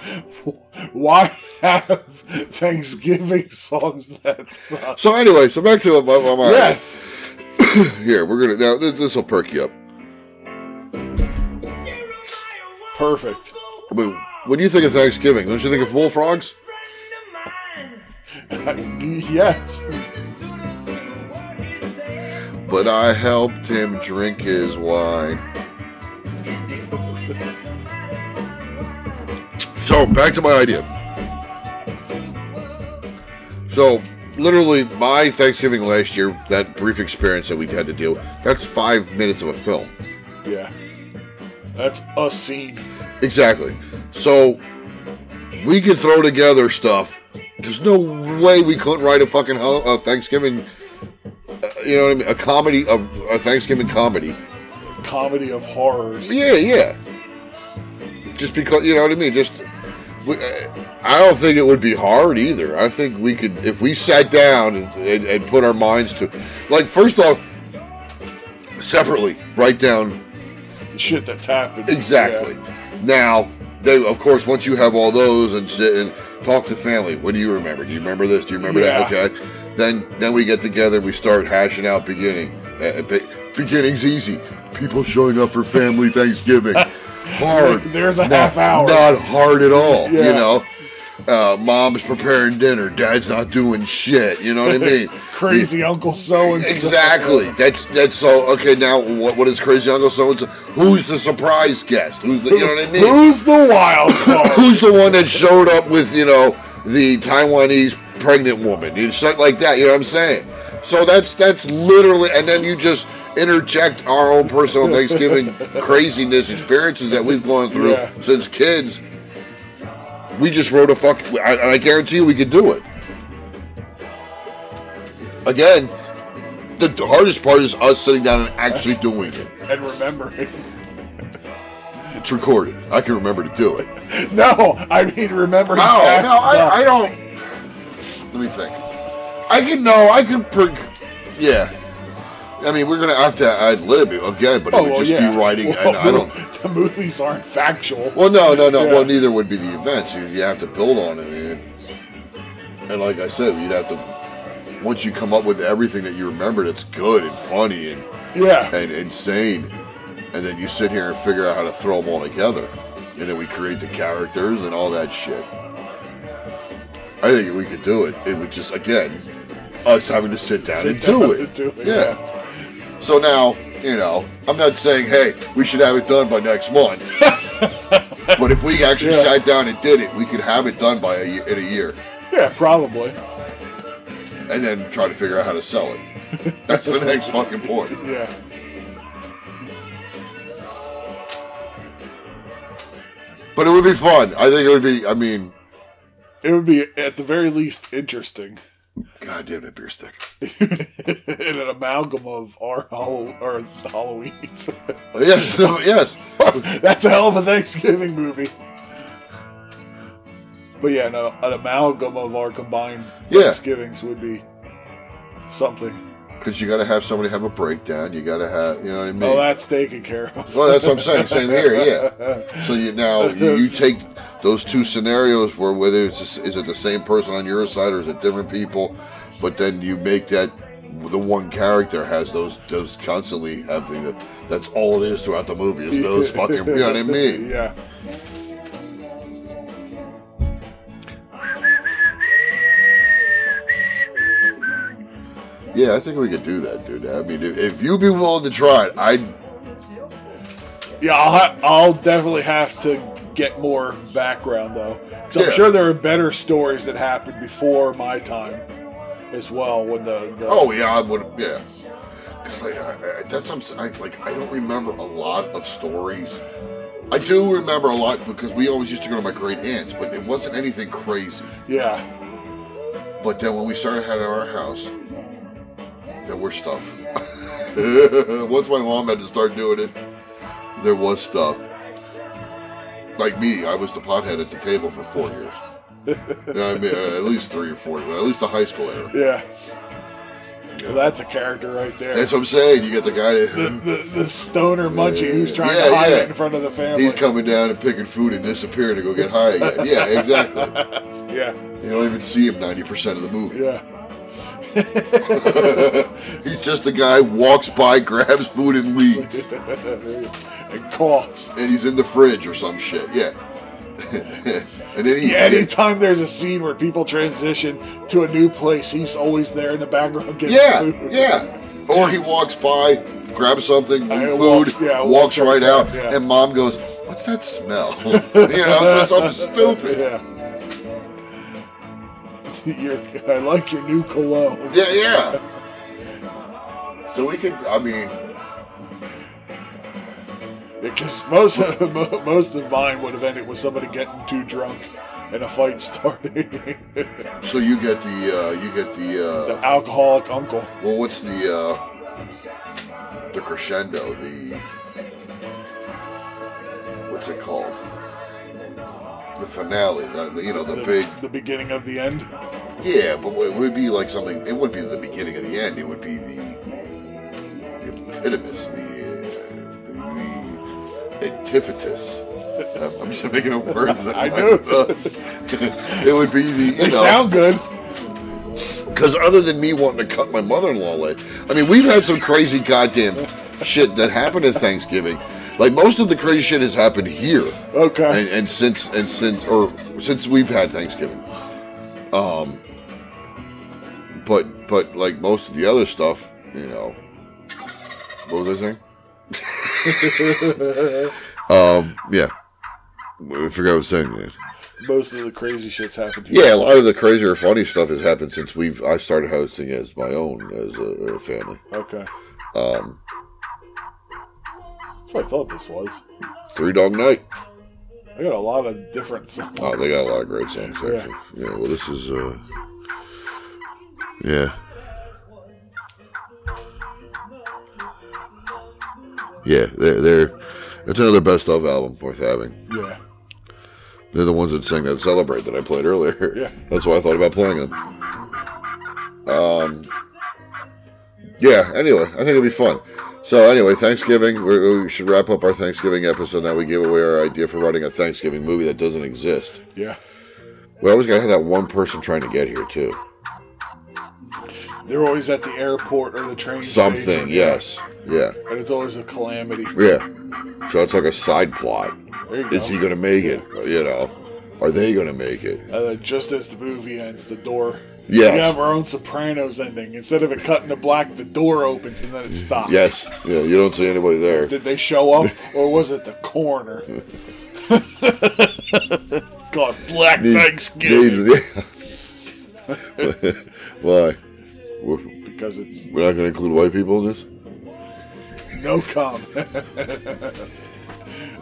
S1: Why have Thanksgiving songs that suck?
S5: So anyway, so back to my, my, my
S1: Yes.
S5: Here we're gonna now this will perk you up.
S1: Perfect.
S5: But when you think of Thanksgiving, don't you think of bullfrogs?
S1: yes.
S5: But I helped him drink his wine. So back to my idea. So literally my Thanksgiving last year, that brief experience that we had to deal with, that's five minutes of a film.
S1: Yeah. That's a scene.
S5: Exactly. So we could throw together stuff. There's no way we couldn't write a fucking hol- a Thanksgiving, uh, you know what I mean? A comedy, a, a Thanksgiving comedy.
S1: Comedy of horrors.
S5: Yeah, yeah. Just because you know what I mean. Just, we, uh, I don't think it would be hard either. I think we could if we sat down and, and, and put our minds to, like, first off, separately write down
S1: Shit that's happened.
S5: exactly.
S1: Yeah.
S5: Now, they of course once you have all those and sit and talk to family. What do you remember? Do you remember this? Do you remember that?
S1: Yeah.
S5: Okay. Then then we get together. and We start hashing out beginning. Uh, be- beginning's easy. People showing up for family Thanksgiving. Hard.
S1: There's a
S5: Not-
S1: half hour.
S5: Not hard at all. You
S1: Yeah.
S5: know. Uh, mom's preparing dinner. Dad's not doing shit. You know what I mean?
S1: Crazy Uncle So and So.
S5: Exactly. That's that's so okay. Now, what what is crazy Uncle So and So? Who's the surprise guest? Who's the you know what I mean?
S1: Who's the wild card?
S5: Who's the one that showed up with you know the Taiwanese pregnant woman? You shit like that. You know what I'm saying? So that's that's literally, and then you just interject our own personal Thanksgiving craziness experiences that we've gone through
S1: Yeah.
S5: since kids. We just wrote a fuck. I, I guarantee you, we could do it. Again, the hardest part is us sitting down and actually doing it.
S1: and remembering.
S5: It's recorded. I can remember to do it. No,
S1: No, I mean remembering.
S5: no,
S1: that
S5: I,
S1: stuff.
S5: I don't. Let me think. I can no, I can. Per, yeah. I mean, we're gonna have to ad lib it again, but it would
S1: Oh, well,
S5: just
S1: yeah.
S5: be writing.
S1: Well,
S5: and I don't.
S1: The movies aren't factual.
S5: Well, no, no, no.
S1: Yeah.
S5: Well, neither would be the events. You, you have to build on it. And, and like I said, you'd have to, once you come up with everything that you remember that's good and funny and,
S1: Yeah.
S5: and insane, and then you sit here and figure out how to throw them all together. And then we create the characters and all that shit. I think we could do it. It would just, again, us having to sit down,
S1: Sit
S5: and,
S1: down
S5: do
S1: and do it,
S5: Yeah. So now, you know, I'm not saying, hey, we should have it done by next month. but if we actually
S1: Yeah.
S5: sat down and did it, we could have it done by a, ye- in a year
S1: Yeah, probably.
S5: and then try to figure out how to sell it. That's the next fucking point.
S1: Yeah.
S5: But it would be fun. I think it would be, I mean,
S1: It would be at the very least interesting
S5: God damn that beer stick.
S1: in an amalgam of our Hall- or Halloween's.
S5: Oh, Yes, no, yes.
S1: That's a hell of a Thanksgiving movie. But yeah, no, an amalgam of our combined
S5: Yeah.
S1: Thanksgivings would be something.
S5: Because you got to have somebody have a breakdown. You got to have, you know what I mean?
S1: Oh, that's taken care of.
S5: well, that's what I'm saying. Same here, yeah. So you now you, you take those two scenarios where whether it's is it the same person on your side or is it different people, but then you make that the one character has those those constantly having that. That's all it is throughout the movie is those fucking. You know what I mean?
S1: Yeah.
S5: Yeah, I think we could do that, dude. I mean, if, if you'd be willing to try it, I'd.
S1: Yeah, I'll, ha- I'll definitely have to get more background though. 'Cause
S5: Yeah.
S1: I'm sure there are better stories that happened before my time as well. When the, the
S5: Oh yeah, I would. Yeah. 'Cause, like, I, I, that's what I'm saying. Like I don't remember a lot of stories. I do remember a lot because we always used to go to my great aunt's, but it wasn't anything crazy.
S1: yeah,
S5: But then when we started having our house, there were stuff. Once my mom had to start doing it, there was stuff. Like me, I was the pothead at the table for four years. You know what I mean, uh, at least three or four, at least the high school era.
S1: yeah. Well, that's a character right there.
S5: That's what I'm saying. You got the guy that.
S1: the, the stoner munchie who's trying
S5: Yeah,
S1: to hide
S5: yeah.
S1: it in front of the family.
S5: He's coming down and picking food and disappearing to go get high again. Yeah, exactly.
S1: yeah,
S5: You don't even see him 90% of the movie.
S1: yeah,
S5: He's just a guy walks by, grabs food and leaves.
S1: and coughs.
S5: and he's in the fridge or some shit. Yeah. and then he
S1: Yeah, anytime there's a scene where people transition to a new place, he's always there in the background getting
S5: Yeah,
S1: food.
S5: yeah. Or he walks by, grabs something,
S1: I
S5: food,
S1: walked- yeah, I
S5: walks
S1: walked
S5: right out,
S1: up, yeah.
S5: and mom goes, "What's that smell?" you know, something stupid.
S1: Yeah. Your, I like your new cologne.
S5: Yeah, yeah. So we could, I mean,
S1: Because most of, mo- most of mine would have ended with somebody getting too drunk and a fight starting. the
S5: so you get the, uh, you get the, uh,
S1: alcoholic uncle.
S5: well, what's the, uh, the crescendo, the, what's it called? The finale, the, the- you know, the,
S1: The,
S5: big,
S1: the beginning of the end.
S5: yeah, but it would be like something, it wouldn't be the beginning of the end, it would be the, the epitomus, the, uh, the, the antiphasis. I'm I'm just making up words. that
S1: I know.
S5: it would be the. You
S1: They
S5: know,
S1: sound good.
S5: Because other than me wanting to cut my mother-in-law leg, I mean, we've had some crazy goddamn shit that happened at Thanksgiving. Like most of the crazy shit has happened here,
S1: Okay.
S5: and, and since and since or since we've had Thanksgiving. Um. But but like most of the other stuff, you know, what was I saying? um. Yeah. I forgot what I was saying. That.
S1: most of the crazy shit's happened here.
S5: Yeah, a lot of the crazier, funny stuff has happened since we've I started hosting as my own as a, a family.
S1: Okay. Um. That's what I thought this was.
S5: Three Dog Night.
S1: I got a lot of different songs.
S5: Oh, they got a lot of great songs actually. Yeah. well, this is uh, yeah. Yeah, they're, they're it's another best of album worth having.
S1: Yeah.
S5: They're the ones that sing that celebrate that I played earlier.
S1: Yeah.
S5: That's why I thought about playing them. Um. Yeah. Anyway, I think it'll be fun. So anyway, Thanksgiving. We, we should wrap up our Thanksgiving episode. Now we gave away our idea for writing a Thanksgiving movie that doesn't exist.
S1: Yeah.
S5: We always gotta have that one person trying to get here too.
S1: They're always at the airport or the train
S5: Something.
S1: station.
S5: Yes. Yeah.
S1: And it's always a calamity.
S5: Yeah. So it's like a side plot.
S1: There you
S5: Is
S1: go.
S5: he gonna make it? You know, are they gonna make it?
S1: And then Uh, just as the movie ends, the door.
S5: Yes.
S1: We have our own Sopranos ending. Instead of it cutting to black, the door opens and then it stops.
S5: Yes. Yeah. You don't see anybody there.
S1: Did they show up, or was it the coroner? God, Black Thanksgiving.
S5: Needs- Why? We're,
S1: Because it's
S5: we're not gonna include white people in this.
S1: no comment. I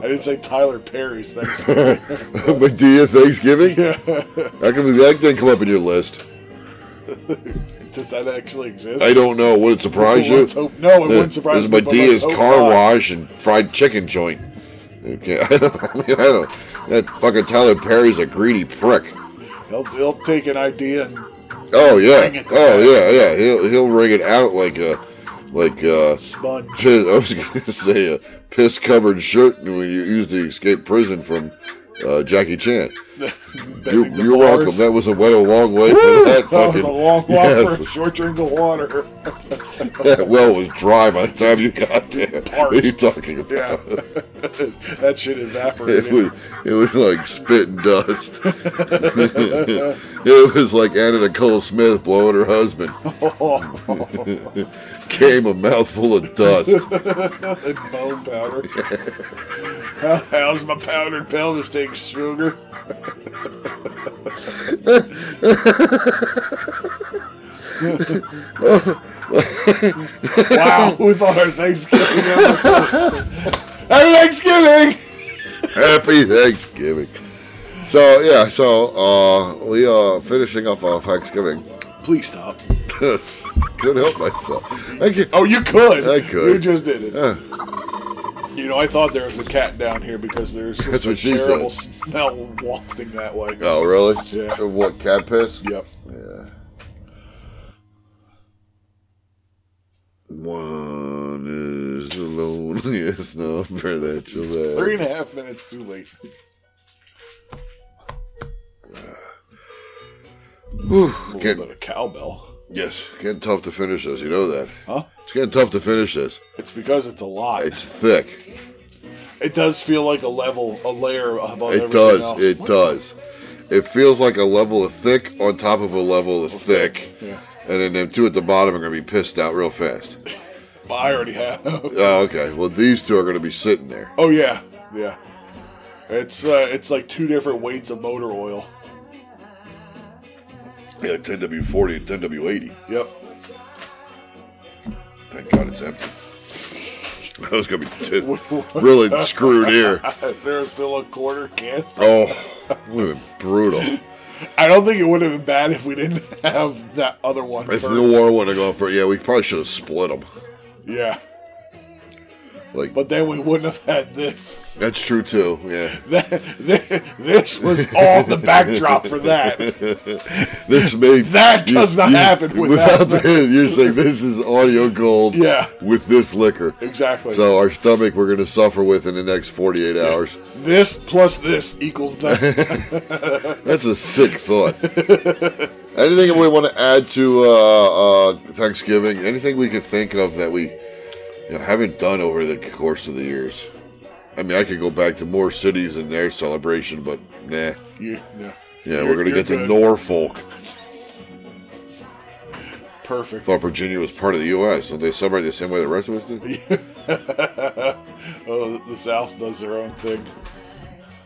S1: didn't say Tyler Perry's Thanksgiving.
S5: Medea Thanksgiving. How come that didn't come up in your list?
S1: Does that actually exist?
S5: I don't know. Would it surprise you?
S1: Let's hope- no, it wouldn't surprise
S5: This is
S1: me, but
S5: Medea's
S1: let's hope
S5: car
S1: not.
S5: wash and fried chicken joint. Okay, I, don't, I mean, I don't. That fucking Tyler Perry's a greedy prick.
S1: He'll, he'll take an idea and
S5: Oh
S1: Ring
S5: yeah.
S1: it
S5: Oh
S1: back.
S5: yeah. Yeah. He'll he'll ring it out like a like uh
S1: sponge.
S5: piss, I was going to say a piss covered shirt when you used to escape prison from uh, Jackie Chan. You,
S1: bending the
S5: you're welcome.
S1: bars.
S5: That was a went a long way for that.
S1: That was
S5: fucking-
S1: a long walk
S5: Yes.
S1: for a short drink of water.
S5: That well was dry by the time you got there. What are you
S1: Parched.
S5: talking about?
S1: Yeah, that shit
S5: It
S1: evaporated.
S5: was it was like spit and dust. it was like Anna Nicole Smith blowing her husband. Came a mouthful of dust.
S1: and bone powder. How- How's my powdered pelvis take sugar? wow, we thought our Thanksgiving episode. Happy Thanksgiving!
S5: Happy Thanksgiving. So yeah, so uh, we are finishing up our Thanksgiving.
S1: Please stop.
S5: Couldn't help myself. I can't,
S1: Oh, you could.
S5: I could.
S1: You just did it.
S5: Yeah.
S1: You know, I thought there was a cat down here because there's just
S5: That's
S1: a
S5: what she said.
S1: terrible smell wafting that way.
S5: oh really?
S1: Yeah.
S5: Of what cat piss?
S1: Yep.
S5: One is the loneliest number that you'll
S1: Three
S5: have.
S1: and a half minutes too late. A
S5: Get-
S1: little bit of cowbell.
S5: yes, getting tough to finish this. You know that.
S1: Huh?
S5: It's getting tough to finish this.
S1: It's because it's a lot.
S5: It's thick.
S1: it does feel like a level, a layer above everything
S5: It does.
S1: else.
S5: It does. It feels like a level of thick on top of a level of thick.
S1: Yeah.
S5: And then them two at the bottom are going to be pissed out real fast.
S1: But I already have.
S5: Oh, okay. Well, these two are going to be sitting there.
S1: oh yeah, yeah. It's uh, it's like two different weights of motor oil.
S5: Yeah, 10W40 and 10W80.
S1: Yep.
S5: Thank God it's empty. That was going to be t- really screwed here.
S1: If there's still a quarter can,
S5: Oh, would have been brutal.
S1: I don't think it would have been bad if we didn't have that other one
S5: If
S1: first.
S5: the war would have gone for yeah, we probably should have split them.
S1: yeah,
S5: Like,
S1: but then we wouldn't have had this.
S5: that's true too. Yeah.
S1: That, thi- this was all the backdrop for that.
S5: This made
S1: That does not happen without that.
S5: this. You're saying this is audio gold.
S1: Yeah.
S5: With this liquor.
S1: Exactly.
S5: So our stomach we're gonna suffer with in the next 48 hours.
S1: this plus this equals that.
S5: That's a sick thought. anything we want to add to uh, uh, Thanksgiving? Anything we could think of that we you know, haven't done over the course of the years? I mean, I could go back to more cities and their celebration, but nah.
S1: you, yeah.
S5: Yeah,
S1: You're-
S5: we're gonna
S1: you're
S5: get to
S1: good.
S5: Norfolk.
S1: Perfect.
S5: Thought Virginia was part of the U.S. Don't they celebrate the same way the rest of us do?
S1: Oh, the South does their own thing.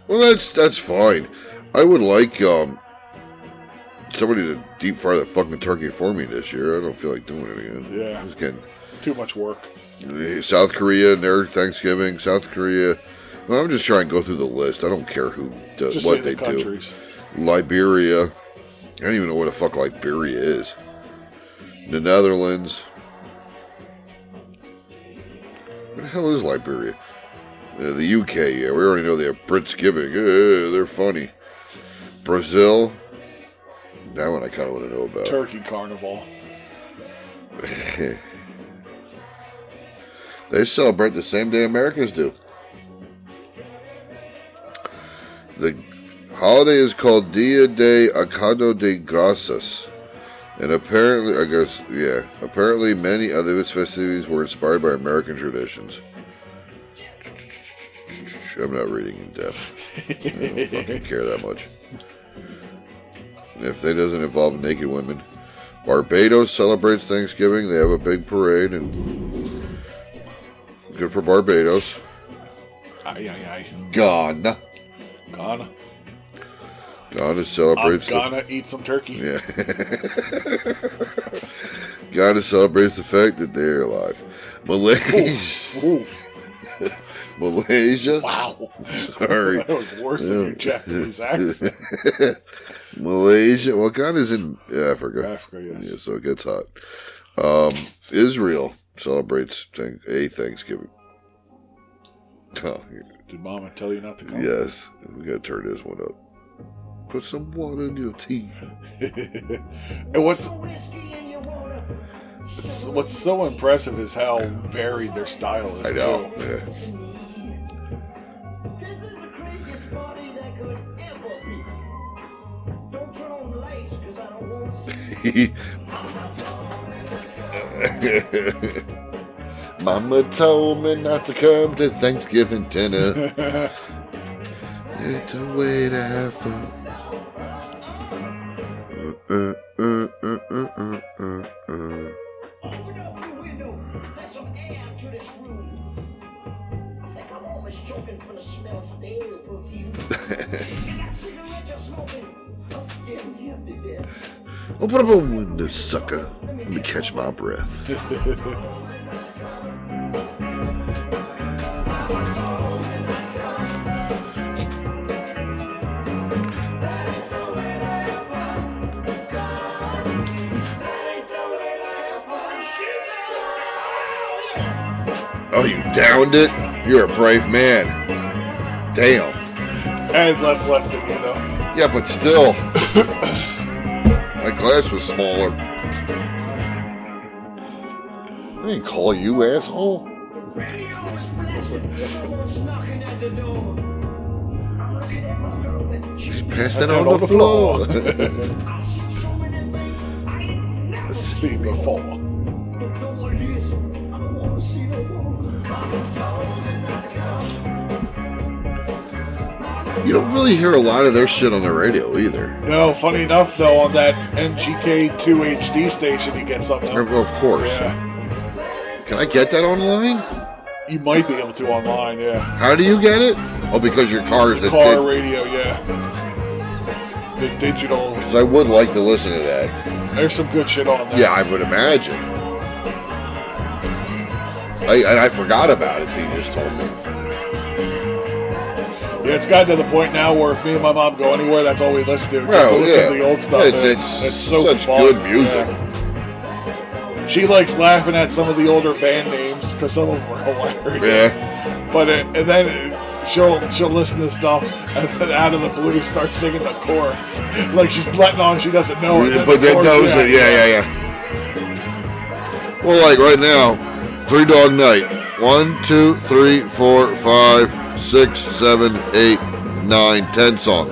S5: Well, that's that's fine. I would like um somebody to deep fry that fucking turkey for me this year. I don't feel like doing it again.
S1: Yeah.
S5: just getting eh,
S1: Too much work.
S5: South Korea and their Thanksgiving. South Korea. Well, I'm just trying to go through the list. I don't care who does
S1: Just say
S5: what
S1: the
S5: they do.
S1: countries.
S5: Liberia. I don't even know what the fuck Liberia is. The Netherlands. Where the hell is Liberia? Uh, the UK, yeah, we already know they have Brits giving. Uh, they're funny. Brazil, that one I kind of want to know about.
S1: Turkey Carnival.
S5: They celebrate the same day Americans do. The holiday is called Dia de Acado de Graças, and apparently, I guess, yeah, apparently many other its festivities were inspired by American traditions. I'm not reading in depth. I don't fucking care that much. If that doesn't involve naked women, Barbados celebrates Thanksgiving. They have a big parade and Good for Barbados.
S1: Aye, aye,
S5: Ghana.
S1: aye. Ghana.
S5: Ghana
S1: I'm
S5: celebrates the,
S1: gonna eat some turkey. Yeah.
S5: Ghana celebrates the fact that they're alive. Malaysia,
S1: Oof.
S5: Malaysia,
S1: Wow.
S5: sorry,
S1: That was worse than your Japanese accent.
S5: Malaysia. Well, Ghana's in Africa.
S1: Africa, yes.
S5: Yeah, so it gets hot. Um, Israel celebrates thank- a Thanksgiving. Oh,
S1: Did Mama tell you not to come?
S5: yes, we gotta turn this one up. Put some water in your tea.
S1: and what's it's- what's so impressive is how varied their style is
S5: I know.
S1: too.
S5: Yeah.
S7: This is the craziest party that could ever be. Don't turn on the lights, cause I don't want to see
S5: Mama told me not to come to Thanksgiving dinner. it's a way to have fun. Uh, uh, uh, uh, uh, uh, uh.
S7: Open up your window. Let some air to this room. I think I'm almost choking from the smell of stale perfume. and that cigarette you're smoking. I'm scaring me up to death.
S5: Open up a window, sucker. Let me catch my breath. Oh, you downed it? You're a brave man. Damn.
S1: And less left than you though.
S5: Yeah, but still. My class was smaller. I didn't call you asshole.
S7: Radio is blasting. Someone's knocking at the door. I'm looking at my girl and she's
S5: Pass that on to the floor.
S7: I've seen so many things I ain't never
S1: See before.
S7: Don't know what it is. I don't want to see no more. Mama told me not to come.
S5: you don't really hear a lot of their shit on the radio either.
S1: No, funny enough though, on that MGK2HD station, he gets something.
S5: Of of course.
S1: Yeah,
S5: Can I get that online?
S1: you might be able to online. Yeah,
S5: How do you get it? Oh, because your car is the
S1: car
S5: thing.
S1: radio. Yeah, the digital.
S5: 'Cause I would like to listen to that.
S1: There's some good shit on there.
S5: Yeah, I would imagine. I, and I forgot about it till you just told me.
S1: Yeah, it's gotten to the point now where if me and my mom go anywhere, that's all we listen to. Just
S5: Well,
S1: to listen
S5: yeah.
S1: to the old stuff.
S5: It's-
S1: It's,
S5: it's
S1: it's, so
S5: such
S1: fun.
S5: good music.
S1: Yeah. She likes laughing at some of the older band names because some of them are hilarious. But it, and then it- she'll she'll listen to stuff and then out of the blue start singing the chorus like she's letting on she doesn't know it.
S5: but
S1: the
S5: that
S1: chorus-
S5: knows it. Yeah, yeah, yeah. Well, like right now, three dog night. One, two, three, four, five, six, seven, eight, nine, ten songs.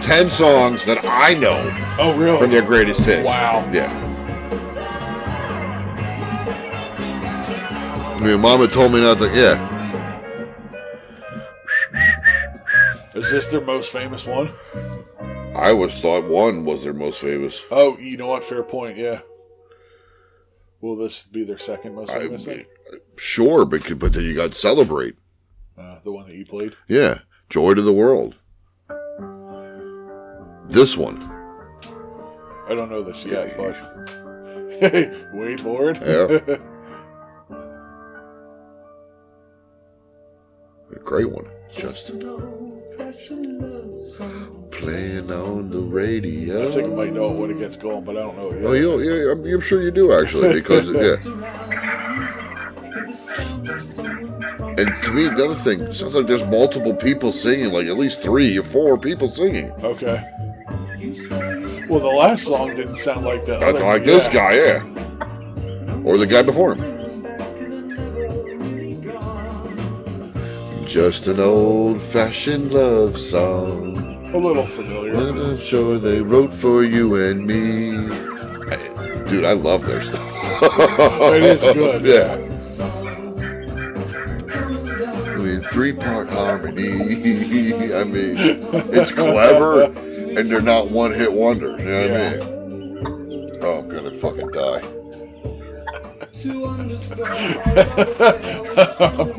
S5: Ten songs that I know
S1: Oh really?
S5: from their greatest hits.
S1: Wow.
S5: Yeah. I mean, Mama told me not to. Yeah.
S1: Is this their most famous one?
S5: I always thought one was their most famous.
S1: Oh, you know what? Fair point. Yeah. Will this be their second most
S5: I,
S1: famous? thing?
S5: sure, but, but then you got Celebrate.
S1: Uh, the one that you played.
S5: Yeah, joy to the world. This one,
S1: I don't know this yet,
S5: Yeah,
S1: but wait for it.
S5: Yeah. a great one. Just playing on the radio.
S1: I think I might know it when it gets going, but I don't know it yet.
S5: Oh, you, you, I'm, I'm sure you do actually, because yeah.
S7: Around the music is the sound
S5: And to me, another thing, it sounds like there's multiple people singing, like at least three or four people singing.
S1: Okay. Well, the last song didn't sound like that.
S5: Not
S1: other
S5: like
S1: one,
S5: this
S1: yeah.
S5: guy, yeah. Or the guy before him. Just an old fashioned love song.
S1: A little familiar.
S5: And I'm sure they wrote for you and me. I- dude, I love their stuff.
S1: It is good.
S5: yeah. With three part harmony. I mean, it's clever, and they're not one hit wonders. You know what
S1: Yeah.
S5: I mean? Oh, I'm gonna fucking die.
S1: I'm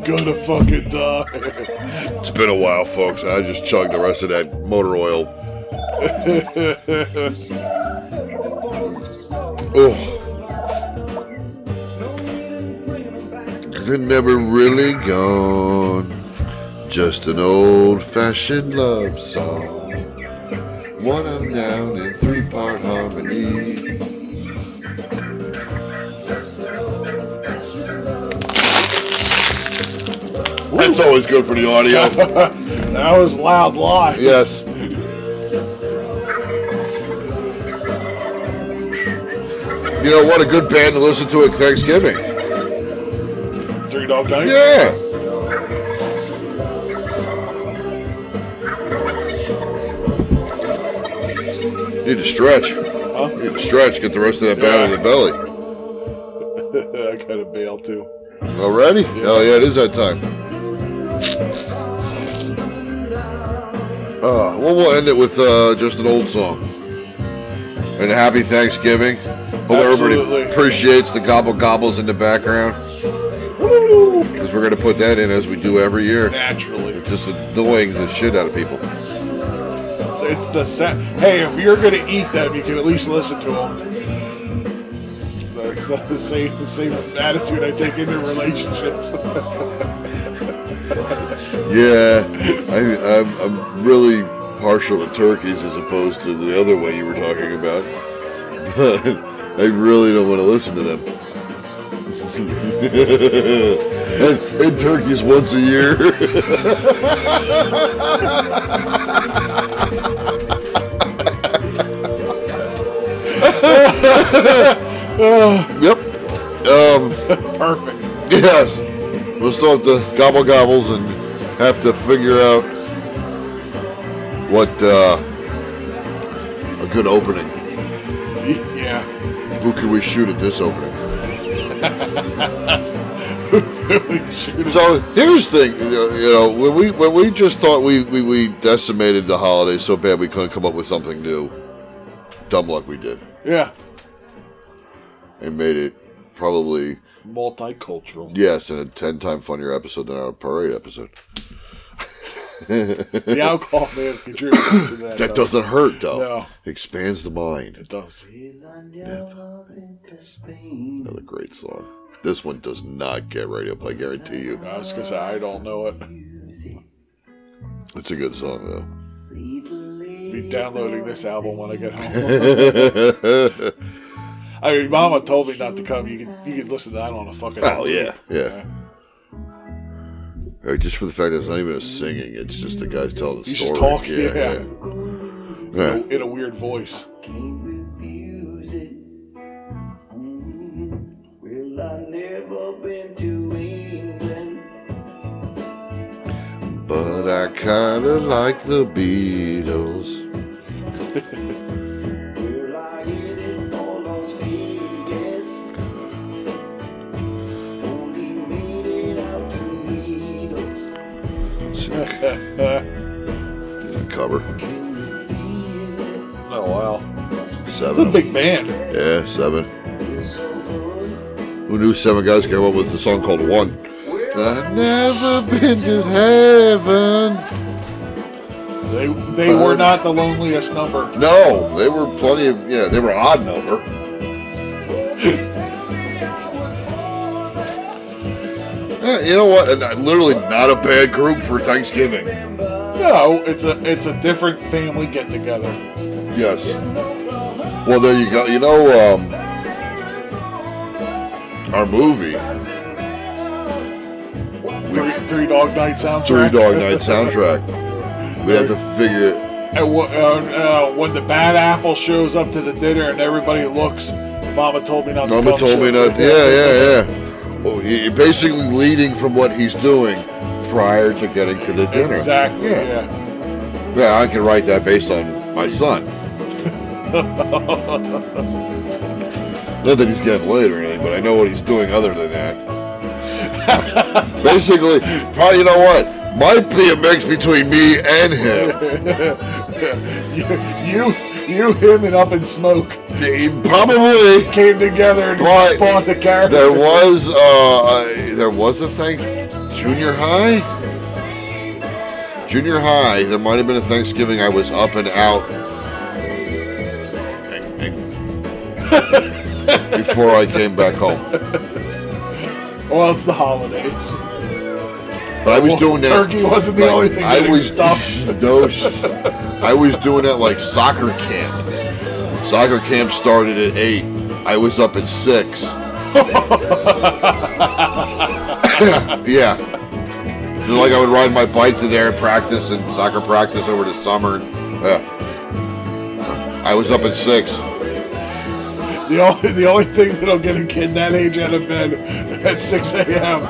S1: gonna fucking die.
S5: It's been a while, folks, and I just chugged the rest of that motor oil. oh. They're never really gone. Just an old fashioned love song. One I'm down in three part harmony. That's always good for the audio.
S1: That was loud live.
S5: Yes. You know what? A good band to listen to at Thanksgiving.
S1: Three Dog Night.
S5: Yeah. Need to stretch. Need to stretch. Get the rest of that band in the belly.
S1: I gotta bail too.
S5: Already? Oh yeah, it is that time. Uh, well, we'll end it with uh, just an old song. And happy Thanksgiving. Hope
S1: Absolutely.
S5: everybody appreciates the gobble gobbles in the background. Because we're going to put that in as we do every year.
S1: Naturally,
S5: It just annoying the shit out of people.
S1: it's, it's the sa- Hey, if you're gonna eat them, you can at least listen to them. So it's not the same the same attitude I take into relationships.
S5: Yeah, I, I'm, I'm really partial to turkeys as opposed to the other way you were talking about. But I really don't want to listen to them. and, and turkeys once a year. yep. Um.
S1: Perfect.
S5: Yes. We'll still have to gobble gobbles and have to figure out what uh, a good opening.
S1: Yeah.
S5: Who can we shoot at this opening?
S1: Shoot.
S5: So here's the thing, you know, when we when we just thought we, we, we decimated the holiday so bad we couldn't come up with something new. Dumb luck we did.
S1: Yeah.
S5: And made it probably
S1: Multicultural.
S5: yes, in a ten time funnier episode than our parade episode.
S1: The alcohol may have contributed to that.
S5: That doesn't hurt though.
S1: No.
S5: Expands the mind.
S1: It does.
S5: Another great song. This one does not get radio play, guarantee you.
S1: I was gonna say I don't know it.
S5: It's a good song, though.
S1: Be downloading this album when I get home. I mean, Mama told me not to come. You can you can listen to that on a fucking.
S5: Oh, yeah.
S1: loop.
S5: Yeah. Uh, Just for the fact that it's not even a singing, it's just the guy's telling the
S1: He's
S5: story.
S1: just talking, yeah.
S5: yeah.
S1: In a weird voice.
S7: Mm,
S5: Yeah. But I kinda like the Beatles. It's a cover.
S1: Oh wow. It's a
S5: Seven.
S1: big band.
S5: Yeah, seven. Who knew seven guys came up with a uh, song called One? I've never been to heaven.
S1: They they
S5: Uh-huh.
S1: were not the loneliest number.
S5: No, they were plenty of, yeah, they were odd number. Yeah, you know what? And, uh, Literally not a bad group for Thanksgiving.
S1: No, it's a it's a different family get together.
S5: Yes. Well, there you go. You know, um, our movie
S1: Three Dog Night soundtrack.
S5: Three Dog Night soundtrack. We'd have to figure it.
S1: And wh- uh, uh, when the bad apple shows up to the dinner and everybody looks, Mama told me not to
S5: Mama
S1: come
S5: told me
S1: show."
S5: not. Yeah, yeah, yeah. Well, y- you're basically leading from what he's doing prior to getting to the dinner.
S1: Exactly,
S5: Yeah.
S1: yeah.
S5: Yeah, I can write that based on my son. Not that he's getting laid or anything, but I know what he's doing other than that. Basically, probably, you know what? Might be a mix between me and him.
S1: You, you, you, him, and Up in Smoke
S5: He Probably.
S1: came together and
S5: But
S1: spawned a character.
S5: There was uh, uh, there was a thanks junior high. Junior high, there might have been a Thanksgiving I was up and out before I came back home.
S1: Well, it's the holidays.
S5: But I was
S1: Well,
S5: doing that.
S1: turkey wasn't the only thing
S5: I
S1: getting
S5: was
S1: stuffed.
S5: no, sh- I was doing that like soccer camp. Soccer camp started at eight. I was up at six. yeah. Just like I would ride my bike to there and practice and soccer practice over the summer. Yeah. I was up at six.
S1: The only, the only thing that'll get a kid that age out of bed at 6 a.m.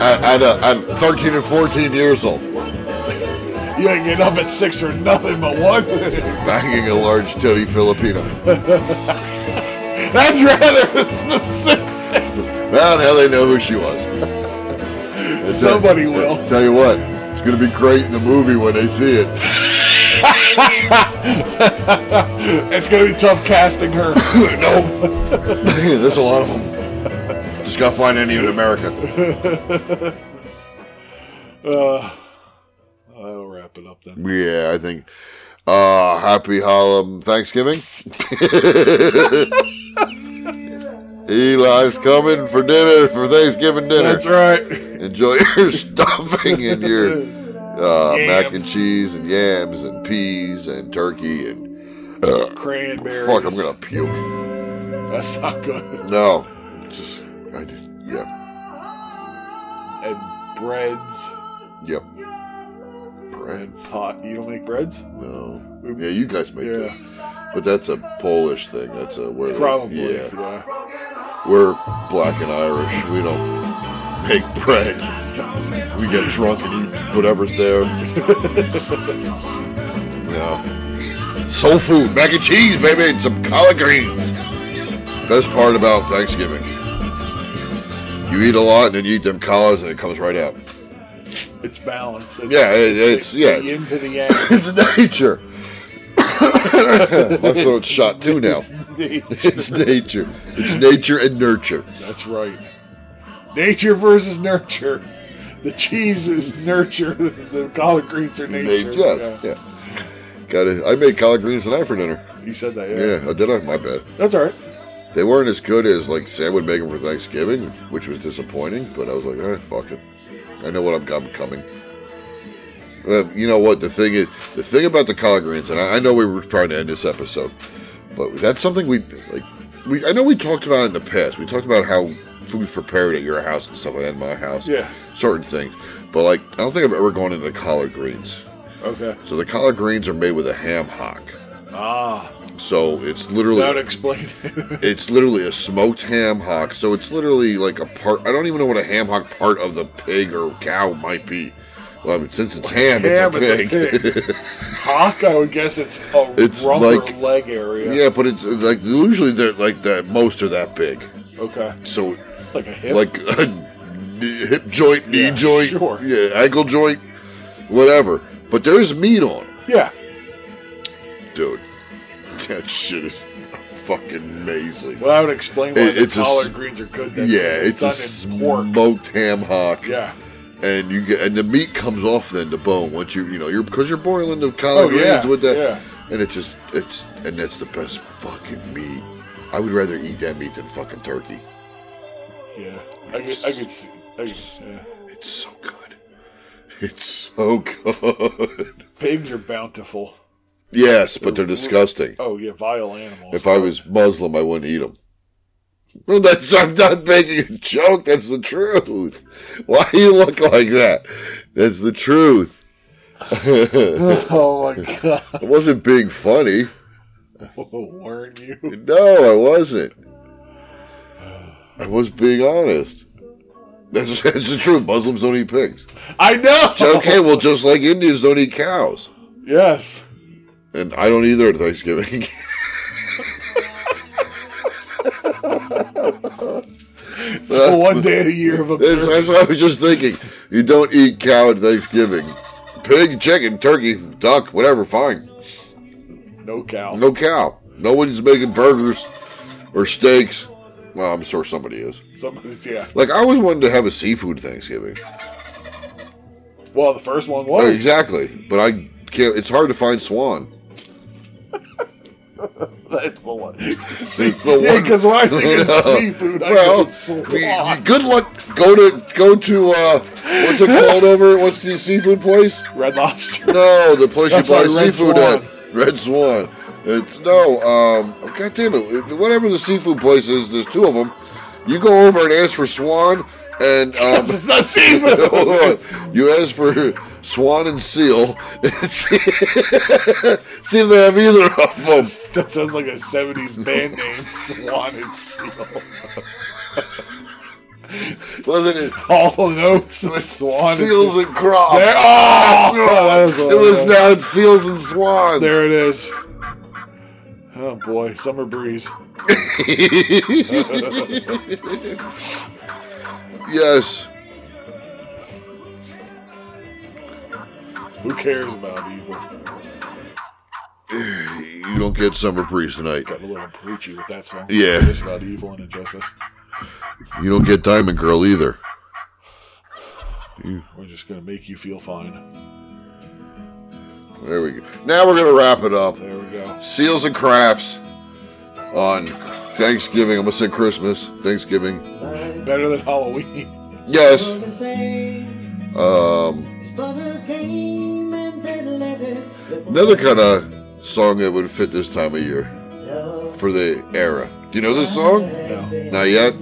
S5: I, I, I'm 13 and 14 years old,
S1: You ain't getting up at 6 or nothing but one.
S5: banging a large titty Filipino.
S1: That's rather specific.
S5: Well, now they know who she was.
S1: Somebody will.
S5: Tell you what, it's going to be great in the movie when they see it.
S1: It's going to be tough casting her.
S5: no. There's a lot of them. Just got to find any in America.
S1: That'll wrap it up then.
S5: Yeah, I think. Uh, happy Harlem Thanksgiving. Eli's coming for dinner, for Thanksgiving dinner.
S1: That's right.
S5: Enjoy your stuffing and your uh, mac and cheese and yams and peas and turkey and
S1: Cranberries.
S5: fuck, I'm going to puke.
S1: That's not good.
S5: No, just I just yeah,
S1: And breads.
S5: yep.
S1: And
S5: Breads?
S1: pot. You don't make breads?
S5: No. Yeah, you guys make
S1: Yeah.
S5: that, but that's a Polish thing. That's a where they-
S1: Probably.
S5: yeah.
S1: yeah.
S5: We're black and Irish. We don't make bread. We get drunk and eat whatever's there. yeah. Soul food, mac and cheese, baby, and some collard greens. Best part about Thanksgiving. You eat a lot and then you eat them collards and it comes right out.
S1: It's balance. It's
S5: Yeah, it, it's yeah.
S1: The
S5: It's,
S1: yin to the yang.
S5: it's nature. My throat's shot too now. It's nature. It's nature and nurture.
S1: That's right. Nature versus nurture. The cheese is nurture. The collard greens are nature.
S5: Nat- yes, yeah. Got it. I made collard greens tonight for dinner.
S1: yeah. You said that, yeah.
S5: Yeah, I did. I my bad.
S1: That's all right.
S5: They weren't as good as like Sam would make them for Thanksgiving, which was disappointing. But I was like, eh, fuck it. I know what I'm, I'm coming. Uh, you know what the thing is? The thing about the collard greens, and I, I know we were trying to end this episode, but that's something we like. We I know we talked about it in the past. We talked about how food's prepared at your house and stuff like that in my house.
S1: Yeah.
S5: certain things. But like, I don't think I've ever gone into collard greens.
S1: Okay.
S5: So the collard greens are made with a ham hock.
S1: Ah,
S5: So it's literally
S1: that would explain it.
S5: it's literally a smoked ham hock. So it's literally like a part. I don't even know what a ham hock part of the pig or cow might be. Well, I mean, since it's ham,
S1: Ham,
S5: it's a pig.
S1: it's a Hawk, I would guess it's a
S5: It's
S1: rump
S5: like-
S1: or leg area.
S5: yeah, but it's it's like usually they're like the most are that big.
S1: Okay.
S5: So
S1: Like a hip.
S5: like a hip joint, knee
S1: Yeah,
S5: joint,
S1: sure.
S5: yeah, ankle joint, whatever. But there's meat on, it.
S1: yeah.
S5: dude. That shit is fucking amazing.
S1: Well, that would explain why
S5: It-
S1: the
S5: it's a s-
S1: collard greens are good then.
S5: yeah,
S1: 'cause
S5: it's, a
S1: done in pork.
S5: smoked ham hock.
S1: Yeah.
S5: and you get and the meat comes off then the bone once you you know you're because you're boiling the collard
S1: Oh, yeah,
S5: greens with that
S1: yeah.
S5: and it just it's and that's the best fucking meat i would rather eat that meat than fucking turkey
S1: Yeah. I could, I could see. I could, yeah.
S5: it's so good it's so good
S1: Pigs are bountiful.
S5: yes but they're disgusting
S1: Oh, yeah, vile animals.
S5: if i was muslim i wouldn't eat them No, that's, I'm not making a joke. That's the truth. Why you look like that? That's the truth.
S1: Oh my god.
S5: I wasn't being funny.
S1: Oh, weren't you?
S5: No, I wasn't. I was being honest. That's, that's the truth. Muslims don't eat pigs.
S1: I know.
S5: Okay, well, just like Indians don't eat cows.
S1: Yes.
S5: And I don't either at Thanksgiving.
S1: So one day a year of
S5: That's,
S1: observing.
S5: that's what I was just thinking. You don't eat cow at Thanksgiving. Pig, chicken, turkey, duck, whatever, fine.
S1: No cow.
S5: No cow. No one's making burgers or steaks. Well, I'm sure somebody is.
S1: Somebody's yeah.
S5: Like, I always wanted to have a seafood Thanksgiving.
S1: Well, the first one was.
S5: Exactly. But I can't, it's hard to find swan.
S1: That's the one.
S5: It's the one.
S1: because when I think of
S5: Yeah.
S1: seafood, I
S5: well,
S1: think it's swan.
S5: y- y- good luck. Go to, go to, uh, what's it called over? What's the seafood place?
S1: Red
S5: Um,
S1: lobster.
S5: No, the place
S1: That's
S5: you buy
S1: like Red
S5: seafood
S1: Swan.
S5: at. Red Swan. It's no, um, oh, god damn it. Whatever the seafood place is, there's two of them. You go over and ask for swan and, um,
S1: it's not seafood.
S5: hold on. You ask for swan and seal. and see, see if they have either of them.
S1: That sounds like a 70s band name, Swan and Seal.
S5: Wasn't it?
S1: All the notes of Swan and
S5: Seals
S1: Seal.
S5: and crops.
S1: There, oh, that was
S5: it was now it's seals and swans.
S1: There it is. Oh boy, summer breeze.
S5: Yes.
S1: Who cares about evil?
S5: You don't get summer breeze tonight.
S1: Got a little preachy with that song.
S5: Yeah.
S1: It's about evil and injustice.
S5: You don't get Diamond Girl either.
S1: We're just gonna make you feel fine.
S5: There we go. Now we're gonna wrap it up.
S1: There we go.
S5: Seals and crafts on Thanksgiving. I almost said Christmas. Thanksgiving.
S1: Better than Halloween.
S5: Yes. Um, another kind of song that would fit this time of year for the era. Do you know this song?
S1: No.
S5: Not yet.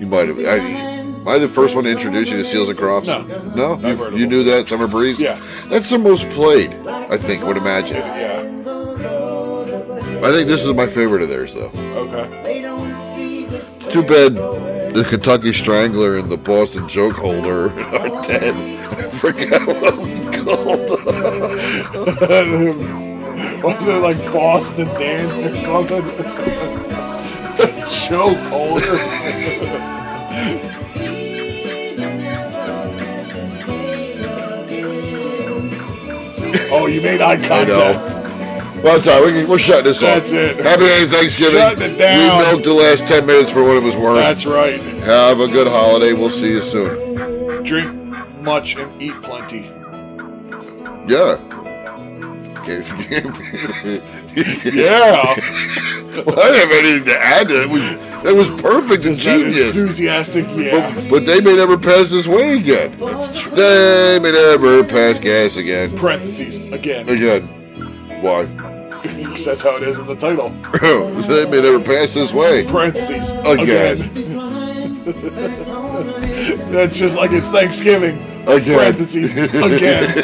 S5: You might have. I, am I the first one to introduce you to Seals and Crofts?
S1: No.
S5: No.
S1: I've heard
S5: You,
S1: of
S5: you
S1: them.
S5: knew that Summer Breeze.
S1: Yeah.
S5: That's the most played. I think. I Would imagine.
S1: Yeah.
S5: I think this is my favorite of theirs, though.
S1: Okay.
S5: Too bad the Kentucky Strangler and the Boston Joke Holder are dead. I forgot what I'm called.
S1: Was it like Boston Dan or something? Joe Colder. Oh, you made eye contact.
S5: well, it's all right. We can, we're shutting this off.
S1: That's it.
S5: Happy Thanksgiving.
S1: Shutting it down.
S5: We milked the last 10 minutes for what it was worth.
S1: That's right.
S5: Have a good holiday. We'll see you soon.
S1: Drink much and eat plenty.
S5: Yeah. Okay.
S1: Yeah.
S5: well, I didn't have anything to add to it. It was, it was perfect and
S1: Is that
S5: genius.
S1: Enthusiastic. Yeah.
S5: But, but they may never pass this way again. They may never pass gas again.
S1: Parentheses again,
S5: Again. Why?
S1: 'cause that's how it is in the title.
S5: they may never pass this way.
S1: Parentheses
S5: Again.
S1: That's just like it's Thanksgiving.
S5: Again.
S1: Parentheses again.